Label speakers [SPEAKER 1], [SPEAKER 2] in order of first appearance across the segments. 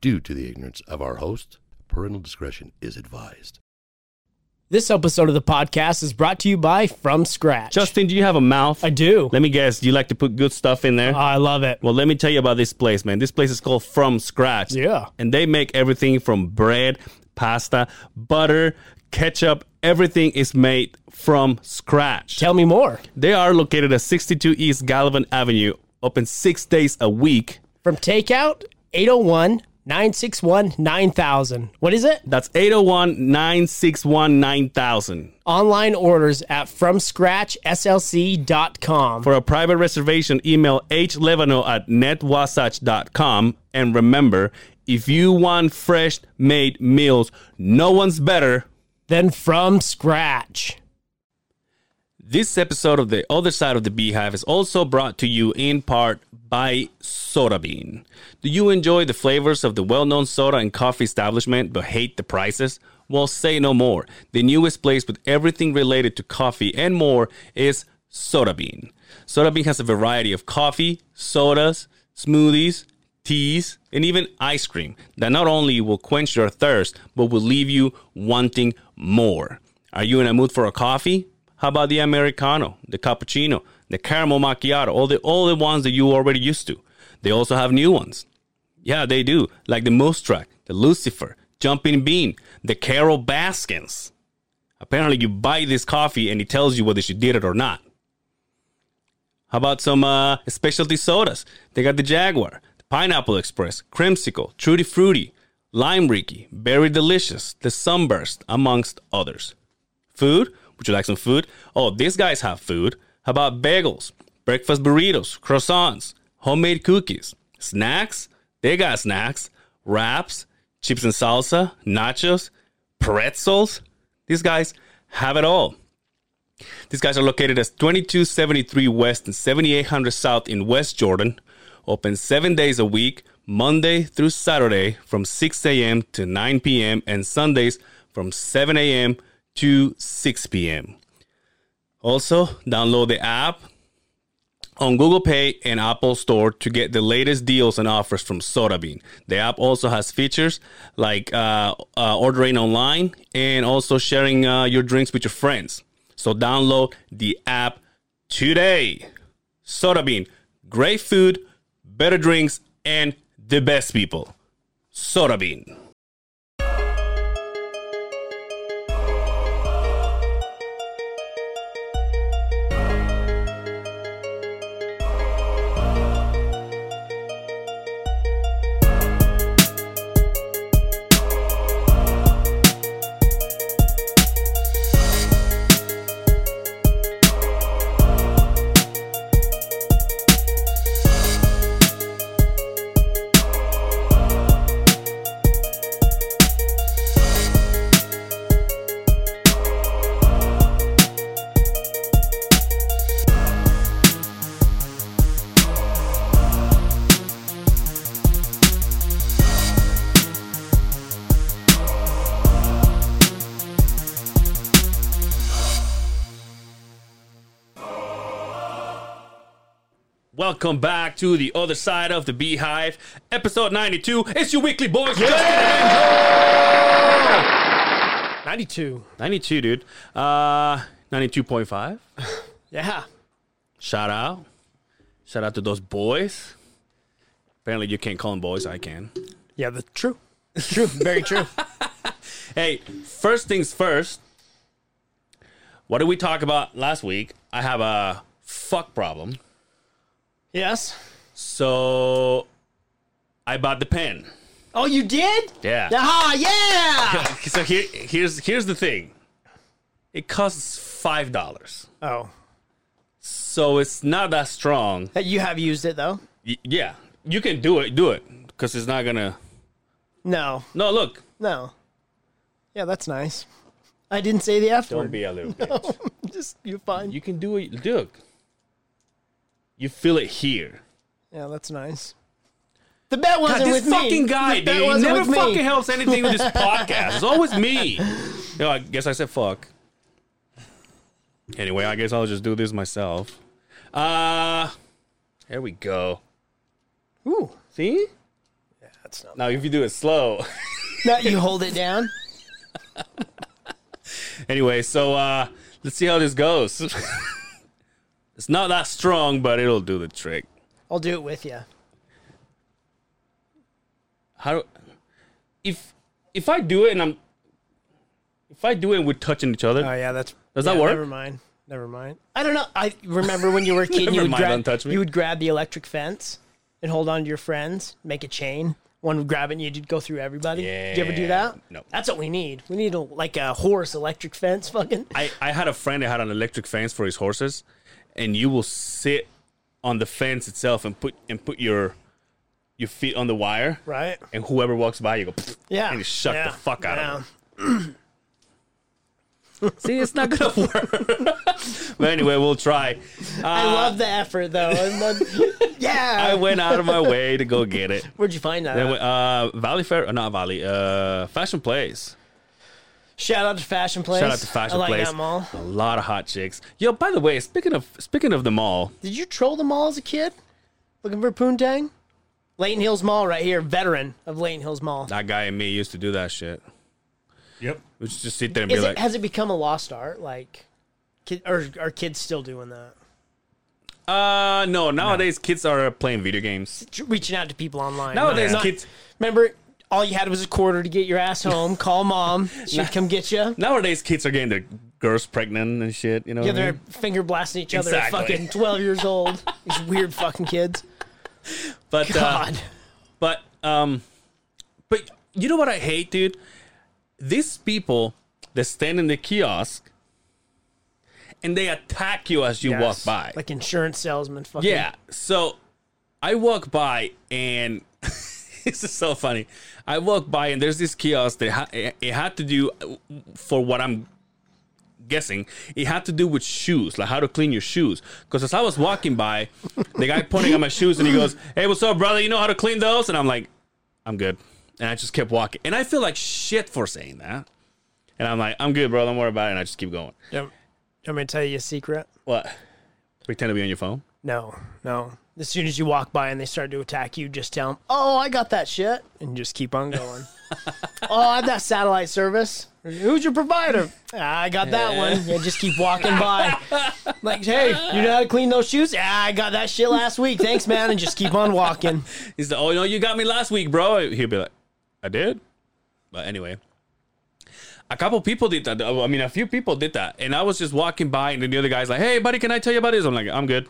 [SPEAKER 1] due to the ignorance of our host. Parental discretion is advised.
[SPEAKER 2] This episode of the podcast is brought to you by From Scratch.
[SPEAKER 3] Justin, do you have a mouth?
[SPEAKER 2] I do.
[SPEAKER 3] Let me guess. Do you like to put good stuff in there?
[SPEAKER 2] Oh, I love it.
[SPEAKER 3] well, let me tell you about this place, man. This place is called From Scratch.
[SPEAKER 2] Yeah.
[SPEAKER 3] And they make everything from bread, pasta, butter, ketchup. Everything is made from scratch.
[SPEAKER 2] Tell me more.
[SPEAKER 3] They are located at 62 East Gallivan Avenue, open six days a week.
[SPEAKER 2] From takeout 801 961 9000. What is it?
[SPEAKER 3] That's 801 961 9000.
[SPEAKER 2] Online orders at fromscratchslc.com.
[SPEAKER 3] For a private reservation, email hlevano at netwasatch.com. And remember, if you want fresh made meals, no one's better.
[SPEAKER 2] Then From Scratch.
[SPEAKER 3] This episode of The Other Side of the Beehive is also brought to you in part by Soda Bean. Do you enjoy the flavors of the well known soda and coffee establishment but hate the prices? Well, say no more. The newest place with everything related to coffee and more is Soda Bean. Soda Bean has a variety of coffee, sodas, smoothies, teas, and even ice cream that not only will quench your thirst, but will leave you wanting more. Are you in a mood for a coffee? How about the Americano, the cappuccino, the caramel macchiato, all the, all the ones that you already used to? They also have new ones. Yeah, they do, like the Moose Track, the Lucifer, Jumping Bean, the Carol Baskins. Apparently, you buy this coffee and it tells you whether she did it or not. How about some uh, specialty sodas? They got the Jaguar, the Pineapple Express, Crimsicle, Trudy Fruity, Lime Ricky, Berry Delicious, the Sunburst, amongst others. Food? Would you like some food? Oh, these guys have food. How about bagels, breakfast burritos, croissants, homemade cookies, snacks? They got snacks, wraps, chips and salsa, nachos, pretzels. These guys have it all. These guys are located at 2273 West and 7800 South in West Jordan. Open seven days a week, Monday through Saturday from 6 a.m. to 9 p.m. and Sundays from 7 a.m. to 6 p.m. Also, download the app on Google Pay and Apple Store to get the latest deals and offers from SodaBean. The app also has features like uh, uh, ordering online and also sharing uh, your drinks with your friends. So download the app today. SodaBean, great food, better drinks, and the best people. SodaBean. Welcome back to the other side of the beehive, episode 92. It's your weekly boys. Justin and Joe.
[SPEAKER 2] 92.
[SPEAKER 3] 92, dude. Uh, 92.5.
[SPEAKER 2] Yeah.
[SPEAKER 3] Shout out. Shout out to those boys. Apparently, you can't call them boys. I can.
[SPEAKER 2] Yeah, the true. True. Very true.
[SPEAKER 3] Hey, first things first. What did we talk about last week? I have a fuck problem.
[SPEAKER 2] yes.
[SPEAKER 3] So I bought the pen.
[SPEAKER 2] Oh, you did?
[SPEAKER 3] Yeah.
[SPEAKER 2] Ah, yeah.
[SPEAKER 3] So here, here's here's the thing. It costs five dollars,
[SPEAKER 2] Oh.
[SPEAKER 3] so it's not that strong.
[SPEAKER 2] You have used it, though?
[SPEAKER 3] Y- yeah, you can do it. Do it because it's not gonna.
[SPEAKER 2] No.
[SPEAKER 3] No, look.
[SPEAKER 2] No. Yeah, that's nice. I didn't say the F
[SPEAKER 3] Don't
[SPEAKER 2] word.
[SPEAKER 3] be a little bitch.
[SPEAKER 2] Just, you're fine.
[SPEAKER 3] You can do it. Look, you feel it here.
[SPEAKER 2] Yeah, that's nice. The bet wasn't
[SPEAKER 3] God, this
[SPEAKER 2] with me.
[SPEAKER 3] fucking guy,
[SPEAKER 2] The bet
[SPEAKER 3] dude, he
[SPEAKER 2] wasn't
[SPEAKER 3] never
[SPEAKER 2] with me.
[SPEAKER 3] fucking helps anything with this podcast. It's always me. No, I guess I said fuck. Anyway, I guess I'll just do this myself. Uh, here we go.
[SPEAKER 2] Ooh,
[SPEAKER 3] See?
[SPEAKER 2] that's not.
[SPEAKER 3] Now, if you do it slow.
[SPEAKER 4] No, you hold it down.
[SPEAKER 3] anyway, so uh, let's see how this goes. it's not that strong, but it'll do the trick.
[SPEAKER 4] I'll do it with you.
[SPEAKER 3] How if if I do it and I'm if I do it and we're touching each other,
[SPEAKER 2] Oh yeah, that's.
[SPEAKER 3] Does
[SPEAKER 2] yeah,
[SPEAKER 3] that work?
[SPEAKER 2] Never mind. Never mind.
[SPEAKER 4] I don't know. I remember when you were a kid, you
[SPEAKER 3] Never
[SPEAKER 4] would,
[SPEAKER 3] mind,
[SPEAKER 4] grab,
[SPEAKER 3] don't touch me.
[SPEAKER 4] you would grab the electric fence and hold on to your friends, make a chain. One would grab it and you'd go through everybody. Did you ever do
[SPEAKER 3] Yeah.
[SPEAKER 4] that?
[SPEAKER 3] No.
[SPEAKER 4] That's what we need. We need a, like a horse electric fence fucking.
[SPEAKER 3] I, I had a friend that had an electric fence for his horses, and you will sit on the fence itself and put and put your your feet on the wire,
[SPEAKER 2] Right.
[SPEAKER 3] and whoever walks by, you go,
[SPEAKER 4] Yeah.
[SPEAKER 3] and you shut
[SPEAKER 4] Yeah.
[SPEAKER 3] the fuck out
[SPEAKER 4] Yeah.
[SPEAKER 3] of them. See, it's not gonna work. but anyway, we'll try.
[SPEAKER 4] I love the effort though. And the- yeah.
[SPEAKER 3] I went out of my way to go get it.
[SPEAKER 4] Where'd you find that?
[SPEAKER 3] Then we- uh, Valley Fair, uh, not Valley, uh, Fashion Place.
[SPEAKER 4] Shout out to Fashion Place.
[SPEAKER 3] Shout out to Fashion
[SPEAKER 4] I like
[SPEAKER 3] Place.
[SPEAKER 4] that mall.
[SPEAKER 3] A lot of hot chicks. Yo, by the way, speaking of speaking of the mall,
[SPEAKER 4] Did you troll the mall as a kid? Looking for Poontang? Layton Hills Mall right here, veteran of Layton Hills Mall.
[SPEAKER 3] that guy and me used to do that shit.
[SPEAKER 2] Yep.
[SPEAKER 3] We should just sit there and
[SPEAKER 4] Is
[SPEAKER 3] be
[SPEAKER 4] it,
[SPEAKER 3] like,
[SPEAKER 4] has it become a lost art? Like, kid, or are kids still doing that?
[SPEAKER 3] uh, no. Nowadays, kids are playing video games.
[SPEAKER 4] Tr- Reaching out to people online.
[SPEAKER 3] Nowadays,
[SPEAKER 4] Not-
[SPEAKER 3] kids.
[SPEAKER 4] Remember, all you had was a quarter to get your ass home. Call mom. She'd come get you.
[SPEAKER 3] Nowadays, kids are getting their girls pregnant and shit. You know.
[SPEAKER 4] Yeah,
[SPEAKER 3] what I
[SPEAKER 4] they're
[SPEAKER 3] mean?
[SPEAKER 4] finger blasting each other
[SPEAKER 3] Um, Exactly.
[SPEAKER 4] at fucking 12 years old. These weird fucking kids.
[SPEAKER 3] But uh,
[SPEAKER 4] God.
[SPEAKER 3] but um, but you know what I hate, dude? These people that stand in the kiosk and they attack you as you walk
[SPEAKER 2] Yes.
[SPEAKER 3] by.
[SPEAKER 4] Like insurance salesman fucking.
[SPEAKER 3] Yeah. So I walk by and this is so funny. I walk by and there's this kiosk that ha- it it had to do for what I'm guessing. It had to do with shoes, like how to clean your shoes. Because as I was walking by, the guy pointing at my shoes and he goes, "Hey, what's up, brother? You know how to clean those?" And I'm like, "I'm good." And I just kept walking, and I feel like shit for saying that. And I'm like, "I'm good, bro. Don't worry about it." And I just keep going.
[SPEAKER 2] Yep.
[SPEAKER 4] I'm going to tell you a secret.
[SPEAKER 3] What? Pretend to be on your phone.
[SPEAKER 4] No, no. As soon as you walk by and they start to attack you, just tell them, "Oh, I got that shit," and just keep on going. oh, I have that satellite service. Who's your provider? "Ah, I got that one. Yeah, just keep walking by. Like, hey, you know how to clean those shoes? Yeah, I got that shit last week. Thanks, man. And just keep on walking.
[SPEAKER 3] He's like, oh no, you got me last week, bro. He'll be like, I did. But anyway, a couple people did that. I mean, a few people did that, and I was just walking by, and then the other guy's like, hey, buddy, can I tell you about this? I'm like, I'm good.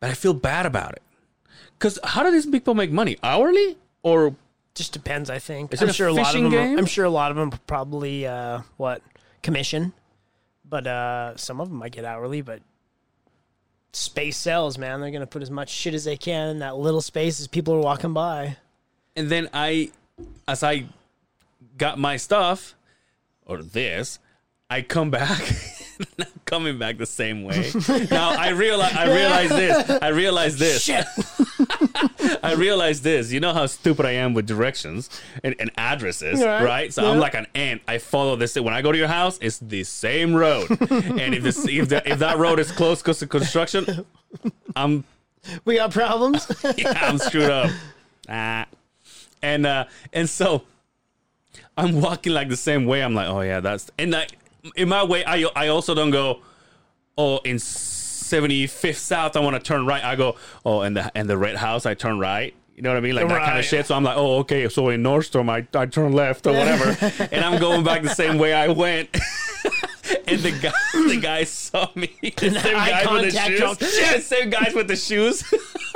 [SPEAKER 3] But I feel bad about it, cause how do these people make money? Hourly or
[SPEAKER 4] Just depends, I think.
[SPEAKER 3] Is it
[SPEAKER 4] I'm
[SPEAKER 3] a
[SPEAKER 4] sure a lot of
[SPEAKER 3] fishing
[SPEAKER 4] them. are-
[SPEAKER 3] game?
[SPEAKER 4] I'm sure a lot of them probably uh, what commission, but uh, some of them might get hourly. But space sells, man. They're gonna put as much shit as they can in that little space as people are walking by.
[SPEAKER 3] and then I, as I got my stuff or this, I come back. and I'm coming back the same way. now I realize I realize this. I realize this.
[SPEAKER 4] Shit.
[SPEAKER 3] I realized this. You know how stupid I am with directions and, and addresses,
[SPEAKER 4] Right.
[SPEAKER 3] right? So I'm
[SPEAKER 4] Yeah.
[SPEAKER 3] like an ant. I follow this. When I go to your house, it's the same road. and if this if, the, if that road is closed because of construction, I'm
[SPEAKER 4] we got problems.
[SPEAKER 3] yeah, I'm screwed up. Ah. And uh and so I'm walking like the same way. I'm like, oh yeah, that's and like in my way, I I also don't go, oh in 75th South, I want to turn right. I go, oh and the and the red house, I turn right. You know what I mean? Like that kind of
[SPEAKER 2] Right.
[SPEAKER 3] shit. So I'm like, oh okay, so in Nordstrom, I I turn left or whatever, and I'm going back the same way I went. And the guy, the guy saw me. The same
[SPEAKER 4] eye
[SPEAKER 3] guy with the
[SPEAKER 4] contact
[SPEAKER 3] shoes.
[SPEAKER 4] dropped.
[SPEAKER 3] The same guys with the shoes.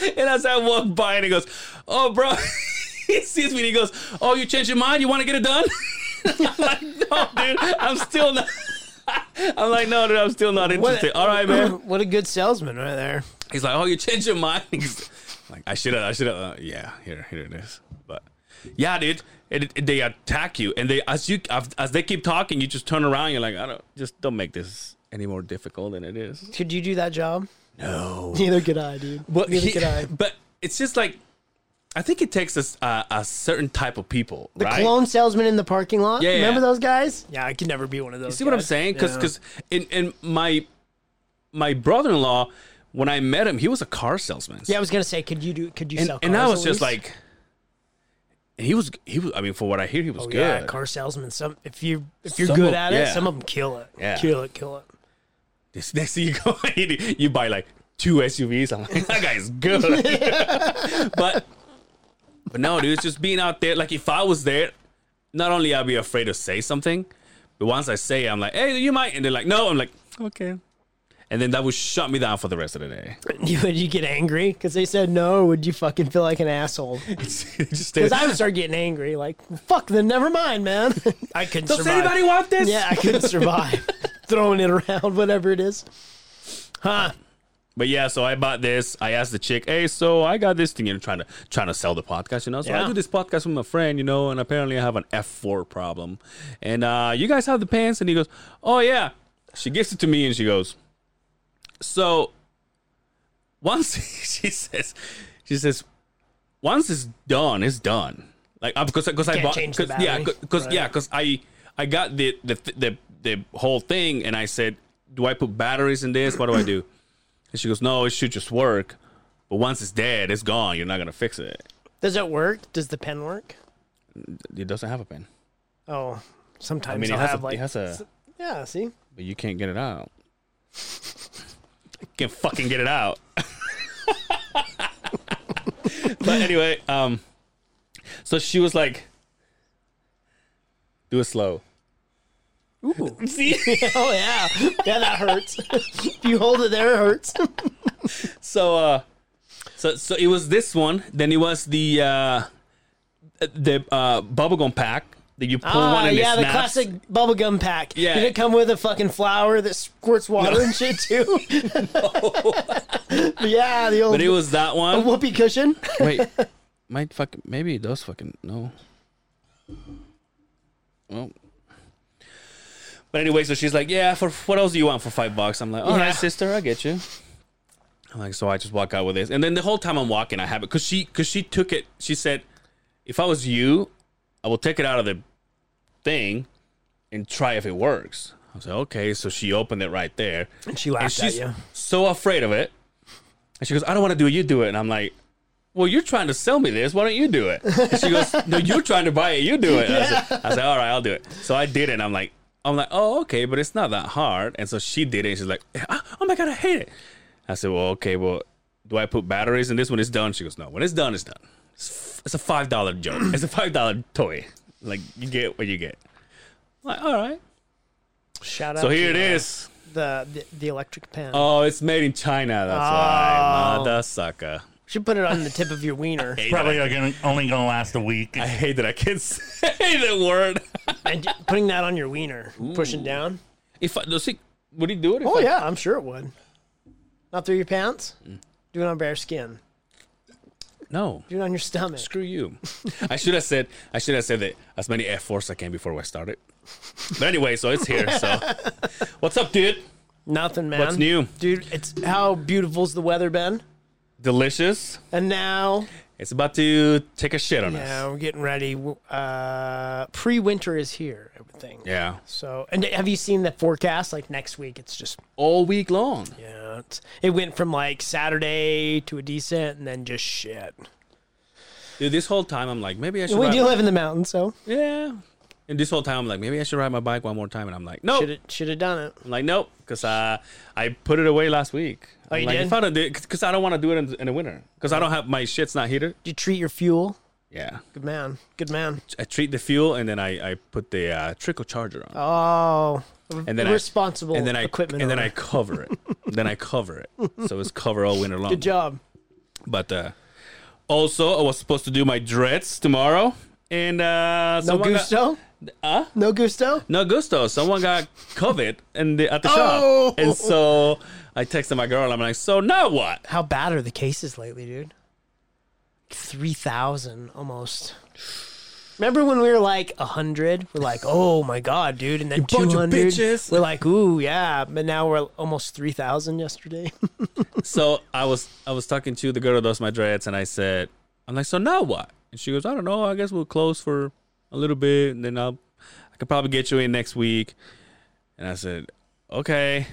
[SPEAKER 3] and as I walk by, and he goes, "Oh, bro." he sees me and he goes, "Oh, you changed your mind? You want to get it done?" I'm like, no, dude. I'm still not. I'm like, no, dude. I'm still not interested. All right, man.
[SPEAKER 4] what a good salesman right there.
[SPEAKER 3] He's like, "Oh, you changed your mind?" He's like, I should have. I should have. Uh, yeah, here, here it is. But yeah, dude. It, it- they attack you, and they as you as they keep talking, you just turn around. You're like, I don't. Just don't make this any more difficult than it is.
[SPEAKER 4] Could you do that job? No. Neither could I, dude.
[SPEAKER 3] But
[SPEAKER 4] Neither
[SPEAKER 3] he-
[SPEAKER 4] could I.
[SPEAKER 3] but it's just like I think it takes us uh, a certain type of people,
[SPEAKER 4] The
[SPEAKER 3] right?
[SPEAKER 4] clone salesman in the parking lot.
[SPEAKER 3] Yeah, yeah.
[SPEAKER 4] Remember those guys? Yeah, I could never be one of those.
[SPEAKER 3] See what I'm saying? Because in in my my brother-in-law when I met him, he was a car salesman.
[SPEAKER 4] Yeah, I was gonna say, could you do? Could you
[SPEAKER 3] and,
[SPEAKER 4] sell?
[SPEAKER 3] and I
[SPEAKER 4] cars
[SPEAKER 3] was
[SPEAKER 4] at
[SPEAKER 3] just
[SPEAKER 4] least?
[SPEAKER 3] like, he was he was. I mean, for what I hear, he was
[SPEAKER 4] Oh,
[SPEAKER 3] good.
[SPEAKER 4] yeah, car salesman. Some if you if you're
[SPEAKER 3] Some
[SPEAKER 4] good
[SPEAKER 3] of-
[SPEAKER 4] at
[SPEAKER 3] yeah.
[SPEAKER 4] it, some of them kill it.
[SPEAKER 3] Yeah.
[SPEAKER 4] Kill it, kill it.
[SPEAKER 3] this next thing you go, you buy like two SUVs. I'm like, that guy's good. but but no, dude, it's just being out there. Like if I was there, not only I'd be afraid to say something, but once I say, it, I'm like, hey, you might, and they're like, no, I'm like, okay, and then that would shut me down for the rest of the day.
[SPEAKER 4] You would you get angry because they said no? Would you fucking feel like an asshole?
[SPEAKER 3] just
[SPEAKER 4] Because I would start getting angry, like fuck. Then never mind, man. I couldn't
[SPEAKER 3] does
[SPEAKER 4] survive.
[SPEAKER 3] anybody want this?
[SPEAKER 4] yeah, I couldn't survive throwing it around, whatever it is. Huh?
[SPEAKER 3] But yeah, so I bought this. I asked the chick, "Hey, so I got this thing. You know, trying to trying to sell the podcast, you know. So I
[SPEAKER 4] Yeah.
[SPEAKER 3] do this podcast with my friend, you know, and apparently I have an F four problem. And uh, you guys have the pants?" And he goes, "Oh yeah." She gives it to me, and she goes, "So once she says, she says, once it's done, it's done. Like because because I
[SPEAKER 4] Can't
[SPEAKER 3] bought
[SPEAKER 4] change the
[SPEAKER 3] cause, yeah
[SPEAKER 4] battery,
[SPEAKER 3] because
[SPEAKER 4] right?
[SPEAKER 3] yeah because I I got the the the the whole thing, and I said, do I put batteries in this? What do I do? And she goes, no, it should just work. But once it's dead, it's gone. You're not gonna fix it.
[SPEAKER 4] Does it work? Does the pen work?
[SPEAKER 3] It doesn't have a pin.
[SPEAKER 4] Oh, sometimes
[SPEAKER 3] I mean, it
[SPEAKER 4] I'll
[SPEAKER 3] has,
[SPEAKER 4] have
[SPEAKER 3] a,
[SPEAKER 4] like
[SPEAKER 3] it has a,
[SPEAKER 4] yeah. See,
[SPEAKER 3] but you can't get it out. can't fucking get it out. but anyway, um, so she was like, "Do it slow."
[SPEAKER 4] Ooh.
[SPEAKER 3] See,
[SPEAKER 4] oh yeah, yeah. That hurts. if you hold it there, it hurts.
[SPEAKER 3] so uh, so so it was this one. Then it was the uh, the uh, bubblegum pack that you pull one
[SPEAKER 4] Ah,
[SPEAKER 3] and it
[SPEAKER 4] yeah, the
[SPEAKER 3] snaps.
[SPEAKER 4] classic bubblegum pack.
[SPEAKER 3] Yeah.
[SPEAKER 4] Did it come with a fucking flower that squirts water and shit too? yeah, the old
[SPEAKER 3] But it was that one.
[SPEAKER 4] whoopee cushion.
[SPEAKER 3] Wait, my fucking maybe those fucking no. Well, but anyway, so she's like, "Yeah, for what else do you want for five bucks?" I'm like, "All right,
[SPEAKER 4] Yeah.
[SPEAKER 3] sister, I get you." I'm like, so I just walk out with this, and then the whole time I'm walking, I have it because she because she took it. She said, "If I was you, I will take it out of the thing and try if it works." I was like, "Okay." So she opened it right there,
[SPEAKER 4] And she
[SPEAKER 3] and
[SPEAKER 4] laughed at
[SPEAKER 3] she's
[SPEAKER 4] you.
[SPEAKER 3] so afraid of it. And she goes, I don't want to do it. You do it. And I'm like, well, you're trying to sell me this. Why don't you do it? And she goes, no, you're trying to buy it. You do it. And I, said, I said, all right, I'll do it. So I did it. And I'm like, I'm like, oh, okay, but it's not that hard. And so she did it. And she's like, "Ah, oh my God, I hate it. I said, well, okay, well, do I put batteries in this when it's done? She goes, no, when it's done, it's done. It's, f- it's a $5 joke. It's a $5 toy. Like, you get what you get. I'm like, all right.
[SPEAKER 4] Shout out.
[SPEAKER 3] So here it
[SPEAKER 4] to, uh,
[SPEAKER 3] is.
[SPEAKER 4] The, the the electric pen. Uh,
[SPEAKER 3] Oh, it's made in China.
[SPEAKER 4] Ah.
[SPEAKER 3] That's why. Mother sucker.
[SPEAKER 4] should put it on the tip of your wiener.
[SPEAKER 3] Hate
[SPEAKER 5] Probably
[SPEAKER 3] that
[SPEAKER 5] are gonna, only going to last a week.
[SPEAKER 3] I, I hate that I can't say the word.
[SPEAKER 4] and y- putting that on your wiener, pushing down.
[SPEAKER 3] If I, does he, would he do it? If
[SPEAKER 4] Oh
[SPEAKER 3] I,
[SPEAKER 4] yeah, I'm sure it would. Not through your pants.
[SPEAKER 3] Mm.
[SPEAKER 4] Do it on bare skin.
[SPEAKER 3] No.
[SPEAKER 4] Do it on your stomach.
[SPEAKER 3] Screw you. I should have said. I should have said that as many F fours I can before I started. But anyway, so it's here. So, what's up, dude?
[SPEAKER 4] Nothing, man.
[SPEAKER 3] What's new?
[SPEAKER 4] dude? It's how beautiful's the weather been,
[SPEAKER 3] Delicious.
[SPEAKER 4] and now
[SPEAKER 3] It's about to take a shit on
[SPEAKER 4] Yeah,
[SPEAKER 3] us.
[SPEAKER 4] we're getting ready. W- Uh, Pre-winter is here, everything.
[SPEAKER 3] Yeah.
[SPEAKER 4] So, and have you seen the forecast? Like next week, it's just
[SPEAKER 3] All week long.
[SPEAKER 4] yeah, it's, it went from like Saturday to a decent, and then just shit.
[SPEAKER 3] Dude, this whole time I'm like, maybe I should.
[SPEAKER 4] we
[SPEAKER 3] ride-
[SPEAKER 4] do live in the mountains, so
[SPEAKER 3] yeah. And this whole time I'm like, maybe I should ride my bike one more time. And I'm like, no.
[SPEAKER 4] should should have done it.
[SPEAKER 3] I'm like, nope, because uh, I put it away last week.
[SPEAKER 4] Oh,
[SPEAKER 3] I'm
[SPEAKER 4] you
[SPEAKER 3] like,
[SPEAKER 4] did?
[SPEAKER 3] If I don't do it, because I don't want to do it in, in the winter, because I don't have my shit's not heated.
[SPEAKER 4] Did you treat your fuel?
[SPEAKER 3] Yeah,
[SPEAKER 4] Good man. Good man.
[SPEAKER 3] I treat the fuel and then I, I put the uh, trickle charger on,
[SPEAKER 4] Oh,
[SPEAKER 3] and then I-
[SPEAKER 4] responsible
[SPEAKER 3] and then I
[SPEAKER 4] equipment.
[SPEAKER 3] and then I
[SPEAKER 4] owner.
[SPEAKER 3] cover it, then I cover it, so it's cover all winter long.
[SPEAKER 4] Good job.
[SPEAKER 3] But uh, also, I was supposed to do my dreads tomorrow, and uh,
[SPEAKER 4] No
[SPEAKER 3] someone got-
[SPEAKER 4] gusto.
[SPEAKER 3] Huh?
[SPEAKER 4] No gusto.
[SPEAKER 3] No gusto. Someone got COVID and the, at the
[SPEAKER 4] Oh!
[SPEAKER 3] shop, and so I texted my girl. I'm like, so now what?
[SPEAKER 4] How bad are the cases lately, dude? 3,000 almost. Remember when we were like 100? We're like, oh my God, dude. And then
[SPEAKER 3] bunch of
[SPEAKER 4] 200.
[SPEAKER 3] bitches.
[SPEAKER 4] We're like, ooh, yeah. But now we're almost 3,000 yesterday.
[SPEAKER 3] so I was I was talking to the girl that does my dreads, and I said, I'm like, so now what? And she goes, I don't know. I guess we'll close for a little bit, and then I'll I could probably get you in next week. And I said, okay.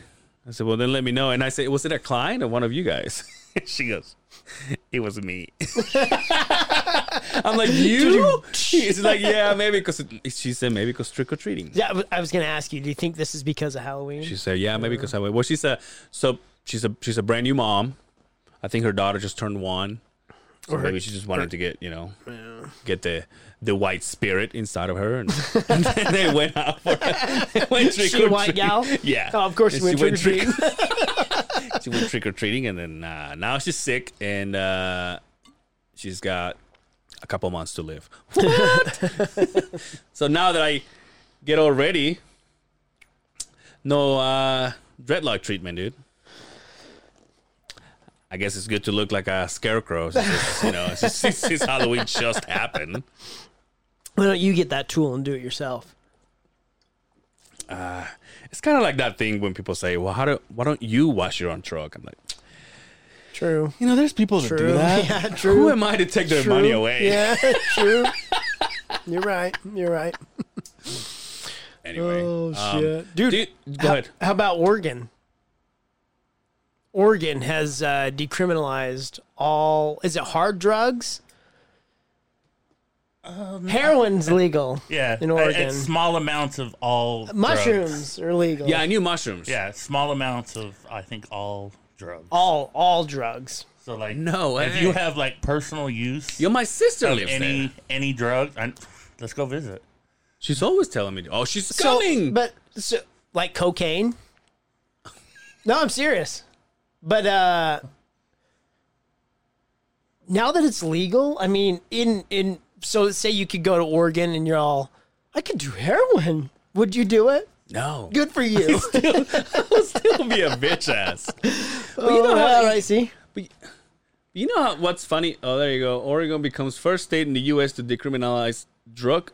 [SPEAKER 3] I said, well, then let me know. And I said, was it a client or one of you guys? she goes, it was me. I'm like, you? She's like, yeah, maybe because she said maybe because trick or treating.
[SPEAKER 4] Yeah, I was- I was going to ask you, do you think this is because of Halloween?
[SPEAKER 3] She said, yeah, maybe because I went. Well, she's a so she's a she's a brand new mom. I think her daughter just turned one, so maybe she just wanted to get you know get the the white spirit inside of her, and, and then they went out for it. went trick
[SPEAKER 4] She a
[SPEAKER 3] or
[SPEAKER 4] white
[SPEAKER 3] treat.
[SPEAKER 4] gal?
[SPEAKER 3] Yeah,
[SPEAKER 4] Oh, of course
[SPEAKER 3] And
[SPEAKER 4] you went trick or
[SPEAKER 3] she went trick or treating, and then uh, now she's sick, and uh, she's got a couple months to live. so now that I get all ready, no uh, dreadlock treatment, dude. I guess it's good to look like a scarecrow. Since, it's, you know, since, since Halloween just happened.
[SPEAKER 4] Why don't you get that tool and do it yourself?
[SPEAKER 3] It's kind of like that thing when people say, "Well, how do? Why don't you wash your own truck?" I'm like,
[SPEAKER 4] True.
[SPEAKER 3] you know, there's people that
[SPEAKER 4] True.
[SPEAKER 3] do that.
[SPEAKER 4] Yeah,
[SPEAKER 3] Who
[SPEAKER 4] true.
[SPEAKER 3] am I to take their
[SPEAKER 4] True.
[SPEAKER 3] money away?
[SPEAKER 4] Yeah, true. You're right. You're right.
[SPEAKER 3] Anyway,
[SPEAKER 4] Oh,
[SPEAKER 3] um,
[SPEAKER 4] shit. Dude,
[SPEAKER 3] dude, go ahead.
[SPEAKER 4] How about Oregon? Oregon has uh, decriminalized all. Is it hard drugs? Heroin's legal.
[SPEAKER 5] Yeah,
[SPEAKER 4] in
[SPEAKER 5] a-
[SPEAKER 4] Oregon,
[SPEAKER 5] it's small amounts of all drugs.
[SPEAKER 4] mushrooms are legal.
[SPEAKER 3] Yeah, I knew mushrooms.
[SPEAKER 5] Yeah, small amounts of I think all drugs.
[SPEAKER 4] all all drugs.
[SPEAKER 5] so like,
[SPEAKER 3] No,
[SPEAKER 5] if
[SPEAKER 3] hey.
[SPEAKER 5] you have like personal use,
[SPEAKER 3] Yo, my sister lives
[SPEAKER 5] any
[SPEAKER 3] there.
[SPEAKER 5] any drug, I, let's go visit.
[SPEAKER 3] She's always telling me, "Oh, she's
[SPEAKER 4] So,
[SPEAKER 3] coming."
[SPEAKER 4] but so like cocaine. no, I'm serious. But uh now that it's legal, I mean, in in so say you could go to Oregon and you're all, I could do heroin. Would you do it?
[SPEAKER 3] no,
[SPEAKER 4] Good for you.
[SPEAKER 3] still be a bitch ass.
[SPEAKER 4] you know how Oh, I see.
[SPEAKER 3] You know how, what's funny? Oh, there you go. Oregon becomes first state in the U.S. to decriminalize drug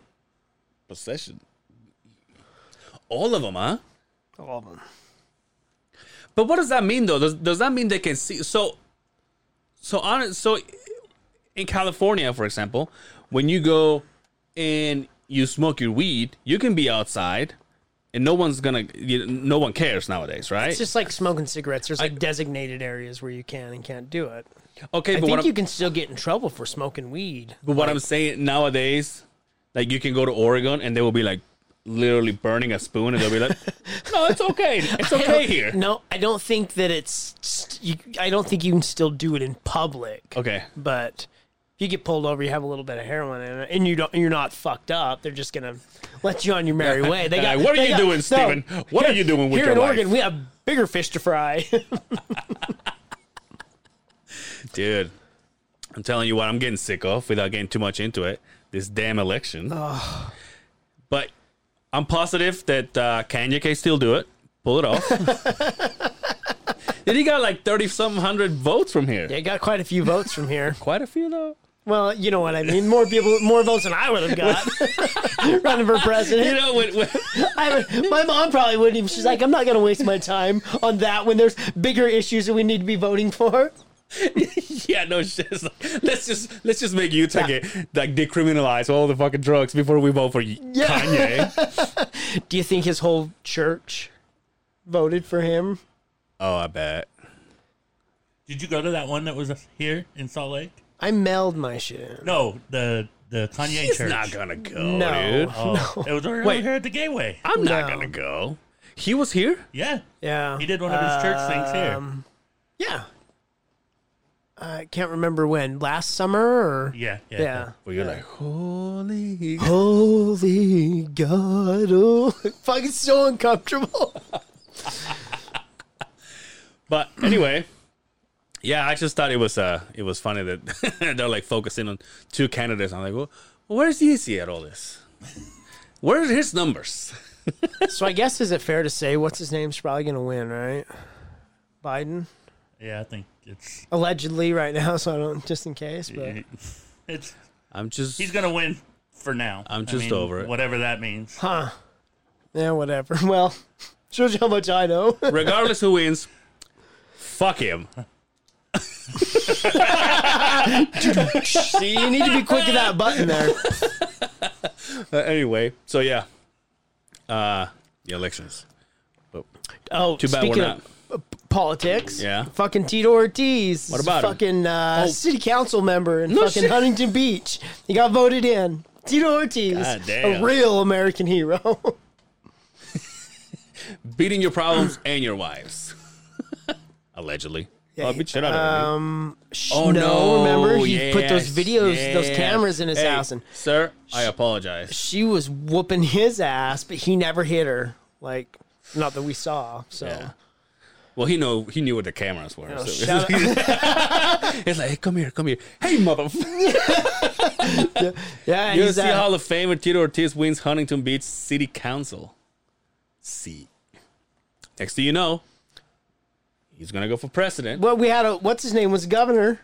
[SPEAKER 3] possession. All of them, huh?
[SPEAKER 4] All of them.
[SPEAKER 3] But what does that mean, though? Does, does that mean they can see? So, so on. So, in California, for example, when you go and you smoke your weed, you can be outside, and no one's gonna. You, no one cares nowadays, right?
[SPEAKER 4] It's just like smoking cigarettes. There's like designated areas where you can and can't do it.
[SPEAKER 3] okay,
[SPEAKER 4] I
[SPEAKER 3] but what
[SPEAKER 4] think
[SPEAKER 3] I'm,
[SPEAKER 4] you can still get in trouble for smoking weed.
[SPEAKER 3] But what I'm saying nowadays, like you can go to Oregon and they will be like literally burning a spoon and they'll be like, no, it's okay. It's okay here.
[SPEAKER 4] No, I don't think that it's. st- You, I don't think you can still do it in public.
[SPEAKER 3] Okay.
[SPEAKER 4] But if you get pulled over, you have a little bit of heroin in it, and you don't. You're not fucked up. They're just gonna let you on your merry way. They got.
[SPEAKER 3] They're like, Uh, "What are
[SPEAKER 4] they
[SPEAKER 3] you
[SPEAKER 4] got-
[SPEAKER 3] doing,
[SPEAKER 4] no,
[SPEAKER 3] Steven? What are you doing with
[SPEAKER 4] Here
[SPEAKER 3] your
[SPEAKER 4] in
[SPEAKER 3] life?"
[SPEAKER 4] Oregon, we have bigger fish to fry.
[SPEAKER 3] Dude, I'm telling you what I'm getting sick of without getting too much into it. This damn election. But I'm positive that uh, Kanye can still do it. Pull it off. Then he got like 30 some hundred votes from here.
[SPEAKER 4] they got quite a few votes from here.
[SPEAKER 3] Quite a few though.
[SPEAKER 4] Well, you know what I mean. More people, more votes than I would have got running for president.
[SPEAKER 3] You know, when, when,
[SPEAKER 4] I would, my mom probably wouldn't even. She's like, I'm not going to waste my time on that when there's bigger issues that we need to be voting for.
[SPEAKER 3] Yeah, no shit. It's like, let's just let's just make Utah get like decriminalize all the fucking drugs before we vote for y Kanye.
[SPEAKER 4] Do you think his whole church voted for him?
[SPEAKER 3] oh, I bet.
[SPEAKER 5] Did you go to that one that was here in Salt Lake?
[SPEAKER 4] I mailed my shit.
[SPEAKER 5] No, the the Kanye
[SPEAKER 3] He's
[SPEAKER 5] church.
[SPEAKER 3] not gonna go,
[SPEAKER 4] No.
[SPEAKER 3] dude.
[SPEAKER 5] oh, It was right
[SPEAKER 3] Wait.
[SPEAKER 5] over here at the Gateway.
[SPEAKER 3] I'm not
[SPEAKER 4] No.
[SPEAKER 3] gonna go. He was here.
[SPEAKER 5] Yeah,
[SPEAKER 4] Yeah.
[SPEAKER 5] he did one of his church things here.
[SPEAKER 4] Um, Yeah. I can't remember when. Last summer or?
[SPEAKER 5] Yeah, yeah.
[SPEAKER 4] Yeah.
[SPEAKER 3] Well, you're like holy.
[SPEAKER 4] Holy God. Oh. Fucking so uncomfortable.
[SPEAKER 3] But anyway, yeah, I just thought it was uh it was funny that they're like focusing on two candidates. I'm like, well, where's Yeezy at all this? Where are his numbers?
[SPEAKER 4] so I guess, is it fair to say what's his name's probably going to win, right? Biden?
[SPEAKER 5] Yeah, I think it's
[SPEAKER 4] allegedly right now, so I don't just in case.
[SPEAKER 5] Mm-hmm.
[SPEAKER 4] But
[SPEAKER 5] it's
[SPEAKER 3] I'm just
[SPEAKER 5] he's gonna win for now.
[SPEAKER 3] I'm
[SPEAKER 5] I
[SPEAKER 3] just
[SPEAKER 5] mean,
[SPEAKER 3] over it.
[SPEAKER 5] Whatever that means.
[SPEAKER 4] huh? Yeah, whatever. Well, shows you how much I know.
[SPEAKER 3] regardless who wins, fuck him.
[SPEAKER 4] See, you need to be quick to that button there.
[SPEAKER 3] Uh, anyway, so yeah, uh, the elections.
[SPEAKER 4] Oh,
[SPEAKER 3] Too bad
[SPEAKER 4] speaking
[SPEAKER 3] we're not.
[SPEAKER 4] Of, politics.
[SPEAKER 3] Yeah.
[SPEAKER 4] Fucking Tito Ortiz.
[SPEAKER 3] What
[SPEAKER 4] is
[SPEAKER 3] about him?
[SPEAKER 4] fucking uh,
[SPEAKER 3] Oh.
[SPEAKER 4] city council member in
[SPEAKER 3] No
[SPEAKER 4] fucking
[SPEAKER 3] shit.
[SPEAKER 4] Huntington Beach? He got voted in. Tito Ortiz,
[SPEAKER 3] God damn.
[SPEAKER 4] a real American hero.
[SPEAKER 3] Beating your problems and your wives. Allegedly. I'll beat shit out of him.
[SPEAKER 4] oh Remember he put those videos, those
[SPEAKER 3] yes.
[SPEAKER 4] cameras in his
[SPEAKER 3] Hey,
[SPEAKER 4] house, and
[SPEAKER 3] Sir, I apologize.
[SPEAKER 4] she was whooping his ass, but he never hit her. Like, not that we saw. So
[SPEAKER 3] Yeah. Well, he know he knew what the cameras were.
[SPEAKER 4] Oh,
[SPEAKER 3] so-
[SPEAKER 4] shout out-
[SPEAKER 3] it's like, hey, come here, come here. Hey, motherfucker.
[SPEAKER 4] yeah, and
[SPEAKER 3] You
[SPEAKER 4] he's
[SPEAKER 3] see
[SPEAKER 4] uh,
[SPEAKER 3] Hall of Famer Tito Ortiz wins Huntington Beach City Council. See. Next thing you know, he's going to go for president.
[SPEAKER 4] well, we had a what's his name was governor.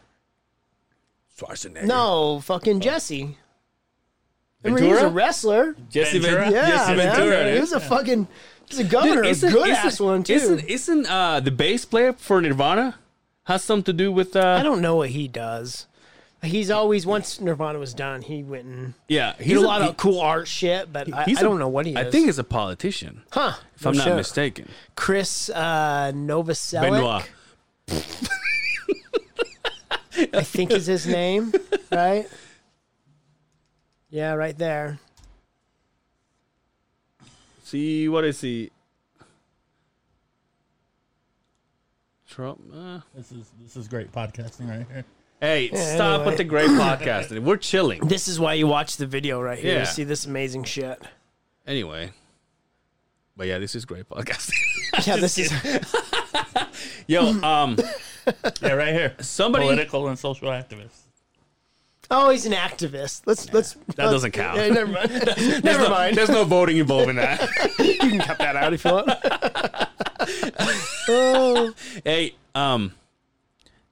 [SPEAKER 3] Schwarzenegger.
[SPEAKER 4] No, fucking Jesse. Remember, he was
[SPEAKER 3] Ventura?
[SPEAKER 4] a wrestler.
[SPEAKER 3] Jesse
[SPEAKER 5] Ventura?
[SPEAKER 3] Ventura.
[SPEAKER 4] Yeah,
[SPEAKER 5] Jesse
[SPEAKER 4] man.
[SPEAKER 3] Ventura,
[SPEAKER 4] he was a fucking. He's a governor, a
[SPEAKER 3] Isn't-
[SPEAKER 4] good
[SPEAKER 3] isn't-
[SPEAKER 4] ass one too.
[SPEAKER 3] Isn't isn't uh, the bass player for Nirvana has something to do with?
[SPEAKER 4] I
[SPEAKER 3] Uh,
[SPEAKER 4] don't know what he does. He's always once Nirvana was done, he went and
[SPEAKER 3] yeah, he's
[SPEAKER 4] did a lot of cool art shit, but I, I
[SPEAKER 3] he's a-
[SPEAKER 4] don't know what he is.
[SPEAKER 3] I think he's a politician,
[SPEAKER 4] huh?
[SPEAKER 3] if I'm
[SPEAKER 4] no
[SPEAKER 3] not
[SPEAKER 4] shit.
[SPEAKER 3] mistaken.
[SPEAKER 4] Chris uh, Novoselic,
[SPEAKER 3] Benoit.
[SPEAKER 4] I think is his name, right? Yeah, right there.
[SPEAKER 3] See what is he? Trump. Uh,
[SPEAKER 5] This is this is great podcasting right here.
[SPEAKER 3] hey, stop with the great podcasting. We're chilling.
[SPEAKER 4] This is why you watch the video right here
[SPEAKER 3] Yeah.
[SPEAKER 4] to see this amazing shit.
[SPEAKER 3] Anyway, but yeah, this is great podcasting.
[SPEAKER 4] Yeah, this is
[SPEAKER 3] Yo, um,
[SPEAKER 5] Yeah, right here.
[SPEAKER 3] somebody.
[SPEAKER 5] Political and social activists.
[SPEAKER 4] Oh, he's an activist. Let's let's.
[SPEAKER 3] That doesn't count.
[SPEAKER 4] Yeah, never mind.
[SPEAKER 3] there's
[SPEAKER 4] never
[SPEAKER 3] no-
[SPEAKER 4] mind.
[SPEAKER 3] There's no voting involved in that.
[SPEAKER 4] You can cut that out if you want.
[SPEAKER 3] Hey, um,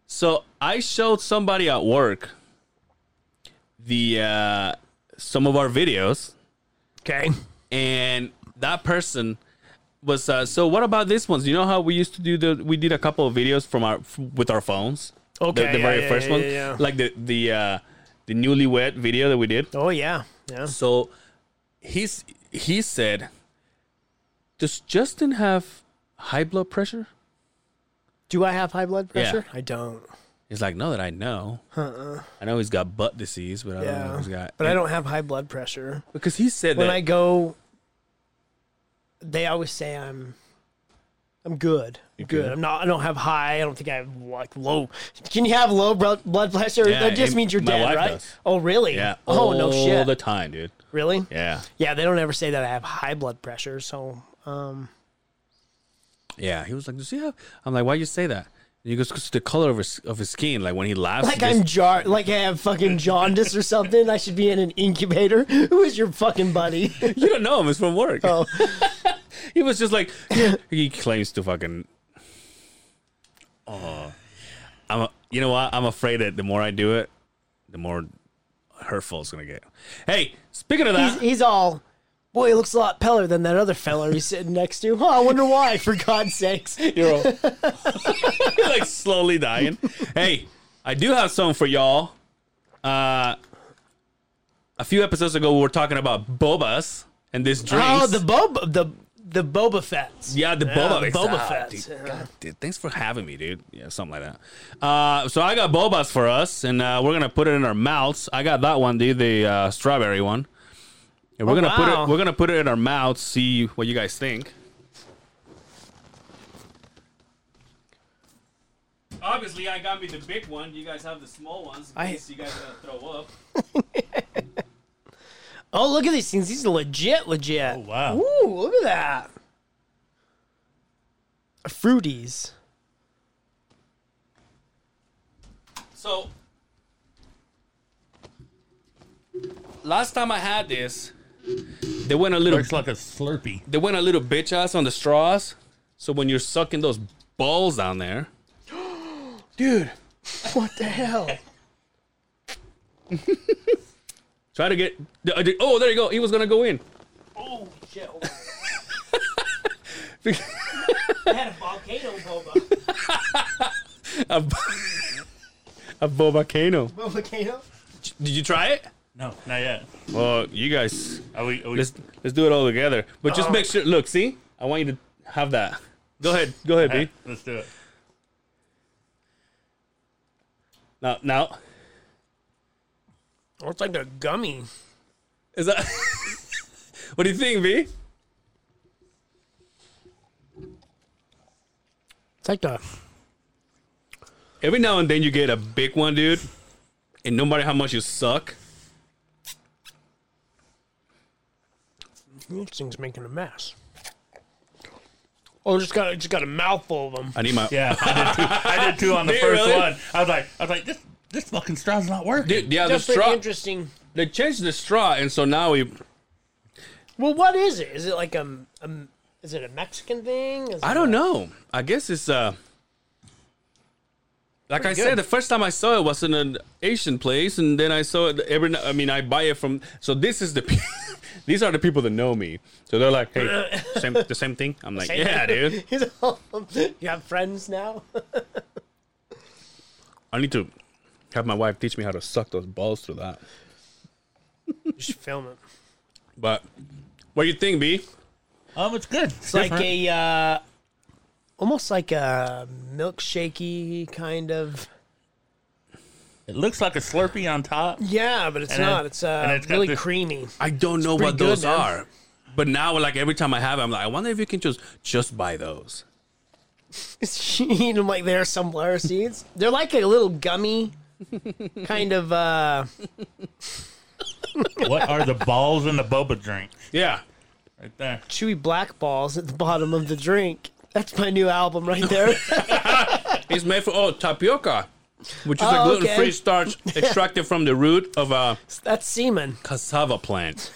[SPEAKER 3] so I showed somebody at work the uh, some of our videos,
[SPEAKER 4] Okay.
[SPEAKER 3] and that person was uh, so. What about this ones? You know how we used to do the we did a couple of videos from our f- with our phones. The-
[SPEAKER 4] Okay,
[SPEAKER 3] the,
[SPEAKER 4] yeah,
[SPEAKER 3] very
[SPEAKER 4] yeah,
[SPEAKER 3] first
[SPEAKER 4] yeah,
[SPEAKER 3] one,
[SPEAKER 4] yeah, yeah.
[SPEAKER 3] like the the uh, the newlywed video that we did.
[SPEAKER 4] Oh yeah. Yeah.
[SPEAKER 3] So he's he said, "Does Justin have high blood pressure?"
[SPEAKER 4] Do I have high blood pressure?
[SPEAKER 3] Yeah.
[SPEAKER 4] I don't.
[SPEAKER 3] He's like, no, that I know. I know he's got butt disease, but I don't know
[SPEAKER 4] Yeah.
[SPEAKER 3] if he's got.
[SPEAKER 4] But I don't have high blood pressure.
[SPEAKER 3] because he said
[SPEAKER 4] When
[SPEAKER 3] that.
[SPEAKER 4] I go, they always say I'm. I'm good. I'm good.
[SPEAKER 3] good?
[SPEAKER 4] I'm not. I don't have high. I don't think I have like low. Can you have low bro- blood pressure?
[SPEAKER 3] Yeah,
[SPEAKER 4] that just
[SPEAKER 3] it-
[SPEAKER 4] means you're
[SPEAKER 3] my
[SPEAKER 4] dead,
[SPEAKER 3] wife
[SPEAKER 4] right?
[SPEAKER 3] does.
[SPEAKER 4] Oh really?
[SPEAKER 3] yeah.
[SPEAKER 4] Oh no
[SPEAKER 3] all
[SPEAKER 4] shit.
[SPEAKER 3] the time, dude.
[SPEAKER 4] really?
[SPEAKER 3] Yeah.
[SPEAKER 4] Yeah. They don't ever say that I have high blood pressure. So um,
[SPEAKER 3] Yeah. He was like, does he have? I'm like, why you say that? And he goes, because the color of his of his skin, like when he laughs.
[SPEAKER 4] Like
[SPEAKER 3] he
[SPEAKER 4] I'm
[SPEAKER 3] goes-
[SPEAKER 4] jar, like I have fucking jaundice or something. I should be in an incubator. Who is your fucking buddy?
[SPEAKER 3] you don't know him. It's from work.
[SPEAKER 4] Oh.
[SPEAKER 3] he was just like, yeah. he claims to fucking. Oh, I'm. A, you know what? I'm afraid that the more I do it, the more hurtful it's gonna get. Hey, speaking of that,
[SPEAKER 4] He's, he's all, boy, he looks a lot paler than that other fella he's sitting next to. Oh, I wonder why. For God's sakes,
[SPEAKER 3] You're all- You're like slowly dying. Hey, I do have something for y'all. Uh, a few episodes ago, we were talking about bobas and this drink.
[SPEAKER 4] oh the boba, the the Boba Fett's.
[SPEAKER 3] yeah, the boba.
[SPEAKER 4] Oh, Boba
[SPEAKER 3] Ah,
[SPEAKER 4] Fett,
[SPEAKER 3] dude,
[SPEAKER 4] yeah.
[SPEAKER 3] God, dude, thanks for having me, dude. Yeah, something like that. Uh, so I got bobas for us, and uh, we're gonna put it in our mouths. I got that one, dude, the uh, strawberry one. And we're
[SPEAKER 4] Oh,
[SPEAKER 3] gonna put
[SPEAKER 4] wow.
[SPEAKER 3] it. We're gonna put it in our mouths. See what you guys think. Obviously, I got me the big one. You guys have the small ones.
[SPEAKER 4] I- case
[SPEAKER 3] you guys gonna throw up.
[SPEAKER 4] Oh, look at these things. These are legit, legit.
[SPEAKER 5] Wow.
[SPEAKER 4] Ooh, look at that. Fruities.
[SPEAKER 3] So, last time I had this, they went a little.
[SPEAKER 5] Looks like a Slurpee.
[SPEAKER 3] They went a little bitch ass on the straws. So when you're sucking those balls down there,
[SPEAKER 4] Dude, what the hell?
[SPEAKER 3] try to get. Oh, there you go. He was gonna go in.
[SPEAKER 4] Oh shit. I had a volcano boba.
[SPEAKER 3] A, b- a volcano.
[SPEAKER 4] Volcano?
[SPEAKER 3] Did you try it?
[SPEAKER 5] No, not yet.
[SPEAKER 3] Well, you guys,
[SPEAKER 5] Are we? Are we
[SPEAKER 3] Oh. let's let's do it all together. But just make sure. Look, see, I want you to have that. Go ahead. Go ahead, B.
[SPEAKER 5] Let's do it.
[SPEAKER 3] Now, now,
[SPEAKER 4] Or it's like a gummy.
[SPEAKER 3] is that? what do you think, B?
[SPEAKER 4] It's like a
[SPEAKER 3] Every now and then you get a big one, dude, and no matter how much you suck,
[SPEAKER 4] this thing's making a mess. Oh, just got just got a mouthful of them.
[SPEAKER 3] I need my.
[SPEAKER 5] Yeah, I did too. I did too on the
[SPEAKER 3] Did you
[SPEAKER 5] first
[SPEAKER 3] really?
[SPEAKER 5] one. I was like, I was like, this this fucking straw's not working.
[SPEAKER 3] Dude, yeah, the
[SPEAKER 4] Definitely
[SPEAKER 3] straw.
[SPEAKER 4] interesting.
[SPEAKER 3] They changed the straw, and so now we.
[SPEAKER 4] Well, what is it? Is it like a, a is it a Mexican thing? Is
[SPEAKER 3] I
[SPEAKER 4] it-
[SPEAKER 3] don't know. I guess it's uh. Like I said, the first time I saw it was in an Asian place, and then I saw it every. no- I mean, I buy it from. So this is the. pe- These are the people that know me, so they're like, "Hey, same, the same thing." I'm like, "Yeah, dude.
[SPEAKER 4] He's all- you have friends now?
[SPEAKER 3] I need to have my wife teach me how to suck those balls through that."
[SPEAKER 4] You should film it.
[SPEAKER 3] But what do you think, B?
[SPEAKER 5] Um, it's good. It's
[SPEAKER 4] It's like a uh, almost like a milkshakey kind of.
[SPEAKER 5] it looks like a Slurpee on top.
[SPEAKER 4] Yeah, but it's
[SPEAKER 5] And
[SPEAKER 4] not.
[SPEAKER 5] it-
[SPEAKER 4] it's uh,
[SPEAKER 5] and it's got
[SPEAKER 4] really
[SPEAKER 5] this-
[SPEAKER 4] creamy.
[SPEAKER 3] I don't know
[SPEAKER 4] pretty
[SPEAKER 3] what
[SPEAKER 4] good,
[SPEAKER 3] those
[SPEAKER 4] man.
[SPEAKER 3] are, but now, like every time I have, it, I'm like, I wonder if you can just just buy those.
[SPEAKER 4] she eat them like they're sunflower seeds. They're like a little gummy kind of. uh
[SPEAKER 5] What are the balls in the boba drink?
[SPEAKER 3] Yeah,
[SPEAKER 5] Right there.
[SPEAKER 4] chewy black balls at the bottom of the drink. That's my new album right there.
[SPEAKER 3] It's made from oh tapioca, which is a
[SPEAKER 4] Oh,
[SPEAKER 3] gluten-free
[SPEAKER 4] okay.
[SPEAKER 3] starch extracted from the root of a
[SPEAKER 4] That's semen.
[SPEAKER 3] cassava plant.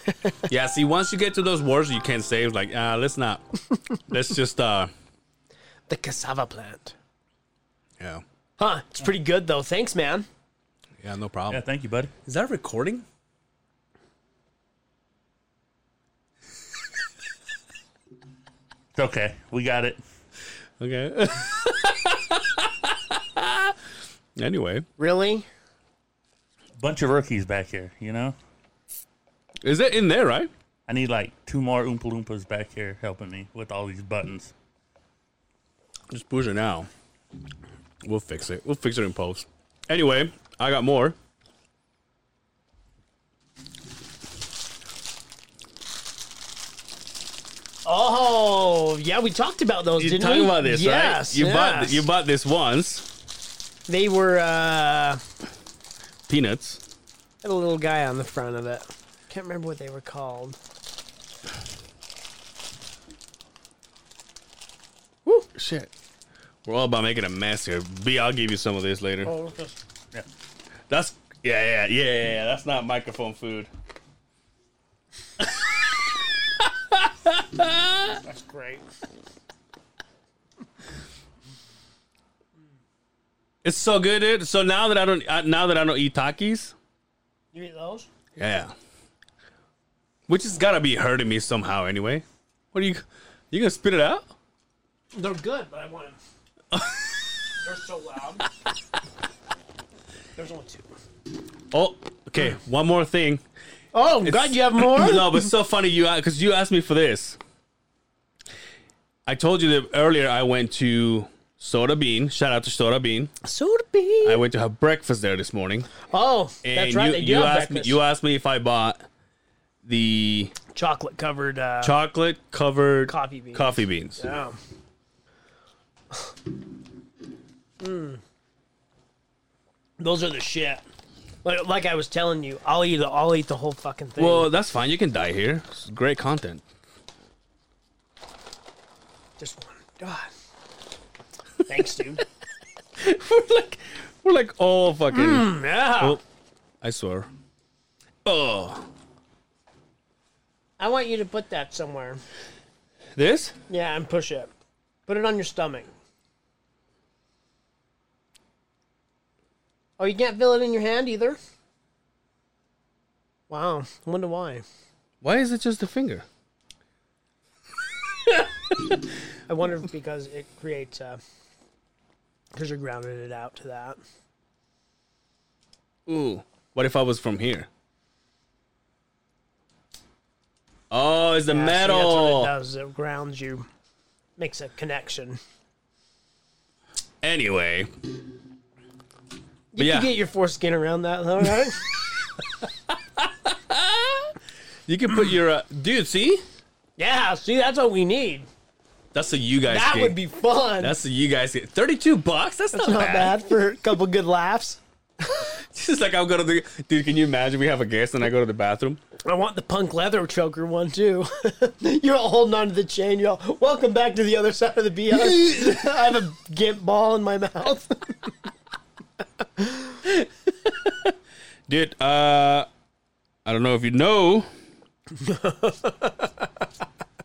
[SPEAKER 3] yeah, see, once you get to those words, you can't say it's like, ah, let's not. Let's just, uh,
[SPEAKER 4] The cassava plant.
[SPEAKER 3] yeah,
[SPEAKER 4] Huh, it's pretty good though. Thanks, man.
[SPEAKER 3] yeah, no
[SPEAKER 5] Yeah,
[SPEAKER 3] problem.
[SPEAKER 5] thank you, buddy.
[SPEAKER 3] Is that recording?
[SPEAKER 5] It's okay. We got it.
[SPEAKER 3] Okay. anyway,
[SPEAKER 4] Really?
[SPEAKER 5] Bunch of rookies back here. You know,
[SPEAKER 3] is it in there? Right?
[SPEAKER 5] I need like two more Oompa Loompas back here helping me with all these buttons.
[SPEAKER 3] Just push it now. We'll fix it. We'll fix it in post. Anyway, I got more.
[SPEAKER 4] Oh, yeah, we talked about those,
[SPEAKER 3] You
[SPEAKER 4] didn't
[SPEAKER 3] talking
[SPEAKER 4] we?
[SPEAKER 3] about this,
[SPEAKER 4] yes,
[SPEAKER 3] right? You bought
[SPEAKER 4] yes.
[SPEAKER 3] you bought this once.
[SPEAKER 4] They were uh
[SPEAKER 3] Peanuts.
[SPEAKER 4] had a little guy on the front of it. Can't remember what they were called.
[SPEAKER 3] Shit. We're all about making a mess here. B, I'll give you some of this later.
[SPEAKER 4] Oh,
[SPEAKER 5] Yeah.
[SPEAKER 3] That's yeah, yeah, yeah, yeah, yeah. That's not microphone food.
[SPEAKER 4] That's great.
[SPEAKER 3] It's so good, dude. So now that I don't, I, now that I don't eat Takis,
[SPEAKER 4] You eat those?
[SPEAKER 3] yeah, which has gotta be hurting me somehow. Anyway, what are you? You gonna spit it out?
[SPEAKER 4] They're good, but I want them. They're so loud. There's only two.
[SPEAKER 3] Oh, okay.
[SPEAKER 4] Hmm.
[SPEAKER 3] One more thing.
[SPEAKER 4] Oh, God, you have more?
[SPEAKER 3] no, but it's so funny you because you asked me for this. I told you that earlier. I went to Soda Bean. Shout out to Soda Bean.
[SPEAKER 4] Soda bean.
[SPEAKER 3] I went to have breakfast there this morning.
[SPEAKER 4] Oh,
[SPEAKER 3] And
[SPEAKER 4] that's right.
[SPEAKER 3] you,
[SPEAKER 4] they do
[SPEAKER 3] you
[SPEAKER 4] have
[SPEAKER 3] asked
[SPEAKER 4] breakfast.
[SPEAKER 3] me. You asked me if I bought the
[SPEAKER 4] chocolate covered. Uh,
[SPEAKER 3] chocolate covered
[SPEAKER 4] Coffee beans.
[SPEAKER 3] Coffee beans.
[SPEAKER 4] yeah. Hmm. Those are the shit. Like, like I was telling you, I'll eat. the- I'll eat the whole fucking thing.
[SPEAKER 3] Well, that's fine. You can die here. It's great content.
[SPEAKER 4] just one. God. Thanks, dude.
[SPEAKER 3] we're like, we're like all fucking.
[SPEAKER 4] yeah.
[SPEAKER 3] Oh, I swear. Oh,
[SPEAKER 4] I want you to put that somewhere.
[SPEAKER 3] this?
[SPEAKER 4] Yeah, and push it. Put it on your stomach. Oh, you can't feel it in your hand either. Wow, I wonder why.
[SPEAKER 3] Why is it just a finger?
[SPEAKER 4] I wonder if because it creates uh because you're grounded it out to that.
[SPEAKER 3] Ooh. What if I was from here? Oh, it's the
[SPEAKER 4] Yeah, see, that's what
[SPEAKER 3] Oh, metal.
[SPEAKER 4] it does. It grounds you. makes a connection.
[SPEAKER 3] Anyway. But
[SPEAKER 4] You
[SPEAKER 3] yeah,
[SPEAKER 4] get your foreskin around that, though, right?
[SPEAKER 3] you can put your uh, dude. See,
[SPEAKER 4] yeah, see, that's what we need.
[SPEAKER 3] that's a you guys.
[SPEAKER 4] That
[SPEAKER 3] get.
[SPEAKER 4] would be fun.
[SPEAKER 3] That's a you guys. Get. Thirty-two bucks. That's,
[SPEAKER 4] It's not bad for a couple good laughs.
[SPEAKER 3] It's just like I'll go to the dude. Can you imagine? We have a guest and I go to the bathroom.
[SPEAKER 4] I want the punk leather choker one too. you're all holding on to the chain. You're all, welcome back to the other side of the BS. I have a gimp ball in my mouth.
[SPEAKER 3] Dude, uh, I don't know if you know.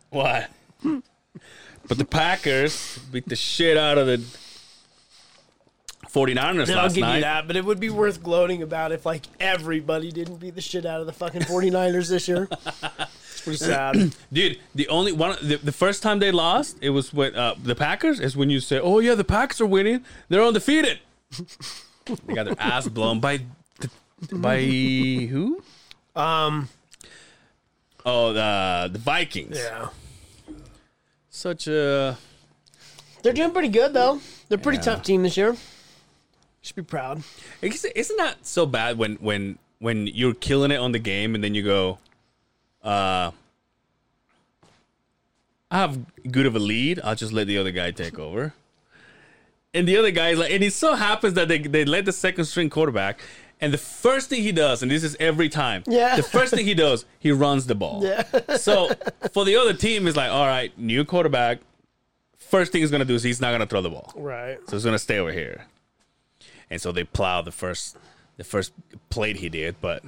[SPEAKER 3] what? But the Packers beat the shit out of the 49ers
[SPEAKER 4] I'll
[SPEAKER 3] last
[SPEAKER 4] give
[SPEAKER 3] night.
[SPEAKER 4] you that, but it would be worth gloating about if like everybody didn't beat the shit out of the fucking 49ers this year. It's pretty sad.
[SPEAKER 3] Dude, the only one, the, the first time they lost, it was with uh, the Packers, is when you say, oh, yeah, the Packers are winning. They're undefeated. they got their ass blown by, by who?
[SPEAKER 4] Um,
[SPEAKER 3] Oh, the, the Vikings.
[SPEAKER 4] yeah,
[SPEAKER 3] Such a.
[SPEAKER 4] they're doing pretty good though. They're a pretty tough team this year. Should be proud.
[SPEAKER 3] It's, it's not so bad when when when you're killing it on the game and then you go, uh, I have good of a lead. I'll just let the other guy take over. And the other guy is like, and it so happens that they they let the second string quarterback. And the first thing he does, and this is every time,
[SPEAKER 4] Yeah.
[SPEAKER 3] the first thing he does, he runs the ball. so for the other team, it's like, all right, new quarterback. First thing he's gonna do is he's not gonna throw the ball.
[SPEAKER 4] Right.
[SPEAKER 3] So it's gonna stay over here. And so they plowed the first the first plate he did, but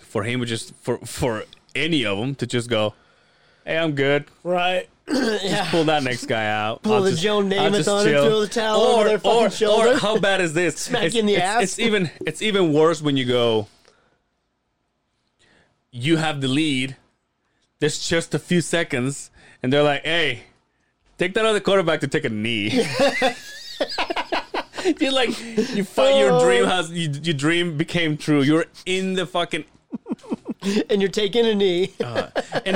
[SPEAKER 3] for him it just for for any of them to just go, hey, I'm good.
[SPEAKER 4] Right.
[SPEAKER 3] Pull that next guy out. Pull
[SPEAKER 4] the Joan Namath on him, throw the towel over their fucking
[SPEAKER 3] or,
[SPEAKER 4] shoulder.
[SPEAKER 3] Or how bad is this? Smack
[SPEAKER 4] you in the ass.
[SPEAKER 3] It's even it's even worse when you go. You have the lead. There's just a few seconds, and they're like, "Hey, take that other quarterback to take a knee." You're like, you fight
[SPEAKER 4] Oh.
[SPEAKER 3] your dream has you, your dream became true. You're in the fucking
[SPEAKER 4] And you're taking a knee.
[SPEAKER 3] in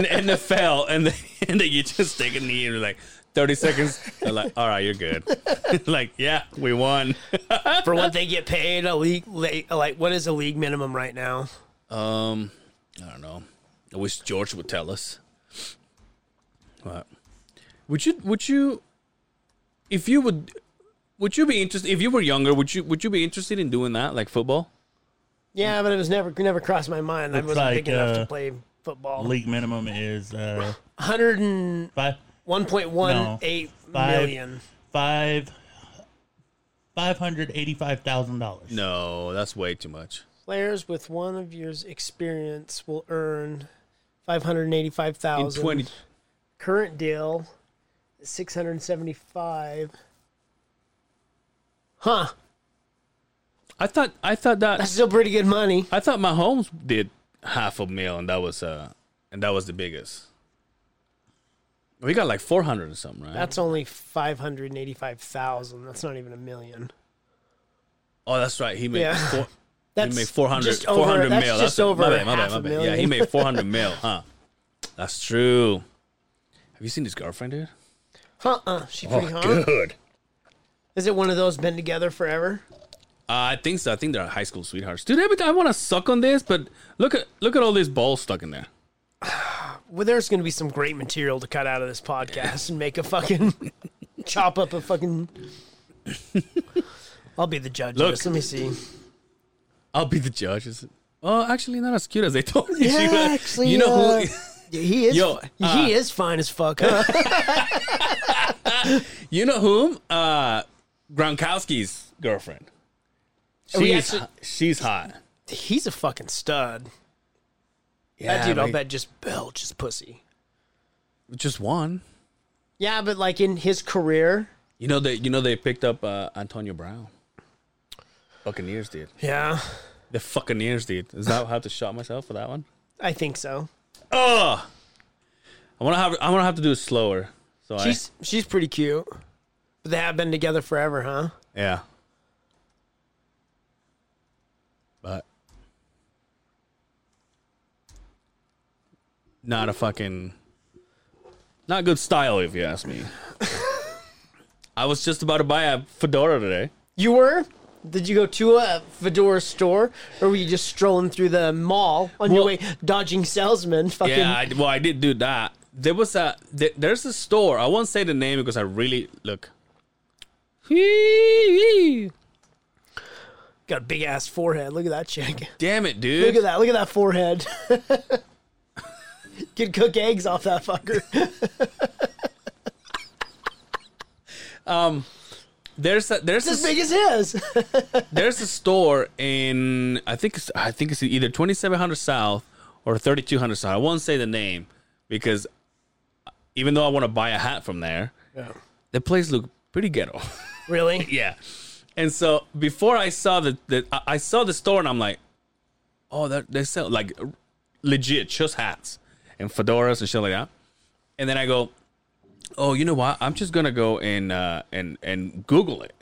[SPEAKER 3] the NFL, and then, and then you just take a knee and you're like, 30 seconds. They're like, all right, you're good. like, yeah, we won.
[SPEAKER 4] For what they get paid, a league like, like what is a league minimum right now?
[SPEAKER 3] Um, I don't know. I wish George would tell us. What? Would you? Would you? If you would, would you be interested? If you were younger, would you? Would you be interested in doing that, like football?
[SPEAKER 4] Yeah, but it was never never crossed my mind. I
[SPEAKER 5] It's
[SPEAKER 4] wasn't big
[SPEAKER 5] like,
[SPEAKER 4] enough to
[SPEAKER 5] uh,
[SPEAKER 4] play football.
[SPEAKER 5] League minimum is uh,
[SPEAKER 4] Hundred and
[SPEAKER 5] five,
[SPEAKER 4] one point one eight million.
[SPEAKER 5] Five. five, five hundred eighty-five thousand dollars.
[SPEAKER 3] No, that's way too much.
[SPEAKER 4] Players with one of year's experience will earn five hundred eighty-five
[SPEAKER 3] In
[SPEAKER 4] thousand.
[SPEAKER 3] twenty,
[SPEAKER 4] Current deal, six hundred seventy-five. Huh?
[SPEAKER 3] I thought. I thought that.
[SPEAKER 4] That's still pretty good money.
[SPEAKER 3] I thought Mahomes did half a mil, and that was uh, and that was the biggest. We got like four hundred or something, right?
[SPEAKER 4] That's only five hundred eighty-five thousand. That's not even a million.
[SPEAKER 3] oh, that's right. He made
[SPEAKER 4] Yeah.
[SPEAKER 3] four,
[SPEAKER 4] That's
[SPEAKER 3] he made 400,
[SPEAKER 4] just over-
[SPEAKER 3] 400
[SPEAKER 4] that's
[SPEAKER 3] mil.
[SPEAKER 4] just
[SPEAKER 3] a-
[SPEAKER 4] over
[SPEAKER 3] my bad, my
[SPEAKER 4] half
[SPEAKER 3] bad, my
[SPEAKER 4] a
[SPEAKER 3] bad.
[SPEAKER 4] million.
[SPEAKER 3] Yeah, he made four hundred mil, huh? That's true. Have you seen his girlfriend, dude?
[SPEAKER 4] Uh-uh. She pretty hot.
[SPEAKER 3] good.
[SPEAKER 4] Is it one of those been together forever?
[SPEAKER 3] Uh, I think so. I think they're high school sweethearts, dude. Every time I want to suck on this, but look at look at all these balls stuck in there.
[SPEAKER 4] Well, there's going to be some great material to cut out of this podcast and make a fucking chop up a fucking. I'll be the judge. of
[SPEAKER 3] Look.
[SPEAKER 4] this. Let me see.
[SPEAKER 3] I'll be the judge. Is it? Oh, actually, not as cute as they told you.
[SPEAKER 4] Yeah,
[SPEAKER 3] she was.
[SPEAKER 4] actually,
[SPEAKER 3] you know
[SPEAKER 4] uh,
[SPEAKER 3] who?
[SPEAKER 4] He is.
[SPEAKER 3] Yo, uh,
[SPEAKER 4] he is fine as fuck. Huh?
[SPEAKER 3] You know whom? Uh, Gronkowski's girlfriend.
[SPEAKER 4] we
[SPEAKER 3] She's,
[SPEAKER 4] actually-
[SPEAKER 3] hot- she's hot.
[SPEAKER 4] He's a fucking stud.
[SPEAKER 3] Yeah,
[SPEAKER 4] that dude, I'll bet just belches pussy.
[SPEAKER 3] Just one.
[SPEAKER 4] Yeah, but like in his career.
[SPEAKER 3] You know they. You know they picked up uh, Antonio Brown. Buccaneers did.
[SPEAKER 4] Yeah,
[SPEAKER 3] The Buccaneers did. Is that how to shot myself for that one?
[SPEAKER 4] I think so.
[SPEAKER 3] Oh, I want to have. I want to have to do it slower. So
[SPEAKER 4] She's she's pretty cute. But they have been together forever, huh?
[SPEAKER 3] I. Yeah. But. Not a fucking. Not good style, if you ask me. I was just about to buy a fedora today.
[SPEAKER 4] You were? Did you go to a fedora store, or were you just strolling through the mall on your
[SPEAKER 3] Well-
[SPEAKER 4] way, dodging salesmen? Fucking
[SPEAKER 3] Yeah, I, well, I did do that. There was a there, there's a store. I won't say the name because I really look.
[SPEAKER 4] got a big ass forehead. Look at that chick.
[SPEAKER 3] Damn
[SPEAKER 4] Look
[SPEAKER 3] it,
[SPEAKER 4] at
[SPEAKER 3] dude!
[SPEAKER 4] that. Look at that forehead. Could cook eggs off that fucker.
[SPEAKER 3] There's a there's
[SPEAKER 4] It's as
[SPEAKER 3] a
[SPEAKER 4] big as his.
[SPEAKER 3] there's a store in I think it's, I think it's either 2700 South or 3200 South. I won't say the name because even though I want to buy a hat from there, the place looked pretty ghetto.
[SPEAKER 4] really?
[SPEAKER 3] yeah. And so before I saw the, the I I saw the store and I'm like, oh, that they sell like legit just hats and fedoras and shit like that. And then I go, oh, you know what? I'm just gonna go and uh, and and Google it.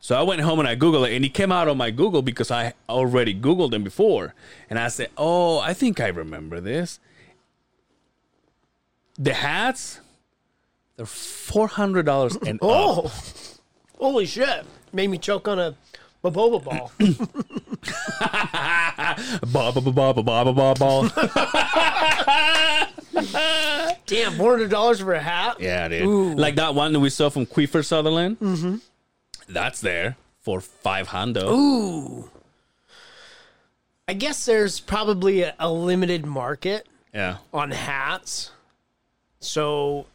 [SPEAKER 3] So I went home and I Googled it, and he came out on my Google because I already Googled him before. And I said, oh, I think I remember this. The hats, they're four hundred dollars and up.
[SPEAKER 4] Oh, holy shit! Made me choke on a boba ball.
[SPEAKER 3] Ba ba ba ba ba ba ba ba.
[SPEAKER 4] Damn, four hundred dollars for a hat.
[SPEAKER 3] Yeah, dude. Like that one that we saw from Queefer Sutherland. Mm-hmm. That's there for five hundo.
[SPEAKER 4] I guess there's probably a, a limited market
[SPEAKER 3] Yeah.
[SPEAKER 4] on hats. So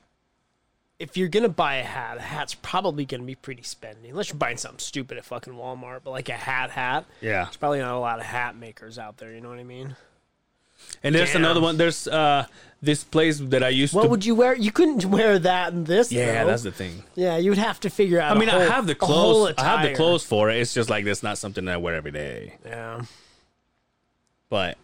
[SPEAKER 4] if you're gonna buy a hat, a hat's probably gonna be pretty spendy. Unless you're buying something stupid at fucking Walmart, but like a hat hat.
[SPEAKER 3] Yeah.
[SPEAKER 4] There's probably not a lot of hat makers out there, you know what I mean?
[SPEAKER 3] And there's
[SPEAKER 4] Damn.
[SPEAKER 3] another one. There's uh this place that I used
[SPEAKER 4] What
[SPEAKER 3] to.
[SPEAKER 4] would you wear? You couldn't wear that and this.
[SPEAKER 3] yeah,
[SPEAKER 4] though.
[SPEAKER 3] that's the thing.
[SPEAKER 4] yeah. You would have to figure out.
[SPEAKER 3] I mean,
[SPEAKER 4] a whole-
[SPEAKER 3] I have the
[SPEAKER 4] a whole
[SPEAKER 3] clothes. I have the
[SPEAKER 4] attire.
[SPEAKER 3] clothes for it. It's just like that's not something that I wear every day.
[SPEAKER 4] Yeah,
[SPEAKER 3] But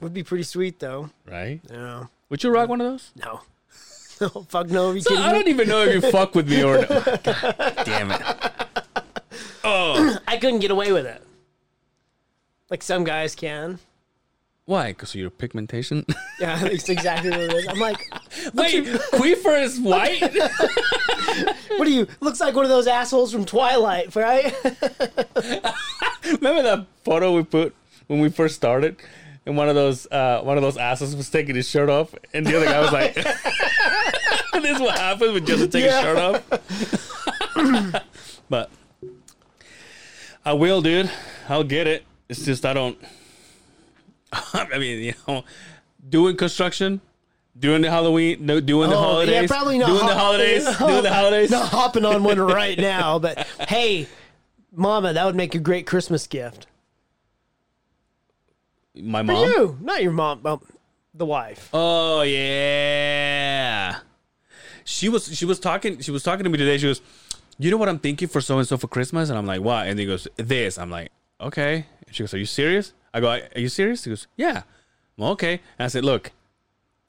[SPEAKER 4] would be pretty sweet though.
[SPEAKER 3] right?
[SPEAKER 4] Yeah,
[SPEAKER 3] Would you rock one of those?
[SPEAKER 4] no, no, fuck no. Are you
[SPEAKER 3] So
[SPEAKER 4] kidding
[SPEAKER 3] I
[SPEAKER 4] me?
[SPEAKER 3] don't even know if you fuck with me or not. God damn it. Oh.
[SPEAKER 4] I couldn't get away with it. Like some guys can.
[SPEAKER 3] Why? Because of your pigmentation.
[SPEAKER 4] Yeah, that's exactly what it is. I'm like,
[SPEAKER 3] Wait, Queefer is white.
[SPEAKER 4] what are you? Looks like one of those assholes from Twilight, right?
[SPEAKER 3] Remember that photo we put when we first started, and one of those uh, one of those asses was taking his shirt off, and the other guy was like, "This is what happens when Justin takes
[SPEAKER 4] Yeah.
[SPEAKER 3] his shirt off." but I will, dude. I'll get it. It's just I don't. I mean, you know, doing construction, doing the Halloween, no, doing the
[SPEAKER 4] Oh, yeah,
[SPEAKER 3] holidays,
[SPEAKER 4] probably not
[SPEAKER 3] doing the
[SPEAKER 4] hol-
[SPEAKER 3] holidays, doing the holidays.
[SPEAKER 4] Not hopping on one right now, but hey, Mama, that would make a great Christmas gift.
[SPEAKER 3] My
[SPEAKER 4] For
[SPEAKER 3] mom.
[SPEAKER 4] you, not your mom, well, the wife.
[SPEAKER 3] Oh yeah. She was she was talking she was talking to me today. She goes, You know what I'm thinking for so and so for Christmas? And I'm like, What? And he goes, This. I'm like, Okay. And she goes, Are you serious? I go, Are you serious? He goes, Yeah. I'm okay. And I said, Look,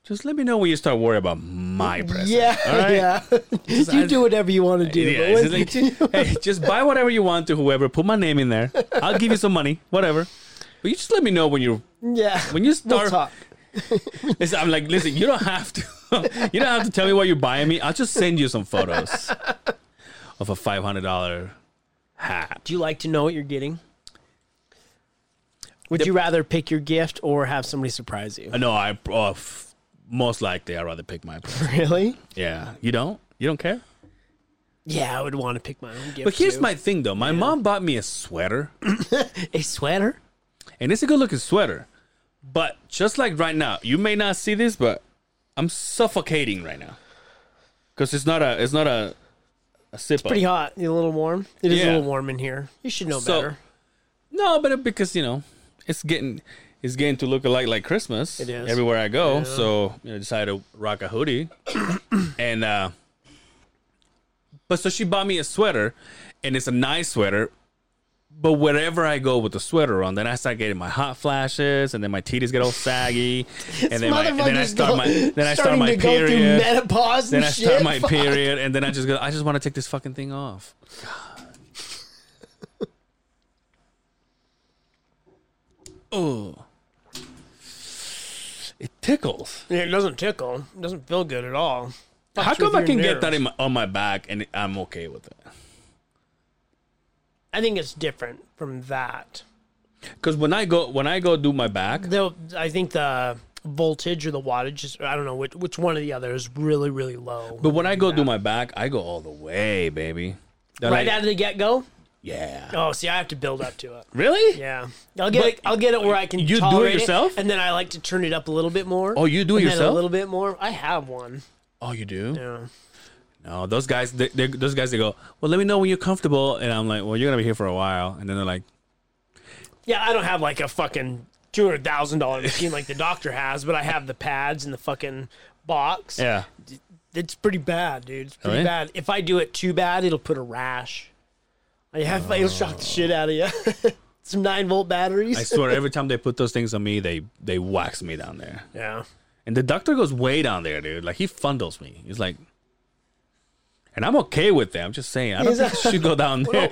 [SPEAKER 3] just let me know when you start worrying about my present.
[SPEAKER 4] yeah,
[SPEAKER 3] All right.
[SPEAKER 4] yeah. you do whatever you want to do.
[SPEAKER 3] Yeah,
[SPEAKER 4] but
[SPEAKER 3] it's
[SPEAKER 4] when-
[SPEAKER 3] just like, hey, just buy whatever you want to whoever. Put my name in there. I'll give you some money, whatever. But you just let me know when you're
[SPEAKER 4] yeah.
[SPEAKER 3] when you
[SPEAKER 4] We'll
[SPEAKER 3] start
[SPEAKER 4] talk.
[SPEAKER 3] Listen, I'm like, listen, you don't have to. you don't have to tell me what you're buying me. I'll just send you some photos of a five hundred dollar hat.
[SPEAKER 4] Do you like to know what you're getting? Would you rather pick your gift or have somebody surprise you?
[SPEAKER 3] Uh, No, I oh, f- most likely I'd rather pick my. present.
[SPEAKER 4] Really?
[SPEAKER 3] Yeah, you don't. You don't care.
[SPEAKER 4] Yeah, I would want to pick my own gift.
[SPEAKER 3] But here's
[SPEAKER 4] too.
[SPEAKER 3] my thing, though. My mom bought me a sweater,
[SPEAKER 4] a sweater.
[SPEAKER 3] and it's a good looking sweater. But just like right now, you may not see this, but I'm suffocating right now because it's not a it's not a a sip.
[SPEAKER 4] Pretty hot. You a little warm? It is
[SPEAKER 3] Yeah.
[SPEAKER 4] a little warm in here. You should know
[SPEAKER 3] So-
[SPEAKER 4] better.
[SPEAKER 3] No, but it, because you know, it's getting it's getting to look alike like Christmas
[SPEAKER 4] It is.
[SPEAKER 3] everywhere I go. So you know, decided to rock a hoodie, and uh but so she bought me a sweater, and it's a nice sweater. But wherever I go with the sweater on, then I start getting my hot flashes, and then my titties get all saggy, and then, my, and then I
[SPEAKER 4] Motherfuckers
[SPEAKER 3] start
[SPEAKER 4] go-
[SPEAKER 3] my then I start
[SPEAKER 4] starting
[SPEAKER 3] my
[SPEAKER 4] to go through
[SPEAKER 3] period,
[SPEAKER 4] menopause and
[SPEAKER 3] then I
[SPEAKER 4] shit.
[SPEAKER 3] start my
[SPEAKER 4] Fuck.
[SPEAKER 3] period, and then I just go. I just want to take this fucking thing off. oh, it tickles.
[SPEAKER 4] Yeah, it doesn't tickle. It doesn't feel good at all. fucks
[SPEAKER 3] How come
[SPEAKER 4] with
[SPEAKER 3] I
[SPEAKER 4] your
[SPEAKER 3] can get
[SPEAKER 4] nerves.
[SPEAKER 3] that in my, on my back and I'm okay with it?
[SPEAKER 4] I think it's different from that.
[SPEAKER 3] Because when I go when I go do my back,
[SPEAKER 4] Though I think the voltage or the wattage is I don't know which which one or the other is really really low.
[SPEAKER 3] but when I go do my back, I go all the way, baby. Then
[SPEAKER 4] right
[SPEAKER 3] I-
[SPEAKER 4] out of the get go.
[SPEAKER 3] yeah.
[SPEAKER 4] Oh, see, I have to build up to it.
[SPEAKER 3] Really?
[SPEAKER 4] Yeah, I'll get it, I'll get it where I can.
[SPEAKER 3] you do it
[SPEAKER 4] tolerate
[SPEAKER 3] yourself?
[SPEAKER 4] and then I like to turn it up a little bit more.
[SPEAKER 3] Oh, you do it
[SPEAKER 4] and then
[SPEAKER 3] yourself?
[SPEAKER 4] a little bit more. I have one.
[SPEAKER 3] Oh, you do?
[SPEAKER 4] Yeah.
[SPEAKER 3] No, those guys, they, they, those guys, they go, well, let me know when you're comfortable. And I'm like, well, you're going to be here for a while. And then they're like,
[SPEAKER 4] Yeah, I don't have like a fucking two hundred thousand dollar machine like the doctor has, but I have the pads and the fucking box.
[SPEAKER 3] yeah.
[SPEAKER 4] It's pretty bad, dude. It's pretty
[SPEAKER 3] Really?
[SPEAKER 4] bad. If I do it too bad, it'll put a rash. I have it'll shock the shit out of you. Some nine volt batteries.
[SPEAKER 3] I swear, every time they put those things on me, they, they wax me down there.
[SPEAKER 4] yeah.
[SPEAKER 3] And the doctor goes way down there, dude. Like, he fundles me. He's like, and I'm okay with that. I'm just saying, I don't think I should go down there.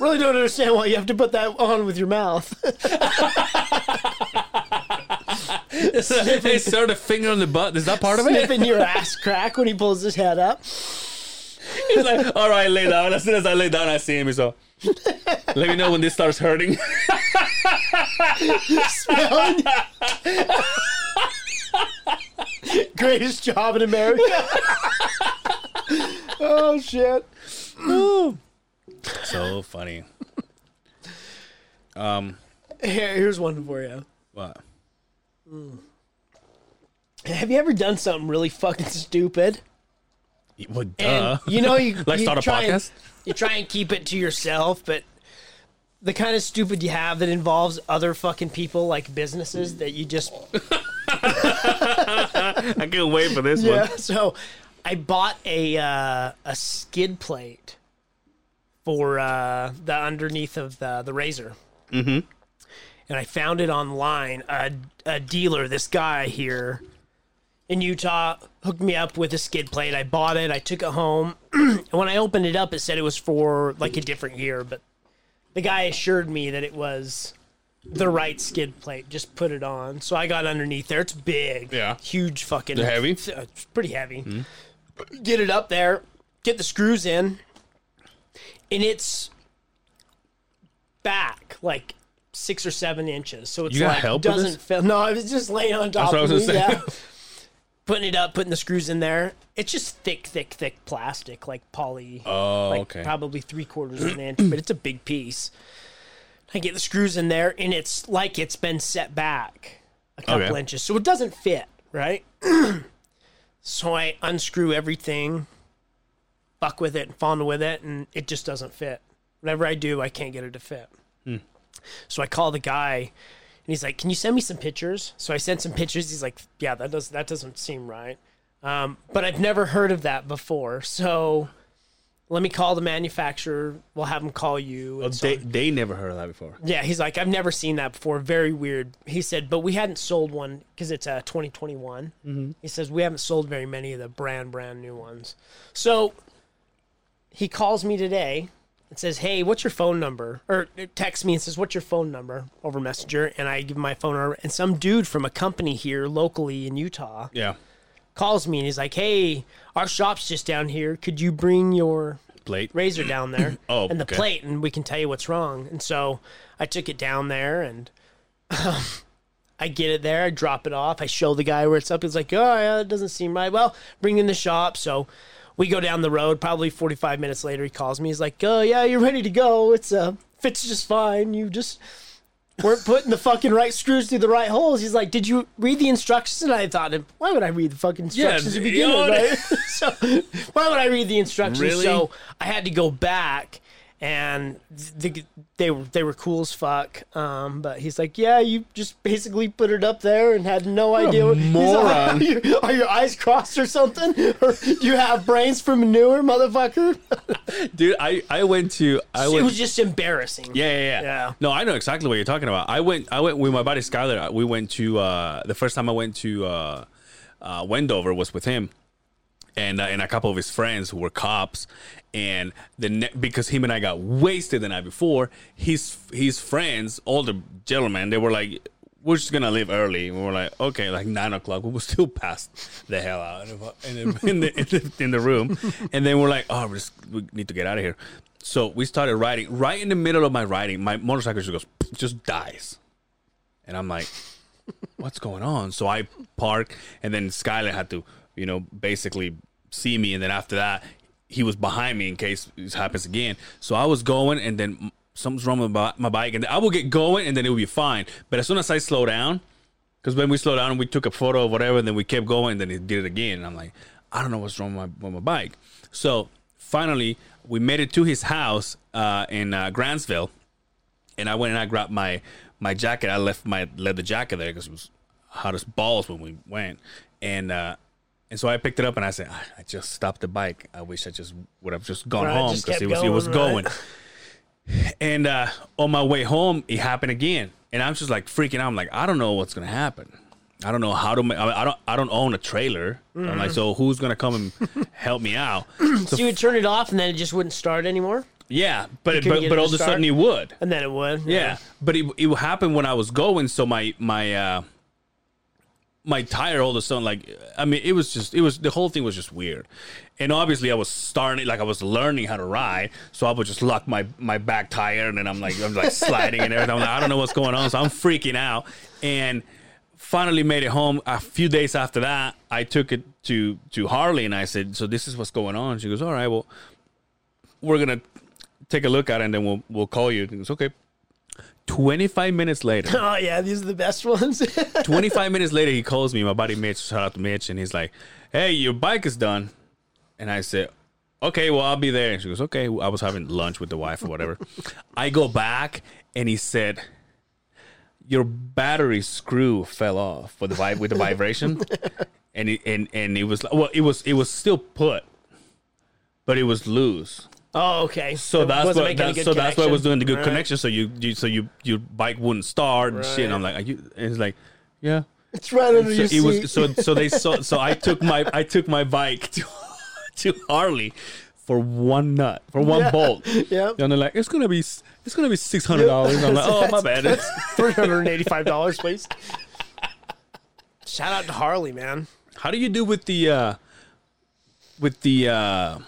[SPEAKER 4] Really don't understand why you have to put that on with your mouth.
[SPEAKER 3] they start a finger on the butt. Is that part of it?
[SPEAKER 4] Sniffing your ass crack when he pulls his head up.
[SPEAKER 3] He's like, all right, lay down. As soon as I lay down, I see him. He's all, let me know when this starts hurting.
[SPEAKER 4] Greatest job in America. oh shit.
[SPEAKER 3] so funny.
[SPEAKER 4] Here, here's one for you.
[SPEAKER 3] What?
[SPEAKER 4] Have you ever done something really fucking stupid?
[SPEAKER 3] Well, duh.
[SPEAKER 4] And you know you
[SPEAKER 3] Uh-huh. Like
[SPEAKER 4] you
[SPEAKER 3] start a
[SPEAKER 4] try and-
[SPEAKER 3] podcast?
[SPEAKER 4] you try and keep it to yourself, but the kind of stupid you have that involves other fucking people like businesses that you just
[SPEAKER 3] I can't wait for this
[SPEAKER 4] yeah. So I bought a uh, a skid plate for uh, the underneath of the the razor. Mm-hmm. And I found it online. A, a dealer, this guy here in Utah, hooked me up with a skid plate. I bought it. I took it home. and when I opened it up, it said it was for like a different year. But the guy assured me that it was the right skid plate. Just put it on. So I got underneath there. It's big.
[SPEAKER 3] Yeah.
[SPEAKER 4] Huge fucking
[SPEAKER 3] They're heavy? Hmm.
[SPEAKER 4] it's, uh, it's pretty heavy. Get it up there, get the screws in, and it's back like six or seven inches. So it's
[SPEAKER 3] You got
[SPEAKER 4] like
[SPEAKER 3] help with
[SPEAKER 4] doesn't
[SPEAKER 3] this?
[SPEAKER 4] feel. No, I was just laying on top
[SPEAKER 3] what I
[SPEAKER 4] of me.
[SPEAKER 3] was gonna say.
[SPEAKER 4] Yeah. putting it up, putting the screws in there. It's just thick, thick, thick plastic, like poly
[SPEAKER 3] Oh,
[SPEAKER 4] like
[SPEAKER 3] okay.
[SPEAKER 4] probably three quarters of an inch, but it's a big piece. I get the screws in there, and it's like it's been set back a couple
[SPEAKER 3] Okay.
[SPEAKER 4] inches, so it doesn't fit right. so I unscrew everything, fuck with it, and fondle with it, and it just doesn't fit. Whenever I do, I can't get it to fit. So I call the guy, and he's like, "Can you send me some pictures?" So I sent some pictures. He's like, "Yeah, that does that doesn't seem right." Um, but I've never heard of that before, so let me call the manufacturer. We'll have them call you. and so
[SPEAKER 3] they,
[SPEAKER 4] on.
[SPEAKER 3] they never heard of that before.
[SPEAKER 4] yeah, he's like, I've never seen that before. Very weird. He said, but we hadn't sold one because it's uh, 2021. He says, we haven't sold very many of the brand, brand new ones. So he calls me today and says, Hey, what's your phone number? Or uh, texts me and says, What's your phone number over Messenger? And I give him my phone number. And some dude from a company here locally in Utah
[SPEAKER 3] Yeah.
[SPEAKER 4] calls me and he's like, Hey, our shop's just down here. Could you bring your
[SPEAKER 3] Plate.
[SPEAKER 4] razor down there
[SPEAKER 3] Oh,
[SPEAKER 4] and the
[SPEAKER 3] okay.
[SPEAKER 4] plate and we can tell you what's wrong and so i took it down there and um, i get it there i drop it off i show the guy where it's up he's like oh yeah it doesn't seem right well bring in the shop so we go down the road probably 45 minutes later he calls me he's like oh yeah you're ready to go it's uh fits just fine you just weren't putting the fucking right screws through the right holes. He's like, "Did you read the instructions?" And I thought, "Why would I read the fucking instructions
[SPEAKER 3] d-
[SPEAKER 4] to begin
[SPEAKER 3] you know,
[SPEAKER 4] with?" Right? so, why would I read the instructions?
[SPEAKER 3] Really?
[SPEAKER 4] So I had to go back, and the, they were they were cool as fuck. Um, but he's like, "Yeah, you just basically put it up there and had no idea." what-" He's like,
[SPEAKER 3] moron.
[SPEAKER 4] are, you- are your eyes crossed or something? Or you have brains for manure, motherfucker?
[SPEAKER 3] Dude, I, I went to I
[SPEAKER 4] it
[SPEAKER 3] went
[SPEAKER 4] was just embarrassing.
[SPEAKER 3] yeah, yeah, yeah,
[SPEAKER 4] Yeah.
[SPEAKER 3] No, I know exactly what you're talking about. I went I went with my buddy Skyler. We went to uh the first time I went to uh uh Wendover was with him. And, uh, and a couple of his friends who were cops, and the ne- because him and I got wasted the night before, his his friends, all the gentlemen, they were like, we're just gonna leave early. And we're like, okay, like nine o'clock. We were still past the hell out of, in, the, in, the, in, the, in the room, and then we're like, oh, we're just, we need to get out of here. So we started riding. Right in the middle of my riding, my motorcycle just goes, just dies, and I'm like, what's going on? So I park, and then Skyler had to, you know, basically see me, and then after that, he was behind me in case this happens again. So I was going, and then something's wrong with my, my bike, and I will get going, and then it will be fine. But as soon as I slow down, because when we slowed down, we took a photo of whatever, and then we kept going, and then it did it again. And I'm like, I don't know what's wrong with my, with my bike. So finally, we made it to his house uh, in uh, Grantsville, and I went and I grabbed my my jacket. I left my leather jacket there because it was hot as balls when we went, and uh, and so I picked it up and I said, "Ah, I just stopped the bike. I wish I just would have just gone
[SPEAKER 4] Right,
[SPEAKER 3] home
[SPEAKER 4] just
[SPEAKER 3] because
[SPEAKER 4] kept
[SPEAKER 3] it was it
[SPEAKER 4] going,
[SPEAKER 3] was
[SPEAKER 4] right.
[SPEAKER 3] going. And uh, on my way home, it happened again, and I'm just like freaking out. I'm like, I don't know what's gonna happen. I don't know how to. Ma- I I don't. I don't own a trailer. I'm
[SPEAKER 4] Mm-hmm.
[SPEAKER 3] like, so who's gonna come and help me out?
[SPEAKER 4] So you would turn it off and then it just wouldn't start anymore?
[SPEAKER 3] Yeah, but
[SPEAKER 4] couldn't
[SPEAKER 3] but,
[SPEAKER 4] get
[SPEAKER 3] but
[SPEAKER 4] it
[SPEAKER 3] all of
[SPEAKER 4] to
[SPEAKER 3] a sudden
[SPEAKER 4] start?
[SPEAKER 3] he would.
[SPEAKER 4] And then it would.
[SPEAKER 3] Yeah, but it it happened when I was going. So my my uh my tire all of a sudden, like I mean, it was just it was the whole thing was just weird, and obviously I was starting like I was learning how to ride. So I would just lock my my back tire, and then I'm like I'm like sliding and everything. I'm like I don't know what's going on, so I'm freaking out, and finally made it home. A few days after that, I took it to to Harley, and I said, "So this is what's going on." She goes, "All right, well, we're gonna." Take a look at it and then we'll we'll call you. It's okay. 25 minutes later,
[SPEAKER 4] Oh, yeah. These are the best ones.
[SPEAKER 3] 25 minutes later, he calls me, my buddy Mitch, shout out to Mitch, and he's like, Hey, your bike is done. And I said, Okay, well, I'll be there. And she goes, Okay. Well, I was having lunch with the wife or whatever. I go back, and he said, Your battery screw fell off with the, vib- with the vibration. and, it, and, and it was, well, it was, it was still put, but it was loose.
[SPEAKER 4] oh, okay.
[SPEAKER 3] So that's
[SPEAKER 4] wasn't
[SPEAKER 3] what
[SPEAKER 4] making a
[SPEAKER 3] that's, so
[SPEAKER 4] good
[SPEAKER 3] that's why I was
[SPEAKER 4] connection.
[SPEAKER 3] doing the good
[SPEAKER 4] Right.
[SPEAKER 3] connection. So you, you so you your bike wouldn't start and shit. And I'm like, are you? And it's like, yeah.
[SPEAKER 4] It's right under
[SPEAKER 3] So
[SPEAKER 4] your
[SPEAKER 3] it was
[SPEAKER 4] seat.
[SPEAKER 3] so so they so so I took my I took my bike to to Harley for one nut for one bolt.
[SPEAKER 4] yep.
[SPEAKER 3] And they're like, it's gonna be s- it's gonna be six hundred dollars. I'm like, oh my bad. It's,
[SPEAKER 4] $385, please. Shout out to Harley, man.
[SPEAKER 3] how do you do with the uh with the uh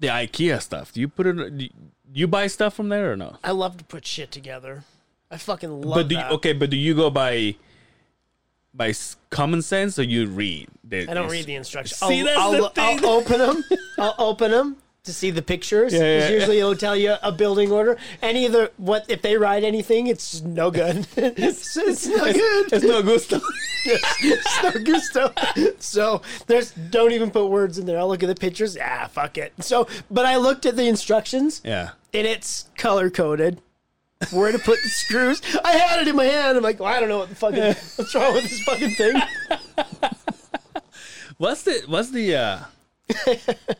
[SPEAKER 3] the IKEA stuff? Do you put it? Do you- you buy stuff from there or no?
[SPEAKER 4] I love to put shit together. I fucking love
[SPEAKER 3] But do you,
[SPEAKER 4] that.
[SPEAKER 3] okay, but do you go by by s- common sense or you read? The,
[SPEAKER 4] I don't read the instructions.
[SPEAKER 3] See, that's
[SPEAKER 4] I'll,
[SPEAKER 3] the
[SPEAKER 4] I'll,
[SPEAKER 3] thing.
[SPEAKER 4] I'll open them. I'll open them to see the pictures.
[SPEAKER 3] Yeah, yeah,
[SPEAKER 4] 'cause
[SPEAKER 3] yeah.
[SPEAKER 4] usually it'll tell you a building order. Any of the what if they write anything, it's no good. it's, it's no good.
[SPEAKER 3] It's no good stuff.
[SPEAKER 4] It's no gusto. So there's don't even put words in there. I'll look at the pictures. Ah, fuck it. So, but I looked at the instructions
[SPEAKER 3] yeah.
[SPEAKER 4] and it's color coded. Where to put the screws? I had it in my hand. I'm like, well, I don't know what the fucking what's wrong with this fucking thing.
[SPEAKER 3] What's the what's the uh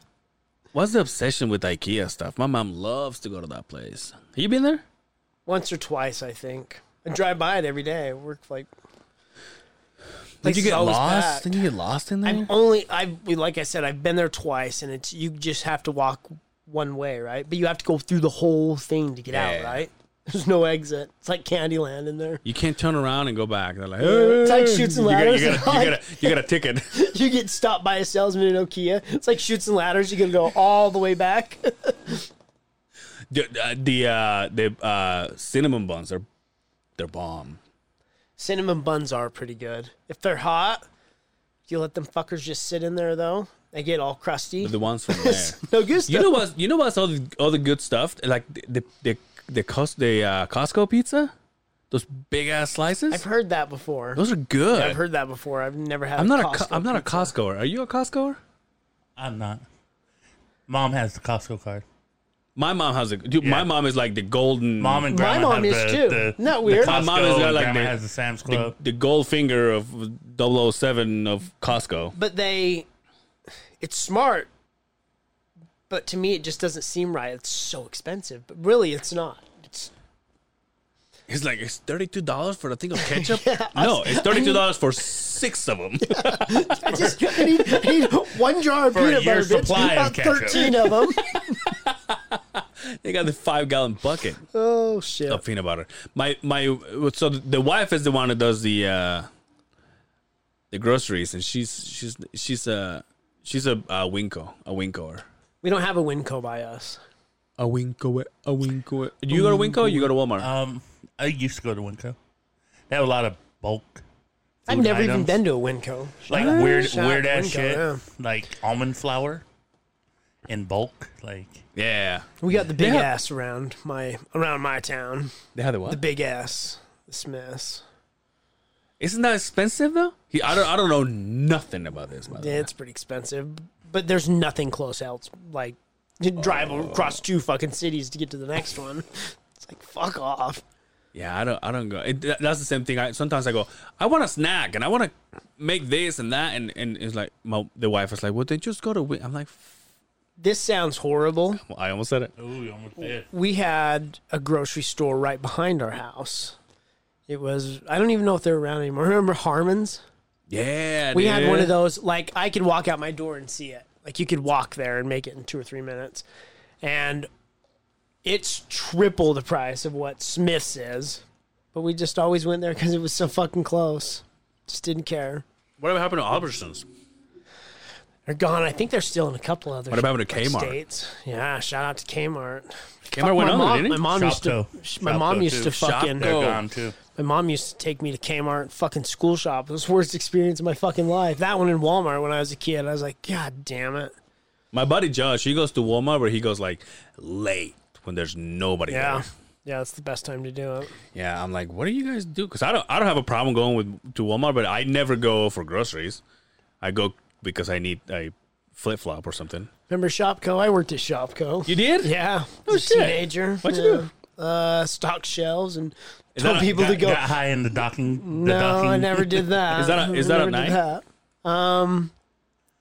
[SPEAKER 3] what's the obsession with IKEA stuff? My mom loves to go to that place. Have you been there?
[SPEAKER 4] once or twice, I think. I drive by it every day. I work like.
[SPEAKER 3] Did
[SPEAKER 4] Place
[SPEAKER 3] you
[SPEAKER 4] is
[SPEAKER 3] get
[SPEAKER 4] always
[SPEAKER 3] lost?
[SPEAKER 4] packed.
[SPEAKER 3] Did you get lost in there?
[SPEAKER 4] I've only I like I said I've been there twice, and it's you just have to walk one way, right? But you have to go through the whole thing to get out,
[SPEAKER 3] Yeah.
[SPEAKER 4] right? There's no exit. It's like Candyland in there.
[SPEAKER 3] you can't turn around and go back. They're like,
[SPEAKER 4] It's like
[SPEAKER 3] "Hey."
[SPEAKER 4] shoots and
[SPEAKER 3] You got-
[SPEAKER 4] ladders.
[SPEAKER 3] You got, you, got, a, you got a ticket.
[SPEAKER 4] You get stopped by a salesman in Nokia. It's like shoots and ladders. You can go all the way back.
[SPEAKER 3] the uh, the, uh, the uh, cinnamon buns are they're bomb.
[SPEAKER 4] Cinnamon buns are pretty good if they're hot. You let them fuckers just sit in there though. They get all crusty.
[SPEAKER 3] The ones from there.
[SPEAKER 4] No good stuff.
[SPEAKER 3] You know what's you know what's all the all the good stuff like the the the, the, cost, the uh, Costco pizza, those big ass slices.
[SPEAKER 4] I've heard that before.
[SPEAKER 3] those are good.
[SPEAKER 4] I've heard that before. I've never had.
[SPEAKER 3] I'm
[SPEAKER 4] a
[SPEAKER 3] not
[SPEAKER 4] Costco
[SPEAKER 3] a Co- I'm not a
[SPEAKER 4] pizza.
[SPEAKER 3] Costcoer. Are you a Costcoer?
[SPEAKER 5] I'm not. Mom has the Costco card.
[SPEAKER 3] My mom has a dude, my
[SPEAKER 5] Yeah.
[SPEAKER 3] mom is like the golden
[SPEAKER 5] Mom and grandma.
[SPEAKER 4] mom
[SPEAKER 5] have
[SPEAKER 4] is
[SPEAKER 5] the,
[SPEAKER 4] too.
[SPEAKER 5] The,
[SPEAKER 4] Not
[SPEAKER 5] the
[SPEAKER 4] weird.
[SPEAKER 3] My
[SPEAKER 5] Costco,
[SPEAKER 3] mom has got like
[SPEAKER 5] grandma
[SPEAKER 3] the-
[SPEAKER 5] has the Sam's
[SPEAKER 3] the,
[SPEAKER 5] Club.
[SPEAKER 3] the gold finger of 007 of Costco.
[SPEAKER 4] But they, it's smart. But to me, it just doesn't seem right. It's so expensive, but really, it's not. It's
[SPEAKER 3] It's like it's thirty two dollars for a thing of ketchup. no, it's thirty two dollars for six of them.
[SPEAKER 4] I just I need, I need one jar of
[SPEAKER 5] a
[SPEAKER 4] peanut butter.
[SPEAKER 5] year's
[SPEAKER 4] Bitch,
[SPEAKER 5] supply of
[SPEAKER 4] about
[SPEAKER 5] ketchup.
[SPEAKER 4] thirteen of them.
[SPEAKER 3] They got the five gallon bucket
[SPEAKER 4] Oh shit.
[SPEAKER 3] of peanut butter. My my so the wife is the one who does the uh the groceries, and she's she's she's a she's a, a winko a winkoer.
[SPEAKER 4] We don't have a Winco by us.
[SPEAKER 3] A winko a winko. You go to Winco, or you go to Walmart.
[SPEAKER 5] Um, I used to go to Winco. They have a lot of bulk.
[SPEAKER 4] I've
[SPEAKER 5] food
[SPEAKER 4] never even
[SPEAKER 5] items.
[SPEAKER 4] been to a Winco.
[SPEAKER 5] like weird
[SPEAKER 4] Shot
[SPEAKER 5] weird ass
[SPEAKER 4] Winco,
[SPEAKER 5] shit,
[SPEAKER 4] yeah.
[SPEAKER 5] like almond flour in bulk. Like
[SPEAKER 3] yeah,
[SPEAKER 4] We got the big
[SPEAKER 3] Yeah.
[SPEAKER 4] ass around my around my town.
[SPEAKER 3] they have the what?
[SPEAKER 4] The big ass. The Smiths.
[SPEAKER 3] Isn't that expensive though? He, I don't I don't know nothing about this. By the
[SPEAKER 4] Yeah,
[SPEAKER 3] way.
[SPEAKER 4] it's pretty expensive, but there's nothing close else. Like, you drive across two fucking cities to get to the next one. It's like, fuck off.
[SPEAKER 3] Yeah, I don't. I don't go. It, that- that's the same thing. I sometimes I go. I want a snack, and I want to make this and that, and and it's like my the wife is like, "Well, then just go to." Win-" I'm like,
[SPEAKER 4] This sounds horrible.
[SPEAKER 3] well, I almost said it.
[SPEAKER 5] ooh, almost dead.
[SPEAKER 4] We had a grocery store right behind our house. It was, I don't even know if they're around anymore. Remember Harmon's?
[SPEAKER 3] Yeah,
[SPEAKER 4] We had one of
[SPEAKER 3] dude.
[SPEAKER 4] those, like, I could walk out my door and see it. Like, you could walk there and make it in two or three minutes. And it's triple the price of what Smith's is. But we just always went there because it was so fucking close. Just didn't care.
[SPEAKER 3] Whatever happened to Albertsons?
[SPEAKER 4] They're gone. I think they're still in a couple other
[SPEAKER 3] What happened to Kmart?
[SPEAKER 4] states. Yeah, shout out to Kmart.
[SPEAKER 3] Kmart went
[SPEAKER 4] my
[SPEAKER 3] under,
[SPEAKER 4] mom,
[SPEAKER 3] didn't
[SPEAKER 4] my
[SPEAKER 3] it?
[SPEAKER 4] mom used to.
[SPEAKER 5] Shopko.
[SPEAKER 4] My
[SPEAKER 5] Shopko,
[SPEAKER 4] mom used
[SPEAKER 5] too.
[SPEAKER 4] to fucking.
[SPEAKER 5] They're
[SPEAKER 3] Oh.
[SPEAKER 5] gone too.
[SPEAKER 4] My mom used to take me to Kmart, fucking school shop. It was the worst experience of my fucking life. That one in Walmart when I was a kid. I was like, God damn it.
[SPEAKER 3] My buddy Josh, he goes to Walmart, where he goes like late when there's nobody.
[SPEAKER 4] Yeah.
[SPEAKER 3] there.
[SPEAKER 4] Yeah, it's the best time to do it.
[SPEAKER 3] yeah. I'm like, what do you guys do? Because I don't, I don't have a problem going with to Walmart, but I never go for groceries. I go because I need a flip flop or something.
[SPEAKER 4] Remember Shopco? I worked at Shopco.
[SPEAKER 3] You did?
[SPEAKER 4] yeah. Oh,
[SPEAKER 3] shit.
[SPEAKER 4] Teenager.
[SPEAKER 3] What'd you
[SPEAKER 4] yeah.
[SPEAKER 3] do?
[SPEAKER 4] Uh, stock shelves and
[SPEAKER 3] Is
[SPEAKER 4] told
[SPEAKER 3] that a-
[SPEAKER 4] people to
[SPEAKER 5] Got,
[SPEAKER 4] go.
[SPEAKER 5] got high in the docking. The
[SPEAKER 4] no,
[SPEAKER 5] docking.
[SPEAKER 4] I never did that.
[SPEAKER 3] Is that a- is that a
[SPEAKER 4] Never did
[SPEAKER 3] knife?
[SPEAKER 4] that. Um,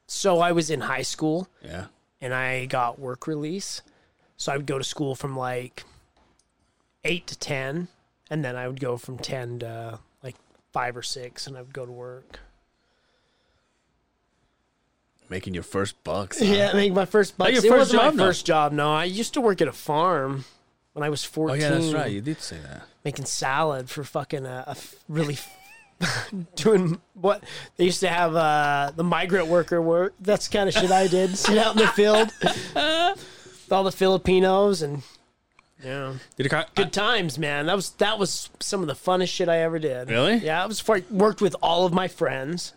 [SPEAKER 4] so I was in high school
[SPEAKER 3] Yeah.
[SPEAKER 4] and I got work release. So I would go to school from like eight to ten, and then I would go from ten to like five or six, and I would go to work.
[SPEAKER 3] Making your first bucks. Oh, huh?
[SPEAKER 4] Yeah, I think my first bucks.
[SPEAKER 3] your
[SPEAKER 4] it
[SPEAKER 3] first
[SPEAKER 4] wasn't
[SPEAKER 3] job,
[SPEAKER 4] my
[SPEAKER 3] no?
[SPEAKER 4] first job. No, I used to work at a farm when I was
[SPEAKER 3] Oh
[SPEAKER 4] fourteen.
[SPEAKER 3] yeah, that's right. You did say that.
[SPEAKER 4] making salad for fucking uh, a f- really f- doing what they used to have uh, the migrant worker work. That's the kind of shit I did. Sit out in the field with all the Filipinos and yeah,
[SPEAKER 3] Did it ca-
[SPEAKER 4] good times, man. That was that was some of the funnest shit I ever did.
[SPEAKER 3] Really?
[SPEAKER 4] Yeah, I was far- worked with all of my friends.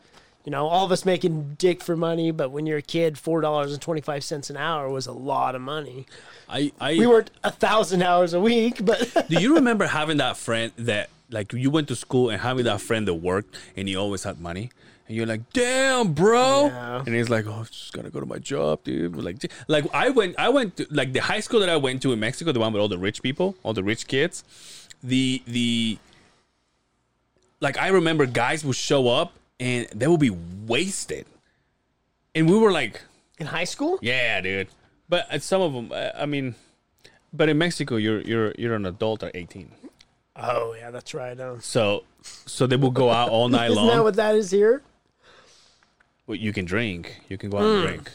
[SPEAKER 4] You know, all of us making dick for money, but when you're a kid, four dollars and twenty five cents an hour was a lot of money.
[SPEAKER 3] I, I,
[SPEAKER 4] We worked a thousand hours a week, but
[SPEAKER 3] Do you remember having that friend that like you went to school and having that friend that worked and he always had money? And you're like, damn, bro.
[SPEAKER 4] Yeah.
[SPEAKER 3] And he's like, oh, I just gotta go to my job, dude. But like, like I went, I went to like the high school that I went to in Mexico, the one with all the rich people, all the rich kids. The the like I remember guys would show up and they would be wasted, and we were like,
[SPEAKER 4] in high school,
[SPEAKER 3] yeah, dude. But at some of them, I I mean, but in Mexico, you're you're you're an adult at 18.
[SPEAKER 4] oh yeah, that's right. Um,
[SPEAKER 3] So, so they will go out all night
[SPEAKER 4] Isn't that
[SPEAKER 3] long.
[SPEAKER 4] what that is here?
[SPEAKER 3] Well, you can drink. You can go out
[SPEAKER 4] Hmm.
[SPEAKER 3] and drink.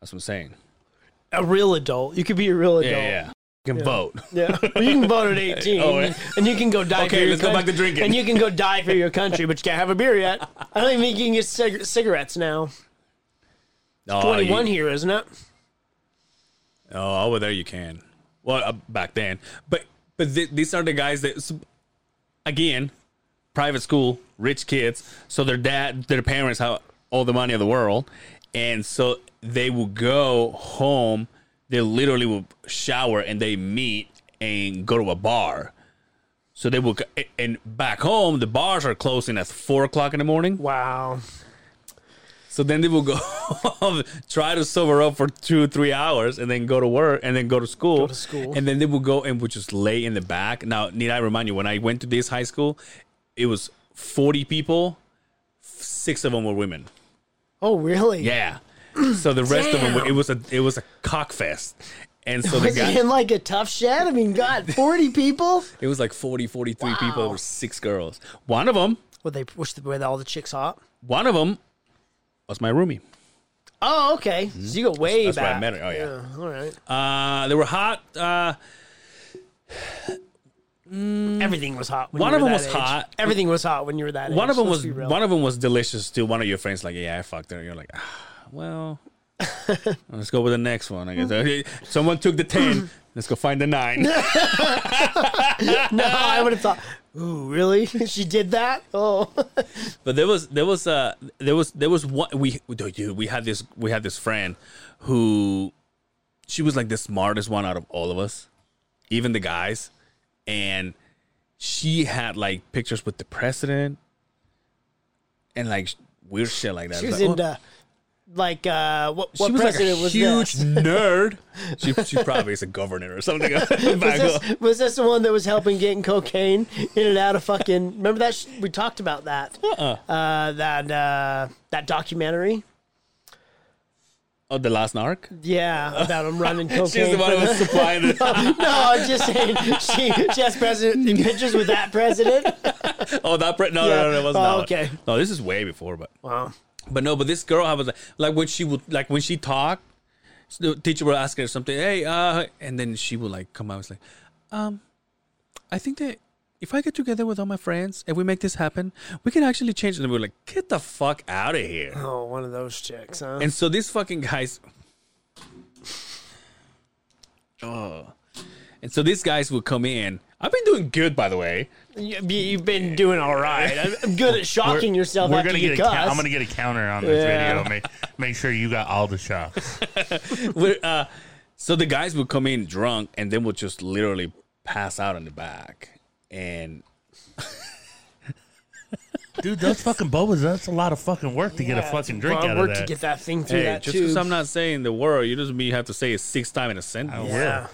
[SPEAKER 3] That's what I'm saying.
[SPEAKER 4] A real adult. You could be a real
[SPEAKER 3] Yeah,
[SPEAKER 4] adult.
[SPEAKER 3] yeah. yeah. You can vote.
[SPEAKER 4] Yeah. Well, you can vote at 18
[SPEAKER 3] Oh, yeah.
[SPEAKER 4] and you can go die for
[SPEAKER 3] Okay,
[SPEAKER 4] your
[SPEAKER 3] let's go
[SPEAKER 4] coun-
[SPEAKER 3] back to drinking.
[SPEAKER 4] And you can go die for your country, but you can't have a beer yet. I don't even think you can get cig- cigarettes now.
[SPEAKER 3] No,
[SPEAKER 4] 21
[SPEAKER 3] Uh, you,
[SPEAKER 4] here, isn't it?
[SPEAKER 3] Oh, over there you can. Well, uh, back then, but but th- these are the guys that, s- again, private school, rich kids. So their dad, their parents have all the money of the world, and so they will go home. They literally will shower and they meet and go to a bar. So they will, c- and back home the bars are closing at four o'clock in the morning.
[SPEAKER 4] Wow.
[SPEAKER 3] So then they will go try to sober up for two, three hours, and then go to work, and then go to school.
[SPEAKER 4] to school.
[SPEAKER 3] And then they will go and would just lay in the back. Now, need I remind you, when I went to this high school, it was 40 people, six of them were women.
[SPEAKER 4] Oh, really?
[SPEAKER 3] Yeah. So the rest of them, were- it was a it was a cock fest. And so the
[SPEAKER 4] Was it
[SPEAKER 3] guy,
[SPEAKER 4] in like a tough shed? I mean, God, 40 people?
[SPEAKER 3] it was like 40, 43 people. There were six girls. One of them,
[SPEAKER 4] Were they, were they all the chicks hot?
[SPEAKER 3] one of them was my roomie.
[SPEAKER 4] Oh, okay. So you go way
[SPEAKER 3] Mm-hmm. That's why
[SPEAKER 4] back.
[SPEAKER 3] I met her. Oh yeah.
[SPEAKER 4] Yeah, all right.
[SPEAKER 3] Uh, they were hot. Uh,
[SPEAKER 4] Everything was hot. When
[SPEAKER 3] Mm. One
[SPEAKER 4] you
[SPEAKER 3] of
[SPEAKER 4] were
[SPEAKER 3] them
[SPEAKER 4] that
[SPEAKER 3] was
[SPEAKER 4] age.
[SPEAKER 3] hot.
[SPEAKER 4] Everything was hot when you were that age.
[SPEAKER 3] one of them
[SPEAKER 4] Let's
[SPEAKER 3] was
[SPEAKER 4] be real.
[SPEAKER 3] one of them was delicious too. One of your friends like, yeah, I fucked her. And you're like, ah, well, let's go with the next one. I guess Okay, someone took the ten. Let's go find the nine.
[SPEAKER 4] No, I would have thought. Ooh, really? she did that? Oh,
[SPEAKER 3] But there was there was uh there was there was one we dude we had this we had this friend who she was like the smartest one out of all of us, even the guys, and she had like pictures with the president and like weird shit like that.
[SPEAKER 4] she
[SPEAKER 3] It's
[SPEAKER 4] was
[SPEAKER 3] like, oh,
[SPEAKER 4] into like uh, what? What
[SPEAKER 3] she was like a
[SPEAKER 4] president was
[SPEAKER 3] huge
[SPEAKER 4] this?
[SPEAKER 3] nerd. She, she probably is a governor or something. back
[SPEAKER 4] Was
[SPEAKER 3] up.
[SPEAKER 4] this, was this the one that was helping getting cocaine in and out of fucking? Remember that sh- we talked about that
[SPEAKER 5] Uh-uh.
[SPEAKER 4] uh that uh, that documentary?
[SPEAKER 3] oh, the last narc.
[SPEAKER 4] Yeah, about him running cocaine.
[SPEAKER 3] She was the one
[SPEAKER 4] for
[SPEAKER 3] who was supplying the.
[SPEAKER 4] no, I'm just saying she she has president pictures with that president.
[SPEAKER 3] Oh, that pre- no,
[SPEAKER 4] Yeah.
[SPEAKER 3] no, no, no, it wasn't.
[SPEAKER 4] Oh,
[SPEAKER 3] that one.
[SPEAKER 4] okay.
[SPEAKER 3] No, this is way before, but.
[SPEAKER 4] Wow.
[SPEAKER 3] But no, but this girl, I was like, like when she would, like when she talked, s- the teacher would ask her something, hey, uh, and then she would like come out and was like, um, I think that if I get together with all my friends and we make this happen, we can actually change. And we were like, get the fuck out of here.
[SPEAKER 4] Oh, one of those chicks, huh?
[SPEAKER 3] And so these fucking guys. Oh. And so these guys would come in. I've been doing good, by the way.
[SPEAKER 4] You, have been doing all right. I'm- I'm good at shocking yourself
[SPEAKER 5] We're
[SPEAKER 4] after
[SPEAKER 5] gonna
[SPEAKER 4] you
[SPEAKER 5] get a
[SPEAKER 4] cuss.
[SPEAKER 5] cou- I'm gonna get a counter on this
[SPEAKER 4] Yeah.
[SPEAKER 5] video. Make, make sure you got all the shots.
[SPEAKER 3] We're, uh, so the guys would come in drunk and then would just literally pass out in the back. And
[SPEAKER 5] Dude, those fucking bobas, that's a lot of fucking work to get a
[SPEAKER 4] Yeah,
[SPEAKER 5] fucking
[SPEAKER 4] it's
[SPEAKER 5] drink
[SPEAKER 4] hard
[SPEAKER 5] out
[SPEAKER 4] work
[SPEAKER 5] of
[SPEAKER 4] to
[SPEAKER 5] that.
[SPEAKER 4] get that thing through
[SPEAKER 3] hey,
[SPEAKER 4] that
[SPEAKER 3] just because
[SPEAKER 4] tube.
[SPEAKER 3] I'm not saying the word, you doesn't mean you have to say it six times in a
[SPEAKER 5] I
[SPEAKER 3] sentence.
[SPEAKER 4] yeah,
[SPEAKER 5] will.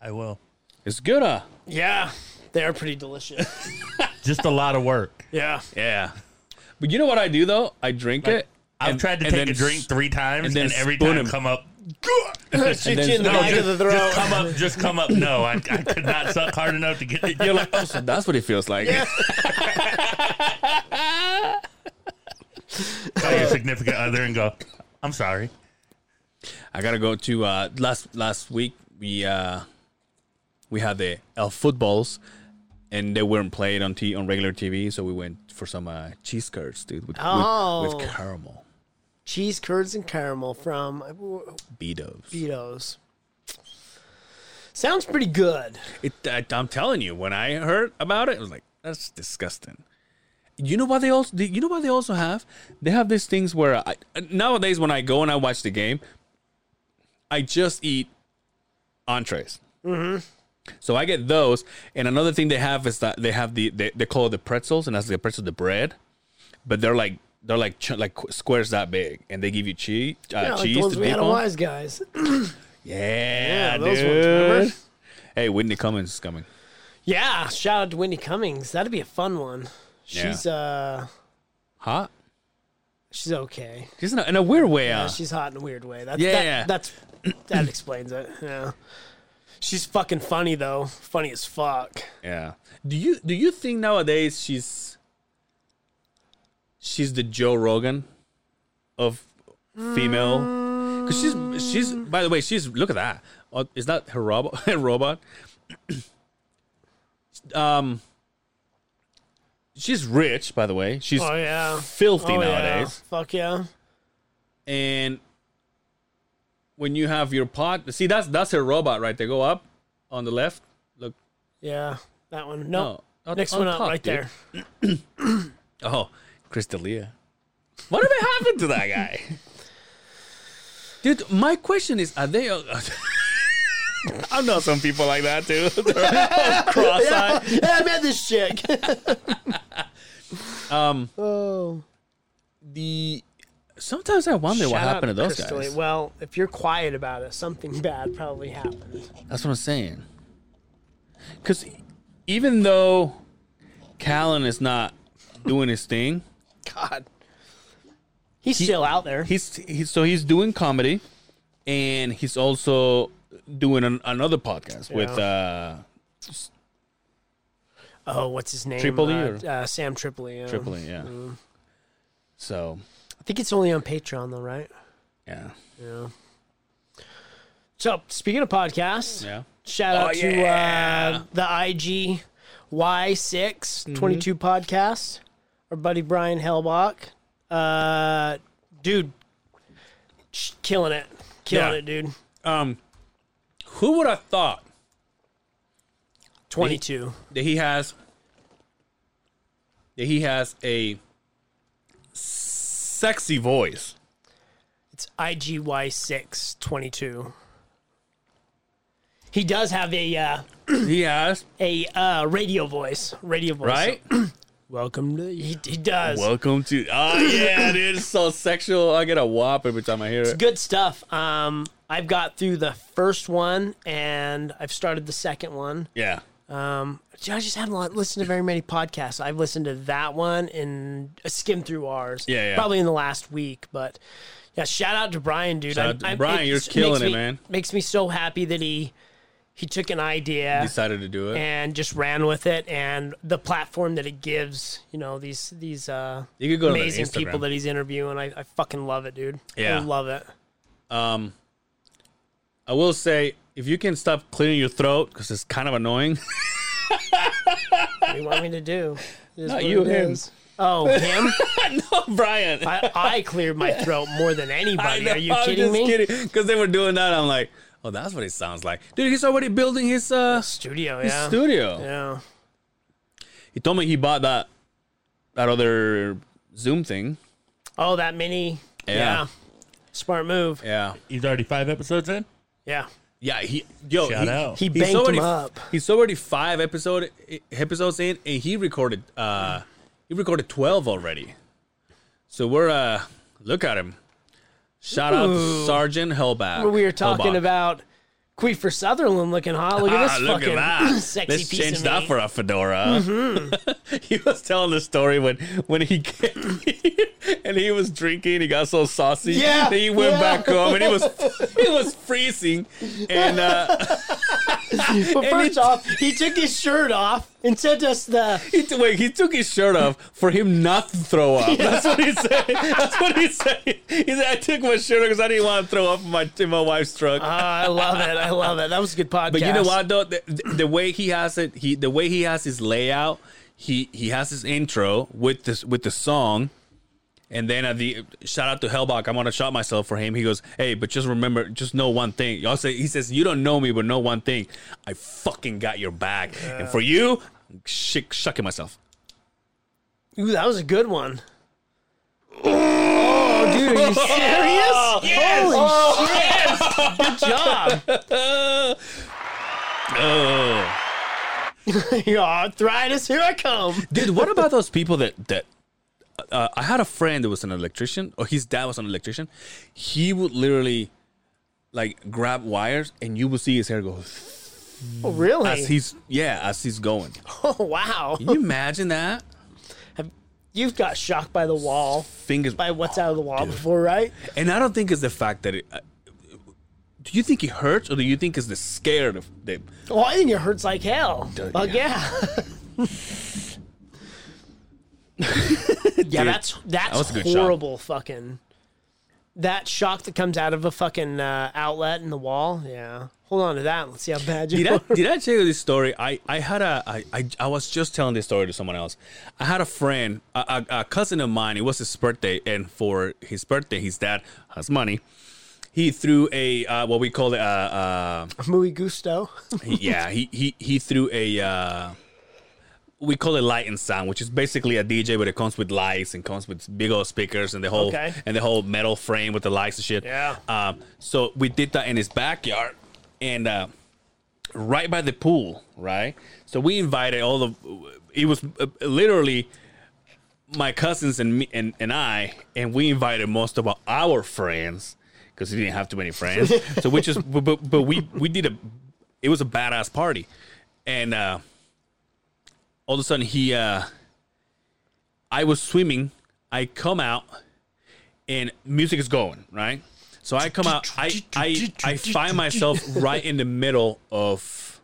[SPEAKER 5] I will.
[SPEAKER 3] It's good, uh.
[SPEAKER 4] yeah, they're pretty delicious.
[SPEAKER 5] Just a lot of work.
[SPEAKER 4] Yeah,
[SPEAKER 3] Yeah. But you know what I do though? I drink it.
[SPEAKER 5] I've
[SPEAKER 3] and-
[SPEAKER 5] tried to
[SPEAKER 3] and
[SPEAKER 5] take a
[SPEAKER 3] then
[SPEAKER 5] drink three times,
[SPEAKER 3] and
[SPEAKER 5] and,
[SPEAKER 3] then
[SPEAKER 5] every
[SPEAKER 3] spoon
[SPEAKER 5] time
[SPEAKER 3] him.
[SPEAKER 5] come up.
[SPEAKER 4] shoot
[SPEAKER 3] then-
[SPEAKER 4] you in the
[SPEAKER 3] No,
[SPEAKER 4] back
[SPEAKER 5] just,
[SPEAKER 4] of the throat.
[SPEAKER 5] just come up. Just come up. No, I, I could not suck hard enough to get it.
[SPEAKER 3] You're like, oh, so that's what it feels like.
[SPEAKER 5] Call your significant other and go. I'm sorry.
[SPEAKER 3] I gotta go to uh, last last week. We uh, we had the El Footballs, and they weren't played on t- on regular TV, so we went for some uh, cheese curds, dude, with, with,
[SPEAKER 4] Oh.
[SPEAKER 3] with caramel
[SPEAKER 4] Cheese curds and caramel from uh,
[SPEAKER 3] Beatos.
[SPEAKER 4] Beatos. Sounds pretty good.
[SPEAKER 3] It, I, I'm telling you, when I heard about it, I was like, that's disgusting. You know what they also? You know what they also have? They have these things where I, nowadays when I go and I watch the game, I just eat entrees. Mm-hmm. So I get those, and another thing they have is that they have the they, they call it the pretzels, and that's the pretzel the bread, but they're like they're like ch- like qu- squares that big, and they give you cheese uh,
[SPEAKER 4] Yeah, like
[SPEAKER 3] cheese
[SPEAKER 4] the ones
[SPEAKER 3] to
[SPEAKER 4] we
[SPEAKER 3] dip
[SPEAKER 4] had on
[SPEAKER 3] on.
[SPEAKER 4] Wise Guys.
[SPEAKER 3] Yeah,
[SPEAKER 4] Yeah, those
[SPEAKER 3] dude.
[SPEAKER 4] ones, remember?
[SPEAKER 3] Hey, Whitney Cummings is coming.
[SPEAKER 4] Yeah, shout out to Wendy Cummings. That'd be a fun one. She's uh,
[SPEAKER 3] Hot.
[SPEAKER 4] she's okay.
[SPEAKER 3] She's in a, in a weird way.
[SPEAKER 4] Uh,
[SPEAKER 3] Uh,
[SPEAKER 4] she's hot in a weird way. That's,
[SPEAKER 3] Yeah,
[SPEAKER 4] that,
[SPEAKER 3] yeah.
[SPEAKER 4] that's that explains it. Yeah, she's fucking funny though. Funny as fuck.
[SPEAKER 3] yeah. Do you do you think nowadays she's she's the Joe Rogan of female? Because she's she's by the way she's look at that. Oh, is that her robot? her robot. um. She's rich, by the way. She's
[SPEAKER 4] Oh yeah,
[SPEAKER 3] filthy
[SPEAKER 4] oh,
[SPEAKER 3] nowadays.
[SPEAKER 4] Yeah. Fuck yeah.
[SPEAKER 3] and when you have your pot, see that's that's her robot right there. Go up on the left. Look,
[SPEAKER 4] Yeah, that one.
[SPEAKER 3] no,
[SPEAKER 4] No,
[SPEAKER 3] on-
[SPEAKER 4] next
[SPEAKER 3] on
[SPEAKER 4] one up
[SPEAKER 3] top,
[SPEAKER 4] right
[SPEAKER 3] dude.
[SPEAKER 4] there.
[SPEAKER 3] Oh, Crystalia. Whatever happened to that guy? Dude, my question is, are they? I know some people like that too. They're all cross-eyed.
[SPEAKER 4] yeah, I met this chick.
[SPEAKER 3] Um,
[SPEAKER 4] oh,
[SPEAKER 3] the sometimes I wonder what happened to those guys.
[SPEAKER 4] Well, if you're quiet about it, something bad probably happened.
[SPEAKER 3] That's what I'm saying. Because even though Callan is not doing his thing,
[SPEAKER 4] God, he's still out there.
[SPEAKER 3] he's, he's so he's doing comedy, and he's also doing an, another podcast with uh,
[SPEAKER 4] oh, what's his name?
[SPEAKER 3] Tripoli
[SPEAKER 4] Uh,
[SPEAKER 3] E or- E.
[SPEAKER 4] uh, Sam Tripoli. Yeah.
[SPEAKER 3] Tripoli. Yeah. So
[SPEAKER 4] I think it's only on Patreon though, right?
[SPEAKER 3] Yeah.
[SPEAKER 4] So speaking of podcasts,
[SPEAKER 3] Yeah.
[SPEAKER 4] shout out to uh, the IG
[SPEAKER 3] Mm-hmm.
[SPEAKER 4] Y6 22 podcast, our buddy Brian Hellbach. Uh, dude, sh- killing it. Killing
[SPEAKER 3] Yeah.
[SPEAKER 4] it, dude.
[SPEAKER 3] Um, who would have thought
[SPEAKER 4] 22.
[SPEAKER 3] that he has that he has a sexy voice?
[SPEAKER 4] It's IGY6 22. He does have a uh,
[SPEAKER 3] He has
[SPEAKER 4] a uh, radio voice. Radio voice.
[SPEAKER 3] right.
[SPEAKER 4] Welcome to he, he does.
[SPEAKER 3] Welcome to oh yeah, dude, it's so sexual. I get a whop every time I hear it.
[SPEAKER 4] Good stuff. Um, I've got through the first one and I've started the second one.
[SPEAKER 3] Yeah,
[SPEAKER 4] Um, I just haven't li- listened to very many podcasts. I've listened to that one and skimmed through ours.
[SPEAKER 3] Yeah, yeah.
[SPEAKER 4] Probably in the last week, but yeah. Shout out to Brian, dude.
[SPEAKER 3] Shout out to Brian,
[SPEAKER 4] it
[SPEAKER 3] you're
[SPEAKER 4] s-
[SPEAKER 3] killing
[SPEAKER 4] makes
[SPEAKER 3] it,
[SPEAKER 4] me-
[SPEAKER 3] man.
[SPEAKER 4] Makes me so happy that he he took an idea
[SPEAKER 3] decided to do it.
[SPEAKER 4] and just ran with it, and the platform that it gives, you know, these these uh,
[SPEAKER 3] You could go to their
[SPEAKER 4] amazing
[SPEAKER 3] Instagram.
[SPEAKER 4] people that he's interviewing. I, I fucking love it, dude.
[SPEAKER 3] Yeah.
[SPEAKER 4] I love it.
[SPEAKER 3] Um, I will say if you can stop clearing your throat because it's kind of annoying.
[SPEAKER 4] What do you want me to do? It is
[SPEAKER 3] Not
[SPEAKER 4] what
[SPEAKER 3] you,
[SPEAKER 4] it
[SPEAKER 3] him.
[SPEAKER 4] is. Oh, him.
[SPEAKER 3] no, Brian.
[SPEAKER 4] I, I cleared my throat more than anybody. Are you kidding me?
[SPEAKER 3] Because they were doing that, I'm like, oh, that's what it sounds like, dude. He's already building his uh
[SPEAKER 4] Studio,
[SPEAKER 3] his
[SPEAKER 4] yeah.
[SPEAKER 3] studio.
[SPEAKER 4] Yeah.
[SPEAKER 3] He told me he bought that that other Zoom thing.
[SPEAKER 4] Oh, that mini.
[SPEAKER 3] Yeah.
[SPEAKER 4] Yeah. Smart move.
[SPEAKER 3] Yeah,
[SPEAKER 5] He's already five episodes in.
[SPEAKER 4] Yeah.
[SPEAKER 3] yeah. He yo,
[SPEAKER 5] Shout
[SPEAKER 3] he,
[SPEAKER 5] out.
[SPEAKER 4] He
[SPEAKER 3] he's
[SPEAKER 4] banked
[SPEAKER 3] already,
[SPEAKER 4] him up.
[SPEAKER 3] He's already five episode eh, episodes in, and he recorded uh he recorded twelve already. So we're uh look at him. Shout out to Sergeant Hellback.
[SPEAKER 4] We were talking
[SPEAKER 3] Hellbach.
[SPEAKER 4] about Queefer Sutherland looking hot. Look at
[SPEAKER 3] Ah,
[SPEAKER 4] this
[SPEAKER 3] look
[SPEAKER 4] fucking
[SPEAKER 3] at that.
[SPEAKER 4] sexy
[SPEAKER 3] Let's
[SPEAKER 4] piece
[SPEAKER 3] change
[SPEAKER 4] of Mm-hmm.
[SPEAKER 3] that
[SPEAKER 4] meat.
[SPEAKER 3] for a fedora. he was telling the story when when he came and he was drinking. He got so saucy.
[SPEAKER 4] Yeah,
[SPEAKER 3] that he went
[SPEAKER 4] yeah.
[SPEAKER 3] back home and he was he was freezing. And uh,
[SPEAKER 4] But
[SPEAKER 3] And
[SPEAKER 4] first
[SPEAKER 3] it-
[SPEAKER 4] off, he took his shirt off and sent us the
[SPEAKER 3] he t- wait, he took his shirt off for him not to throw up. That's what he said. That's what he said. He said, "I took my shirt off because I didn't want to throw up in my in my wife's truck."
[SPEAKER 4] Ah, I love it. I love it. That was a good podcast.
[SPEAKER 3] But you know what though, the, the- the way he has it, he the way he has his layout, he he has his intro with this with the song, and then at the shout out to Hellbach, I'm gonna shot myself for him. He goes, hey, but just remember, just know one thing. Y'all say he says you don't know me, but know one thing, I fucking got your back, and for you, I'm shit, shucking myself.
[SPEAKER 4] Ooh, that was a good one. Oh, dude, are you serious? Holy shit! Good job.
[SPEAKER 3] Oh,
[SPEAKER 4] Your arthritis, here I come.
[SPEAKER 3] dude, what about those people that that? Uh, I had a friend that was an electrician, or his dad was an electrician. He would literally like grab wires, and you would see his hair go
[SPEAKER 4] Oh, really?
[SPEAKER 3] as he's yeah as he's going.
[SPEAKER 4] oh, wow.
[SPEAKER 3] Can you imagine that?
[SPEAKER 4] You've got shocked by the wall,
[SPEAKER 3] Fingers
[SPEAKER 4] by what's out of the wall before, right?
[SPEAKER 3] and I don't think it's the fact that it. Uh, do you think it hurts, or do you think it's the scared of the?
[SPEAKER 4] Oh, I think it hurts like hell. Fuck yeah. yeah, that's that's
[SPEAKER 3] was a good shot.
[SPEAKER 4] horrible. Fucking that shock that comes out of a fucking uh, outlet in the wall. Yeah, hold on to that. Let's see how bad you.
[SPEAKER 3] Did
[SPEAKER 4] are.
[SPEAKER 3] I did I tell you this story? I I had a I I, I was just telling this story to someone else. I had a friend, a, a, a cousin of mine. It was his birthday, and for his birthday, his dad has money. He threw a uh, what we call it. Uh, uh,
[SPEAKER 4] Muy gusto.
[SPEAKER 3] he- yeah, he he he threw a. Uh, we call it light and sound, which is basically a DJ, but it comes with lights and comes with big old speakers and the whole
[SPEAKER 4] Okay.
[SPEAKER 3] and the whole metal frame with the lights and shit.
[SPEAKER 4] Yeah.
[SPEAKER 3] Um, so we did that in his backyard, and uh, right by the pool, right. So we invited all of. It was uh, literally my cousins and me and, and I, and we invited most of our friends because we didn't have too many friends. so we just but, but, but we we did a it was a badass party, and uh, all of a sudden he uh, I was swimming. I come out and music is going right. So I come out. I I I find myself right in the middle of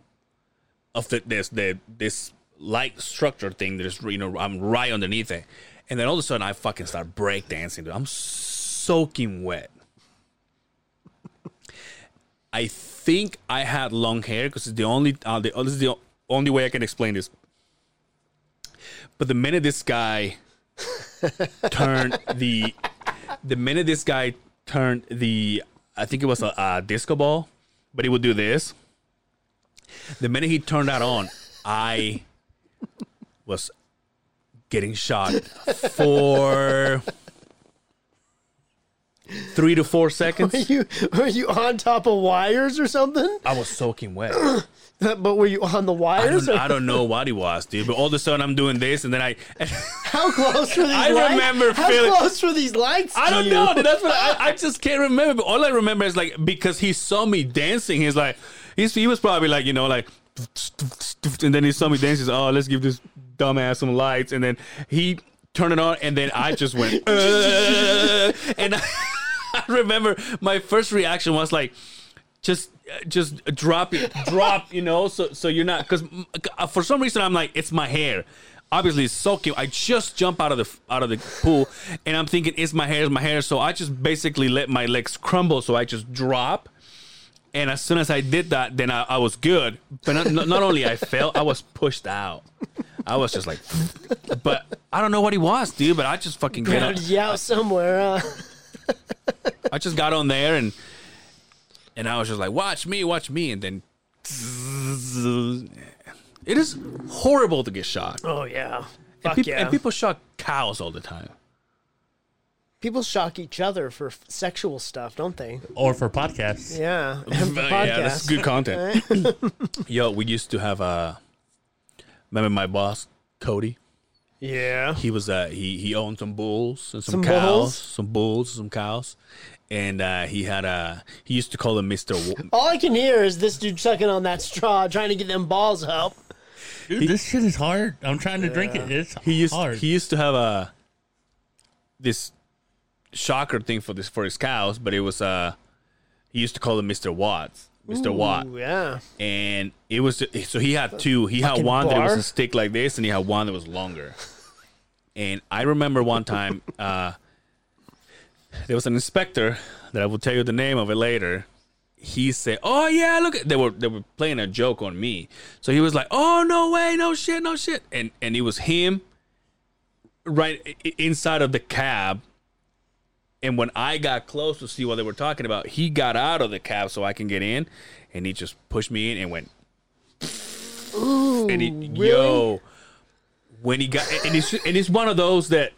[SPEAKER 3] of the, this the this light structure thing that is you know I'm right underneath it, and then all of a sudden I fucking start breakdancing. Dude. I'm soaking wet, I think I had long hair because it's the only uh, the, this is the only way I can explain this. But the minute this guy turned the the minute this guy turned the I think it was a, a disco ball, but he would do this. The minute he turned that on, I was getting shot for three to four seconds.
[SPEAKER 4] You were you on top of wires or something?
[SPEAKER 3] I was soaking wet.
[SPEAKER 4] But were you on the
[SPEAKER 3] I
[SPEAKER 4] wires?
[SPEAKER 3] don't,
[SPEAKER 4] Or
[SPEAKER 3] I don't know what it was, dude. But all of a sudden, I'm doing this, and then I,
[SPEAKER 4] how close were these?
[SPEAKER 3] I
[SPEAKER 4] lights?
[SPEAKER 3] remember
[SPEAKER 4] how
[SPEAKER 3] feeling-
[SPEAKER 4] close were these lights?
[SPEAKER 3] I
[SPEAKER 4] to
[SPEAKER 3] don't
[SPEAKER 4] you?
[SPEAKER 3] know. Dude, that's what I, I just can't remember. But all I remember is like because he saw me dancing. He's like, he's, he was probably like, you know, like, and then he saw me dancing. He's like, oh, let's give this dumbass some lights, and then he turned it on, and then I just went, "Uh," and I, I remember my first reaction was like. just just drop it drop you know so so you're not because for some reason i'm like it's my hair obviously it's soaking i just jump out of the out of the pool and i'm thinking it's my hair it's my hair so i just basically let my legs crumble so i just drop and as soon as i did that then i, I was good but not, not not only i fell i was pushed out i was just like but i don't know what he was dude but i just fucking get up.
[SPEAKER 4] Grounded you out somewhere. Uh,
[SPEAKER 3] I just got on there and and I was just like, watch me, watch me, and then it is horrible to get shot.
[SPEAKER 4] oh yeah,
[SPEAKER 3] and,
[SPEAKER 4] fuck
[SPEAKER 3] peop-
[SPEAKER 4] yeah.
[SPEAKER 3] and people shot cows all the time.
[SPEAKER 4] people shock each other for f- sexual stuff, don't they?
[SPEAKER 5] Or for podcasts.
[SPEAKER 4] Yeah, and for
[SPEAKER 3] yeah, that's
[SPEAKER 4] podcasts.
[SPEAKER 3] good content. Yo, we used to have uh remember my boss Cody.
[SPEAKER 4] Yeah.
[SPEAKER 3] He was uh he he owned some bulls and some,
[SPEAKER 4] Some
[SPEAKER 3] cows,
[SPEAKER 4] bulls?
[SPEAKER 3] some bulls, some cows, and uh, he had uh he used to call him Mister.
[SPEAKER 4] All I can hear is this dude sucking on that straw, trying to get them balls up.
[SPEAKER 5] Dude, this shit is hard. I'm trying to drink it. It's
[SPEAKER 3] He used
[SPEAKER 5] hard.
[SPEAKER 3] he used to have a this shocker thing for this for his cows, but it was uh he used to call him Mister Watts, Mister Watt,
[SPEAKER 4] Ooh, yeah.
[SPEAKER 3] and it was so he had two. He had
[SPEAKER 4] Fucking
[SPEAKER 3] one that was
[SPEAKER 4] bar.
[SPEAKER 3] a stick like this, and he had one that was longer. and I remember one time uh there was an inspector that I will tell you the name of it later. He said, "Oh yeah, look, at-" they were they were playing a joke on me." So he was like, "Oh no way, no shit, no shit," and and it was him right i- i- inside of the cab. And when I got close to see what they were talking about, he got out of the cab so I can get in, and he just pushed me in and went. and he, yo, when he got and it's and it's one of those that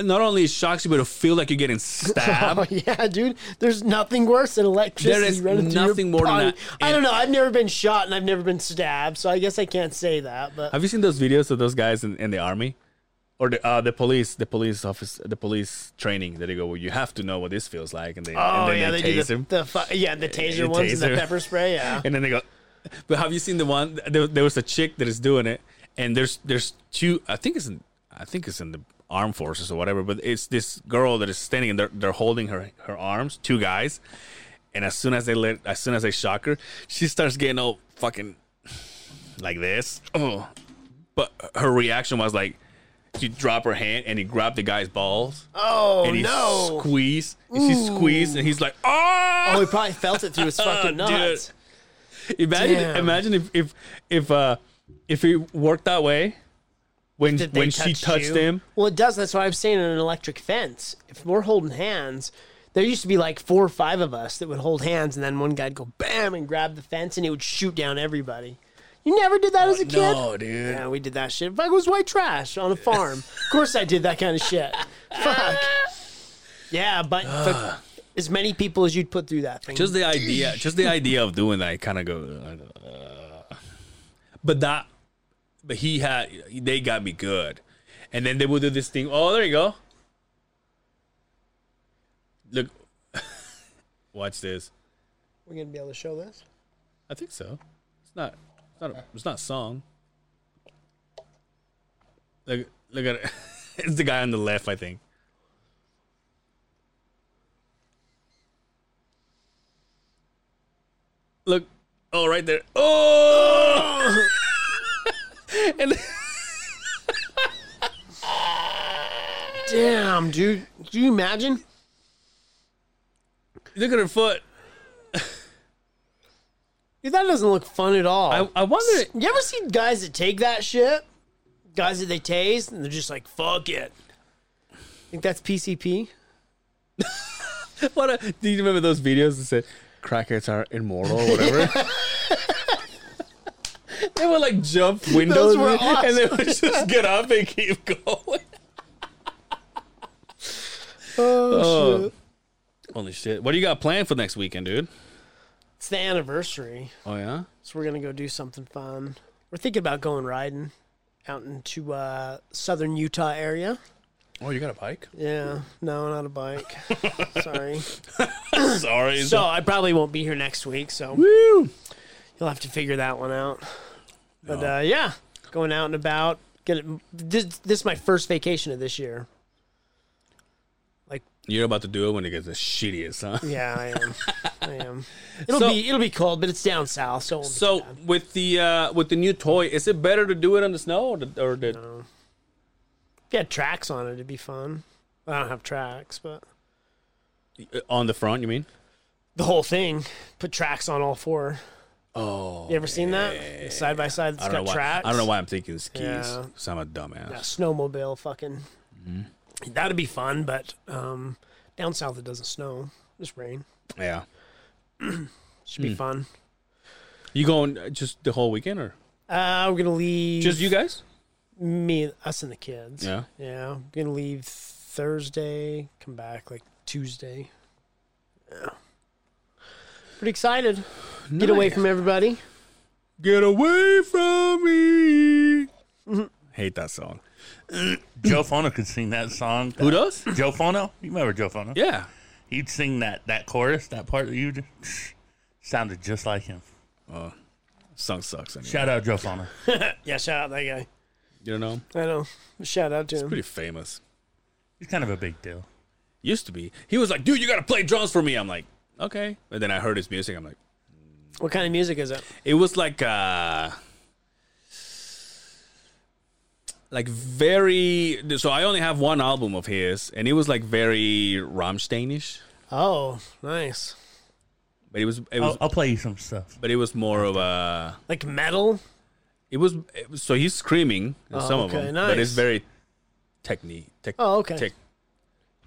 [SPEAKER 3] not only it shocks you, but it feel like you're getting stabbed.
[SPEAKER 4] Oh yeah, dude. There's nothing worse than electricity
[SPEAKER 3] There is
[SPEAKER 4] running through your
[SPEAKER 3] nothing more than
[SPEAKER 4] body.
[SPEAKER 3] that.
[SPEAKER 4] I
[SPEAKER 3] And-
[SPEAKER 4] don't know. I've never been shot and I've never been stabbed, so I guess I can't say that. But
[SPEAKER 3] Have you seen those videos of those guys in, in the army? Or the uh, the police, the police office, the police training that they go. Well, you have to know what this feels like, and, they,
[SPEAKER 4] oh
[SPEAKER 3] and then
[SPEAKER 4] yeah,
[SPEAKER 3] they,
[SPEAKER 4] they,
[SPEAKER 3] tase
[SPEAKER 4] do
[SPEAKER 3] him,
[SPEAKER 4] the, the fu- yeah the taser
[SPEAKER 3] the
[SPEAKER 4] ones and
[SPEAKER 3] taser.
[SPEAKER 4] the pepper spray. Yeah.
[SPEAKER 3] and then they go. But have you seen the one? There, there was a chick that is doing it, and there's there's two. I think it's in I think it's in the armed forces or whatever. But it's this girl that is standing, and they're they're holding her her arms, two guys, and as soon as they let, as soon as they shock her, she starts getting all fucking like this. Oh, but her reaction was like she dropped her hand and he grabbed the guy's balls
[SPEAKER 4] oh
[SPEAKER 3] and he
[SPEAKER 4] no.
[SPEAKER 3] squeezed. And she squeezed and he's like,
[SPEAKER 4] oh,
[SPEAKER 3] oh,
[SPEAKER 4] he probably felt it through his fucking
[SPEAKER 3] Oh, dude.
[SPEAKER 4] nuts.
[SPEAKER 3] imagine
[SPEAKER 4] damn.
[SPEAKER 3] imagine if if if uh if it worked that way when
[SPEAKER 4] Did they
[SPEAKER 3] when she
[SPEAKER 4] touch
[SPEAKER 3] touched
[SPEAKER 4] you?
[SPEAKER 3] him.
[SPEAKER 4] Well, it does. That's why I'm saying an electric fence. If we're holding hands, there used to be like four or five of us that would hold hands, and then one guy'd go bam and grab the fence, and he would shoot down everybody. You never did that as a kid?
[SPEAKER 3] Oh, No, dude.
[SPEAKER 4] Yeah, we did that shit. Fuck, it was white trash on a farm. of course, I did that kind of shit. Fuck. Yeah, but but as many people as you'd put through that thing.
[SPEAKER 3] Just the idea, just the idea of doing that, I kind of go. Uh, but that, but he had, they got me good, and then they would do this thing. Oh, there you go. Look, watch this.
[SPEAKER 4] we're gonna be able to show this.
[SPEAKER 3] I think so. It's not. It's not. A, it's not a song. Look. Look at it. it's the guy on the left. I think. Look. Oh, right there. Oh. and
[SPEAKER 4] Damn, dude. Do you imagine?
[SPEAKER 3] look at her foot.
[SPEAKER 4] Dude, that doesn't look fun at all.
[SPEAKER 3] I, I wonder.
[SPEAKER 4] you ever seen guys that take that shit? Guys that they tase and they're just like, fuck it. Think that's PCP?
[SPEAKER 3] What a, do you remember those videos that said crackheads are immortal or whatever? they would like jump windows
[SPEAKER 4] were
[SPEAKER 3] and they would just get up and keep going. Oh, Holy shit. What do you got planned for next weekend, dude?
[SPEAKER 4] It's the anniversary.
[SPEAKER 3] Oh, yeah?
[SPEAKER 4] So we're gonna go do something fun. We're thinking about going riding out into uh, southern Utah area.
[SPEAKER 3] Oh, you got a bike?
[SPEAKER 4] Yeah, no, not a bike. Sorry.
[SPEAKER 5] Sorry.
[SPEAKER 4] So I probably won't be here next week. So
[SPEAKER 3] Hmm?
[SPEAKER 4] you'll have to figure that one out. But uh, yeah, going out and about. Gonna this, this is my first vacation of this year.
[SPEAKER 3] You're about to do it when it gets the shittiest, huh?
[SPEAKER 4] Yeah, I am. I am. It'll
[SPEAKER 3] So-
[SPEAKER 4] be it'll be cold, but it's down south, so it won't be
[SPEAKER 3] So with the uh with the new toy, is it better to do it on the snow or the, or the
[SPEAKER 4] if you had tracks on it, it'd be fun. I don't have tracks, but
[SPEAKER 3] on the front? You mean?
[SPEAKER 4] the whole thing. Put tracks on all four. Oh, you ever seen that side by side? It's
[SPEAKER 3] I don't
[SPEAKER 4] got
[SPEAKER 3] know why.
[SPEAKER 4] tracks.
[SPEAKER 3] I don't know why I'm thinking skis.
[SPEAKER 4] Yeah.
[SPEAKER 3] 'cause I'm a dumbass.
[SPEAKER 4] A snowmobile, fucking.
[SPEAKER 3] Mm-hmm.
[SPEAKER 4] That'd be fun, but um, down south it doesn't snow, just rain.
[SPEAKER 3] Yeah.
[SPEAKER 4] Should
[SPEAKER 3] Hmm.
[SPEAKER 4] be fun.
[SPEAKER 3] You going uh, just the whole weekend or
[SPEAKER 4] Uh, we're gonna leave
[SPEAKER 3] just you guys?
[SPEAKER 4] me, us, and the kids.
[SPEAKER 3] Yeah.
[SPEAKER 4] yeah. We're gonna leave Thursday. Come back like Tuesday. Yeah. Pretty excited. Get away from everybody.
[SPEAKER 3] Get away from me. Hate that song.
[SPEAKER 5] Joe Fono could sing that song.
[SPEAKER 3] Who does?
[SPEAKER 5] Joe Fono? You remember Joe Fono?
[SPEAKER 3] Yeah.
[SPEAKER 5] He'd sing that that chorus, that part. that You just- sounded just like him.
[SPEAKER 3] Song sucks. Anyway.
[SPEAKER 5] Shout out Joe Fono.
[SPEAKER 4] Yeah, shout out that guy.
[SPEAKER 3] You know,
[SPEAKER 4] I know. Shout out to him.
[SPEAKER 3] pretty famous.
[SPEAKER 5] He's kind of a big deal.
[SPEAKER 3] Used to be. He was like, dude, you gotta play drums for me. I'm like, okay. And then I heard his music. I'm like,
[SPEAKER 4] What kind of music is it?
[SPEAKER 3] it was like uh like very so i only have one album of his and it was like very rammsteinish
[SPEAKER 4] Oh, nice.
[SPEAKER 3] but it was it was
[SPEAKER 4] Oh,
[SPEAKER 5] I'll, I'll play you some stuff.
[SPEAKER 3] but it was more of a
[SPEAKER 4] Like metal?
[SPEAKER 3] it was, it was so he's screaming in some of
[SPEAKER 4] Oh, okay,
[SPEAKER 3] them but it's
[SPEAKER 4] nice.
[SPEAKER 3] very technique tech,
[SPEAKER 4] Oh, okay.
[SPEAKER 3] tech,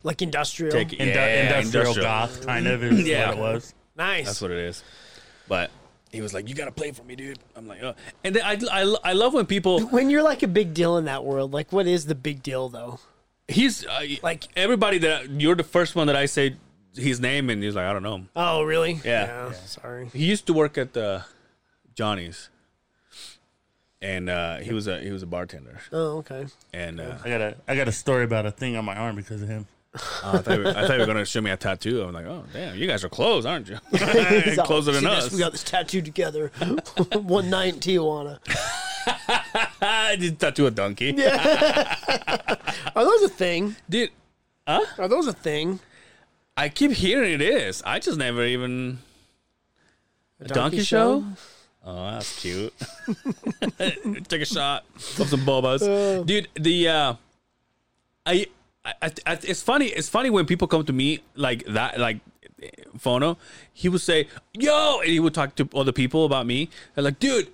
[SPEAKER 4] Like industrial?
[SPEAKER 3] tech,
[SPEAKER 5] Indu-
[SPEAKER 3] yeah,
[SPEAKER 5] industrial,
[SPEAKER 3] industrial.
[SPEAKER 5] goth, kind of, is
[SPEAKER 3] Yeah.
[SPEAKER 5] what it was.
[SPEAKER 4] nice.
[SPEAKER 3] That's what it is. But he was like, "You gotta play for me, dude." I'm like, "Oh," and then I, I, I love when people.
[SPEAKER 4] when you're like a big deal in that world, like what is the big deal though?
[SPEAKER 3] He's uh, like
[SPEAKER 4] Like-
[SPEAKER 3] everybody that you're the first one that I say his name, and he's like, "I don't know."
[SPEAKER 4] Oh, really?
[SPEAKER 3] Yeah.
[SPEAKER 4] Sorry.
[SPEAKER 3] He used to work at the Johnny's, and uh, he was a he was a bartender,
[SPEAKER 4] Oh, okay.
[SPEAKER 3] and uh,
[SPEAKER 5] I got a I got a story about a thing on my arm because of him.
[SPEAKER 3] I, thought you were, I thought you were gonna show me a tattoo. I'm like, "Oh damn, you guys are close, aren't you?"
[SPEAKER 4] He's all,
[SPEAKER 3] Closer than
[SPEAKER 4] "See this?
[SPEAKER 3] us.
[SPEAKER 4] We got this tattoo together. One night in Tijuana.
[SPEAKER 3] I did Ah, tattoo a donkey,
[SPEAKER 4] Are those a thing?
[SPEAKER 3] dude.
[SPEAKER 4] Are those a thing?
[SPEAKER 3] I keep hearing it is. I just never even a donkey, show? Oh, that's cute. Take a shot of some bobas, dude. The uh, I, I, I, it's funny. It's funny when people come to me like that, like Fono. He would say, "Yo," and he would talk to other people about me. They're like, "Dude,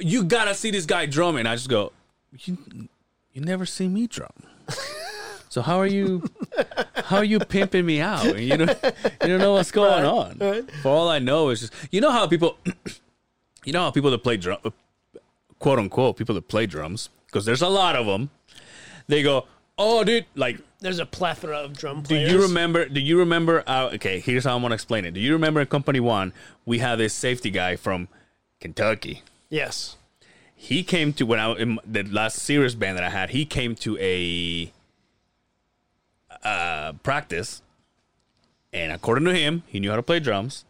[SPEAKER 3] you gotta see this guy drumming." I just go, "You, you never see me drum." So how are you? How are you pimping me out? And you don't, you don't know what's going on. For all I know is just you know how people, you know how people that play drum, quote unquote, people that play drums, because there's a lot of them. They go, oh, dude, like,
[SPEAKER 4] There's a plethora of drum
[SPEAKER 3] do
[SPEAKER 4] players.
[SPEAKER 3] you remember? Do you remember? Uh, okay, here's how I'm gonna explain it. Do you remember in Company One we had this safety guy from Kentucky?
[SPEAKER 4] Yes.
[SPEAKER 3] he came to when I in the last serious band that I had, he came to a uh, practice, and according to him, he knew how to play drums.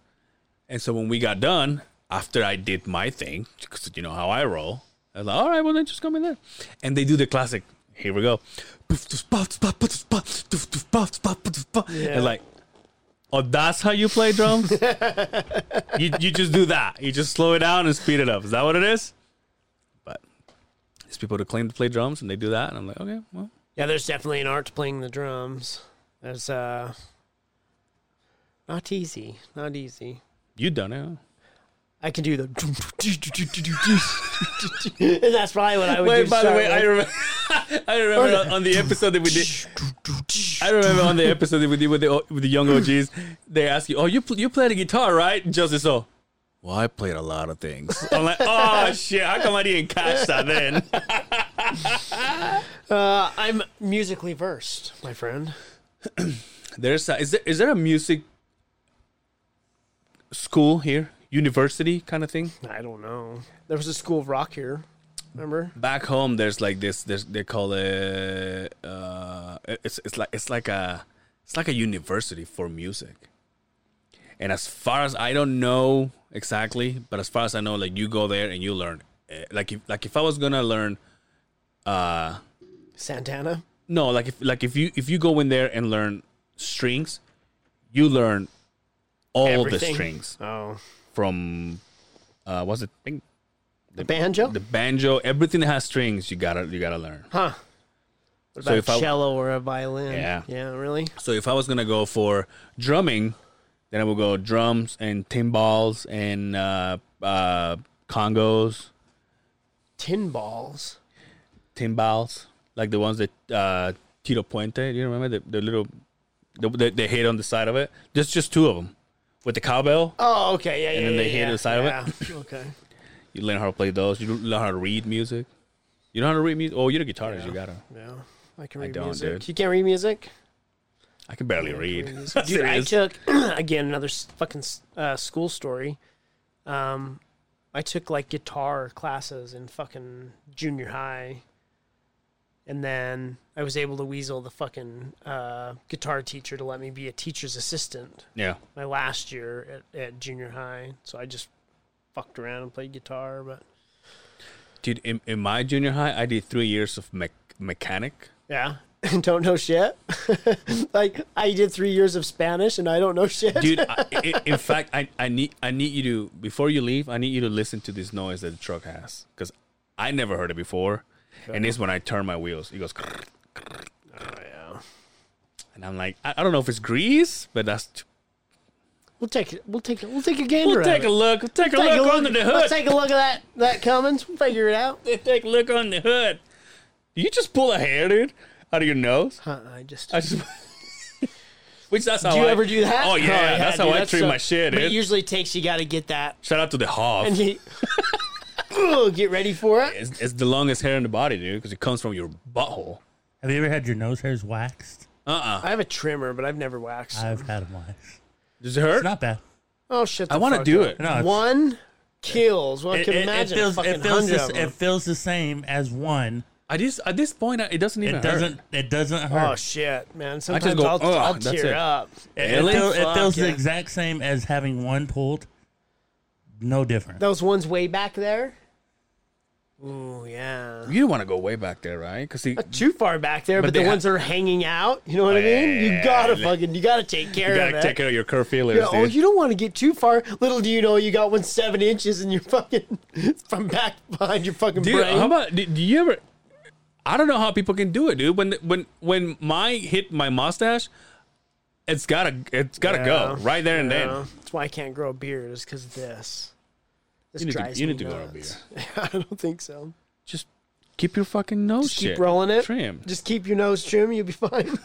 [SPEAKER 3] And so when we got done, after I did my thing, because you know how I roll, I was like, "All right, well then just come in there," and they do the classic. Here we go, and like, oh, that's how you play drums. you you just do that. You just slow it down and speed it up. Is that what it is? But there's people that claim to play drums and they do that, and I'm like, okay, well,
[SPEAKER 4] Yeah, there's definitely an art to playing the drums. There's uh not easy. Not easy.
[SPEAKER 3] you done it. huh?
[SPEAKER 4] I can do the. and that's probably what I would do.
[SPEAKER 3] Wait,
[SPEAKER 4] to
[SPEAKER 3] by the
[SPEAKER 4] start
[SPEAKER 3] way, I
[SPEAKER 4] with.
[SPEAKER 3] remember, I remember on, on the episode that we did. I remember on the episode that we did with the O- with the young OGs. They ask you, "Oh, you pl- you play the guitar, right?" And Justice, so. Well, I played a lot of things. I'm like, oh shit! How come I didn't catch that then?
[SPEAKER 4] Uh, I'm musically versed, my friend.
[SPEAKER 3] There's a, is there is there a music school here, university kind of thing?
[SPEAKER 4] I don't know. There was a school of rock here. Remember?
[SPEAKER 3] Back home, there's like this. There's, they call it. Uh, it's it's like it's like a it's like a university for music. And as far as I don't know exactly, but as far as I know, like you go there and you learn. eh, Like if like if I was gonna learn, uh,
[SPEAKER 4] Santana.
[SPEAKER 3] no, like if like if you if you go in there and learn strings, you learn all the
[SPEAKER 4] Everything.
[SPEAKER 3] strings.
[SPEAKER 4] Oh,
[SPEAKER 3] from uh what's it thing
[SPEAKER 4] the banjo.
[SPEAKER 3] the banjo everything that has strings you gotta you gotta learn
[SPEAKER 4] huh? What
[SPEAKER 3] So
[SPEAKER 4] about
[SPEAKER 3] if I-
[SPEAKER 4] a cello or a violin?
[SPEAKER 3] Yeah.
[SPEAKER 4] Yeah. Really?
[SPEAKER 3] so if i was gonna go for drumming then i would go drums and timbales and uh uh congos
[SPEAKER 4] Tin balls.
[SPEAKER 3] timbales like the ones that uh tito puente do you remember the, the little the, the, the hit on the side of it there's just two of them with the cowbell
[SPEAKER 4] Oh, okay. Yeah. Yeah.
[SPEAKER 3] And then
[SPEAKER 4] yeah,
[SPEAKER 3] they hit
[SPEAKER 4] yeah.
[SPEAKER 3] the side of
[SPEAKER 4] of it. okay.
[SPEAKER 3] you learn how to play those you learn how to read music you know how to read music oh you're a guitarist you gotta
[SPEAKER 4] Yeah. I can read
[SPEAKER 3] don't,
[SPEAKER 4] music.
[SPEAKER 3] dude.
[SPEAKER 4] You can't read music.
[SPEAKER 3] i can barely read
[SPEAKER 4] Dude, I
[SPEAKER 3] Serious.
[SPEAKER 4] took again another s- fucking s- uh, school story. Um, I took like guitar classes in fucking junior high, and then I was able to weasel the fucking uh, guitar teacher to let me be a teacher's assistant
[SPEAKER 3] yeah
[SPEAKER 4] my last year at, at junior high. So I just fucked around and played guitar, but
[SPEAKER 3] Dude, in, in my junior high, I did three years of mech mechanic.
[SPEAKER 4] yeah. don't know shit. like I did three years of Spanish and I don't know shit.
[SPEAKER 3] Dude, I, i in fact, I, I need I need you to before you leave, I need you to listen to this noise that the truck has because I never heard it before, and it's when I turn my wheels. It goes,
[SPEAKER 4] Oh,
[SPEAKER 3] and I'm like, I, I don't know if it's grease, but that's
[SPEAKER 4] We'll take it. We'll take it. We'll take a gander.
[SPEAKER 3] we'll
[SPEAKER 4] at
[SPEAKER 3] take
[SPEAKER 4] it.
[SPEAKER 3] a look. We'll take a look, under the hood.
[SPEAKER 4] Let's take a look at that that Cummins. We'll figure it out.
[SPEAKER 3] Take-, a look under the hood. Did you just pull a hair, dude, out of your nose?
[SPEAKER 4] Huh, I just.
[SPEAKER 3] Uh, I just. Which that's how
[SPEAKER 4] do you
[SPEAKER 3] I-
[SPEAKER 4] ever do that?
[SPEAKER 3] Oh yeah, that's how
[SPEAKER 4] dude,
[SPEAKER 3] I treat
[SPEAKER 4] so-
[SPEAKER 3] my shit.
[SPEAKER 4] But it
[SPEAKER 3] Dude.
[SPEAKER 4] usually takes you got to get that
[SPEAKER 3] Shout out to the Hoff.
[SPEAKER 4] and you, Ugh, get ready for it.
[SPEAKER 3] It's, it's the longest hair in the body, dude, because it comes from your butthole.
[SPEAKER 5] Have you ever had your nose hairs waxed?
[SPEAKER 3] Uh uh
[SPEAKER 4] I have a trimmer, but I've never waxed.
[SPEAKER 5] I've had them waxed.
[SPEAKER 3] Does it hurt?
[SPEAKER 5] It's not bad.
[SPEAKER 4] oh shit!
[SPEAKER 3] I want to do it.
[SPEAKER 5] No, it's,
[SPEAKER 4] One kills. Well, I
[SPEAKER 5] it,
[SPEAKER 4] can
[SPEAKER 5] it- it
[SPEAKER 4] imagine
[SPEAKER 5] feels,
[SPEAKER 4] a
[SPEAKER 5] it
[SPEAKER 4] fucking
[SPEAKER 5] feels
[SPEAKER 4] hundred
[SPEAKER 5] the,
[SPEAKER 4] of
[SPEAKER 5] it
[SPEAKER 4] them.
[SPEAKER 5] feels the same as one.
[SPEAKER 3] I just at this point, I- it doesn't even
[SPEAKER 5] It doesn't.
[SPEAKER 3] hurt.
[SPEAKER 5] It doesn't hurt.
[SPEAKER 4] Oh shit, man! Sometimes
[SPEAKER 3] go,
[SPEAKER 4] I'll,
[SPEAKER 3] "Ugh,"
[SPEAKER 4] I'll
[SPEAKER 3] that's
[SPEAKER 4] tear
[SPEAKER 3] it.
[SPEAKER 4] up.
[SPEAKER 5] It,
[SPEAKER 3] Really?
[SPEAKER 5] it, feels, it
[SPEAKER 4] Fuck
[SPEAKER 5] feels the
[SPEAKER 4] yeah.
[SPEAKER 5] exact same as having one pulled. No different.
[SPEAKER 4] Those ones way back there. Ooh yeah.
[SPEAKER 3] You don't want to go way back there, right? Because you
[SPEAKER 4] too far back there,
[SPEAKER 3] But
[SPEAKER 4] but,
[SPEAKER 3] they
[SPEAKER 4] the
[SPEAKER 3] ha-
[SPEAKER 4] ones that are hanging out, you know what I mean? You
[SPEAKER 3] Yeah,
[SPEAKER 4] gotta
[SPEAKER 3] like-
[SPEAKER 4] fucking, you gotta take care of
[SPEAKER 3] gotta
[SPEAKER 4] it.
[SPEAKER 3] take care of your curve feelers,
[SPEAKER 4] Yeah, oh,
[SPEAKER 3] dude.
[SPEAKER 4] you don't want to get too far. Little do you know, you got one seven inches and you're fucking from back behind your fucking
[SPEAKER 3] Dude,
[SPEAKER 4] brain.
[SPEAKER 3] how about do, do you ever? I don't know how people can do it, dude. When when when my hit my mustache, it's gotta it's gotta go
[SPEAKER 4] Yeah.
[SPEAKER 3] right there and then.
[SPEAKER 4] Yeah, that's why I can't grow a beard. Is because of this. This
[SPEAKER 3] You need, to,
[SPEAKER 4] drives
[SPEAKER 3] you
[SPEAKER 4] me
[SPEAKER 3] need to go over here.
[SPEAKER 4] nuts. I don't think so.
[SPEAKER 3] Just keep your fucking nose
[SPEAKER 4] Just keep
[SPEAKER 3] shit
[SPEAKER 4] rolling it.
[SPEAKER 3] trimmed.
[SPEAKER 4] Just keep your nose trim. You'll be fine.